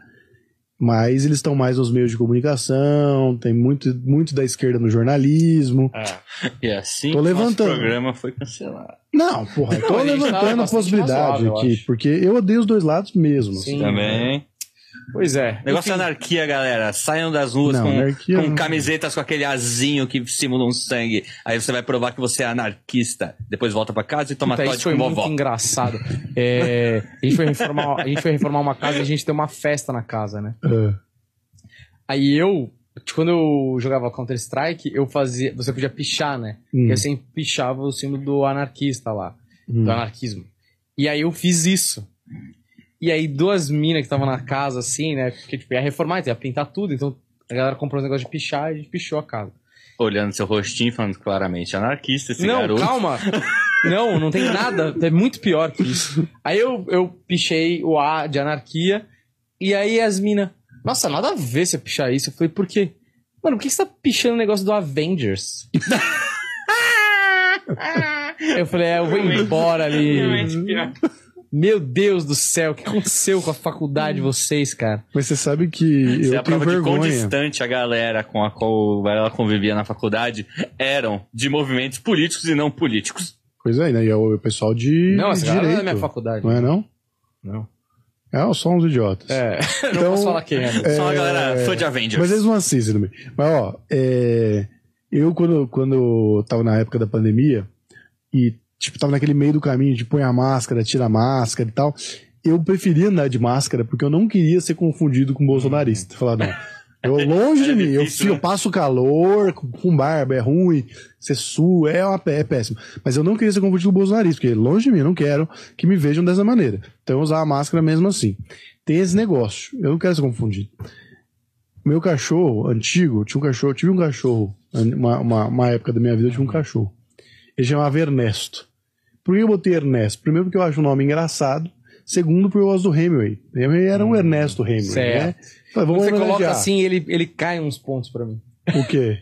Speaker 2: mas eles estão mais nos meios de comunicação, tem muito, muito da esquerda no jornalismo.
Speaker 1: é.
Speaker 3: E assim,
Speaker 2: Tô
Speaker 3: o
Speaker 2: levantando.
Speaker 3: programa foi cancelado.
Speaker 2: Não, porra, eu tô
Speaker 1: Não, a gente tá
Speaker 2: levantando a
Speaker 1: bastante
Speaker 2: possibilidade
Speaker 1: razoável, eu
Speaker 2: aqui,
Speaker 1: acho.
Speaker 2: porque eu odeio os dois lados mesmo.
Speaker 1: Sim.
Speaker 3: Também.
Speaker 1: Pois é.
Speaker 3: Negócio
Speaker 1: Enfim,
Speaker 3: da anarquia, galera. Saiam das ruas
Speaker 2: Não,
Speaker 3: com,
Speaker 2: anarquia é um
Speaker 3: com
Speaker 2: não.
Speaker 3: camisetas com aquele azinho que simula um sangue. Aí você vai provar que você é anarquista. Depois volta pra casa e toma
Speaker 1: Puta,
Speaker 3: Todd
Speaker 1: Então, isso foi
Speaker 3: com
Speaker 1: muito
Speaker 3: vovó.
Speaker 1: engraçado. É, a, gente foi reformar, a gente foi reformar uma casa e a gente tem uma festa na casa, né?
Speaker 2: Ah,
Speaker 1: Aí eu, quando eu jogava Counter-Strike, eu fazia. Você podia pichar, né?
Speaker 2: hum,
Speaker 1: E eu sempre pichava o símbolo do anarquista lá,
Speaker 2: hum.
Speaker 1: do anarquismo. E aí eu fiz isso. E aí duas minas que estavam na casa, assim, né? Porque tipo, ia reformar, ia pintar tudo, então a galera comprou um negócio de pichar e a gente pichou a casa.
Speaker 3: Olhando seu rostinho, falando claramente anarquista esse
Speaker 1: não,
Speaker 3: garoto.
Speaker 1: calma! Não, não tem nada, é muito pior que isso. Aí eu, eu pichei o A de anarquia, e aí as minas. Nossa, nada a ver você pichar isso. Eu falei, por quê? Mano, por que você tá pichando o negócio do Avengers? eu falei, é, eu vou embora
Speaker 2: É
Speaker 1: ali. Meu Deus do céu, o que aconteceu com a faculdade de vocês, cara?
Speaker 2: Mas você sabe que
Speaker 3: Isso é
Speaker 2: eu
Speaker 3: a
Speaker 2: tenho
Speaker 3: prova de quão
Speaker 2: vergonha.
Speaker 3: distante a galera com a qual ela convivia na faculdade eram de movimentos políticos e não políticos.
Speaker 2: Pois é, né? E é o pessoal de
Speaker 1: Não, essa
Speaker 2: de
Speaker 1: galera não é
Speaker 2: direito.
Speaker 1: da minha faculdade.
Speaker 2: não é não?
Speaker 1: Não.
Speaker 2: É, só uns idiotas.
Speaker 1: É, não
Speaker 2: Então,
Speaker 1: posso falar quem é.
Speaker 3: Só uma galera fã de
Speaker 2: Mas
Speaker 3: Avengers.
Speaker 2: eles não assistem também. Mas, ó, é, eu quando, quando tava na época da pandemia e, tipo, tava naquele meio do caminho de põe a máscara, tira a máscara e tal, eu preferia andar de máscara porque eu não queria ser confundido com bolsonarista. Falar, não, Eu longe de
Speaker 3: Hum. Era
Speaker 2: mim. Eu,
Speaker 3: difícil,
Speaker 2: fio,
Speaker 3: né?
Speaker 2: passo calor, com, com barba, é ruim, você sua, é, uma, é péssimo. Mas eu não queria ser confundido com o bolsonarista, porque longe de mim, eu não quero que me vejam dessa maneira. Então eu usava a máscara mesmo assim. Tem esse negócio. Eu não quero ser confundido. Meu cachorro antigo, tinha um cachorro, eu tive um cachorro, uma, uma, uma época da minha vida eu tive um cachorro. Ele chamava Ernesto. Por que eu botei Ernesto? Primeiro porque eu acho o nome engraçado. Segundo, porque eu gosto do Hemingway. Hemingway era um Ernesto Hemingway, né?
Speaker 1: Hum, Certo.
Speaker 2: Falei,
Speaker 1: Quando
Speaker 2: vamos
Speaker 1: você coloca
Speaker 2: homenagear.
Speaker 1: assim, ele, ele cai uns pontos pra mim.
Speaker 2: O quê?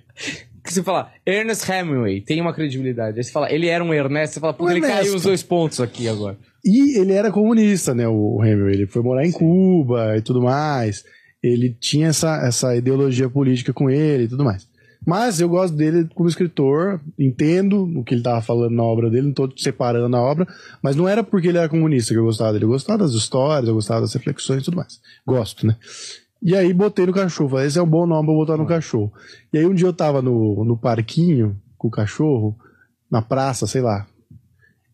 Speaker 1: Que você fala, Ernest Hemingway, tem uma credibilidade. Aí você fala, ele era um Ernesto, você fala, pô,
Speaker 2: Um
Speaker 1: ele caiu
Speaker 2: Ernesto.
Speaker 1: uns dois pontos aqui agora.
Speaker 2: E ele era comunista, né, o Hemingway. Ele foi morar em Cuba e tudo mais. Ele tinha essa, essa ideologia política com ele e tudo mais. Mas eu gosto dele como escritor, entendo o que ele estava falando na obra dele, não estou separando a obra, mas não era porque ele era comunista que eu gostava dele. Eu gostava das histórias, eu gostava das reflexões e tudo mais. Gosto, né? E aí botei no cachorro, falei, esse é um bom nome pra botar no cachorro. E aí um dia eu tava no, no parquinho com o cachorro, na praça, sei lá,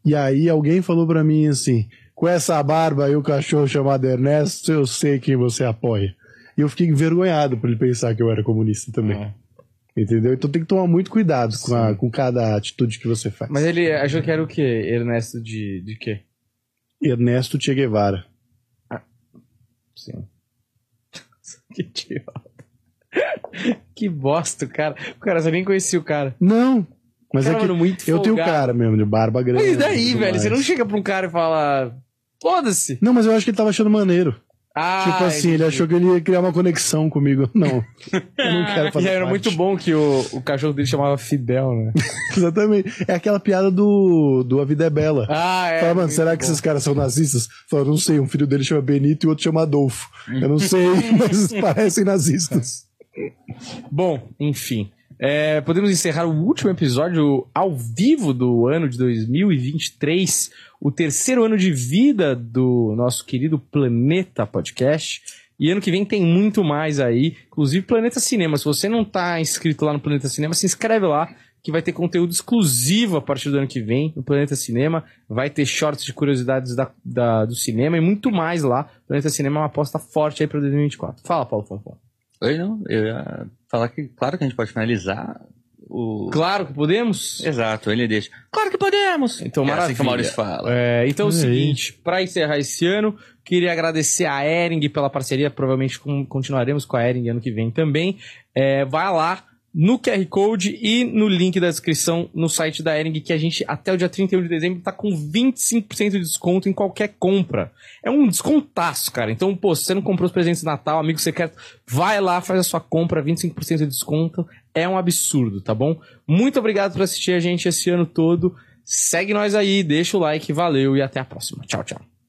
Speaker 2: e aí alguém falou pra mim assim: com essa barba e o cachorro chamado Ernesto, eu sei quem você apoia. E eu fiquei envergonhado por ele pensar que eu era comunista também.
Speaker 1: Né?
Speaker 2: Entendeu? Então tem que tomar muito cuidado com, a- com cada atitude que você faz.
Speaker 1: Mas é ele achou que era o quê? Ernesto de, de quê?
Speaker 2: Ernesto Che Guevara.
Speaker 1: Sim. que idiota. que bosta, cara. Cara, você nem conhecia o cara.
Speaker 2: Não! Mas
Speaker 1: cara,
Speaker 2: é que
Speaker 1: mano, muito
Speaker 2: eu tenho
Speaker 1: folgado.
Speaker 2: cara mesmo de barba grande.
Speaker 1: Mas
Speaker 2: e
Speaker 1: daí,
Speaker 2: tudo
Speaker 1: velho,
Speaker 2: mais.
Speaker 1: você não chega pra um cara e fala, foda-se.
Speaker 2: Não, mas eu acho que ele tava achando maneiro.
Speaker 1: Ah,
Speaker 2: tipo assim, ele achou que ele ia criar uma conexão comigo. Não. eu não quero fazer
Speaker 1: E era
Speaker 2: parte.
Speaker 1: muito bom que o, o cachorro dele chamava Fidel, né?
Speaker 2: Exatamente. É aquela piada do, do A Vida é Bela.
Speaker 1: Ah, é.
Speaker 2: Fala, mano,
Speaker 1: muito
Speaker 2: será que
Speaker 1: bom.
Speaker 2: esses caras são nazistas? Fala, não sei, um filho dele chama Benito e outro chama Adolfo. Eu não sei, mas parecem nazistas.
Speaker 1: Bom, enfim. É, podemos encerrar o último episódio ao vivo do ano de 2023, o terceiro ano de vida do nosso querido Planeta Podcast. E ano que vem tem muito mais aí, inclusive Planeta Cinema. Se você não está inscrito lá no Planeta Cinema, se inscreve lá, que vai ter conteúdo exclusivo a partir do ano que vem no Planeta Cinema. Vai ter shorts de curiosidades da- da- do cinema e muito mais lá. Planeta Cinema é uma aposta forte aí para 2024. Fala, Paulo Fonfon.
Speaker 3: Oi, não. Eu ia falar que, claro que a gente pode finalizar o.
Speaker 1: Claro que podemos?
Speaker 3: Exato, ele deixa. Claro que podemos!
Speaker 1: Então,
Speaker 3: é assim
Speaker 1: maravilha.
Speaker 3: que o Maurício fala.
Speaker 1: É, então é o
Speaker 2: Olha aí.
Speaker 1: seguinte, para encerrar esse ano, queria agradecer a Ering pela parceria, provavelmente com- continuaremos com a Ering ano que vem também. É, vai lá no QR Code e no link da descrição no site da Ering que a gente até o dia 31 de dezembro tá com 25% de desconto em qualquer compra. É um descontaço, cara. Então, pô, se você não comprou os presentes de Natal, amigo secreto, vai lá, faz a sua compra, 25% de desconto. É um absurdo, tá bom? Muito obrigado por assistir a gente esse ano todo. Segue nós aí, deixa o like, valeu e até a próxima. Tchau, tchau.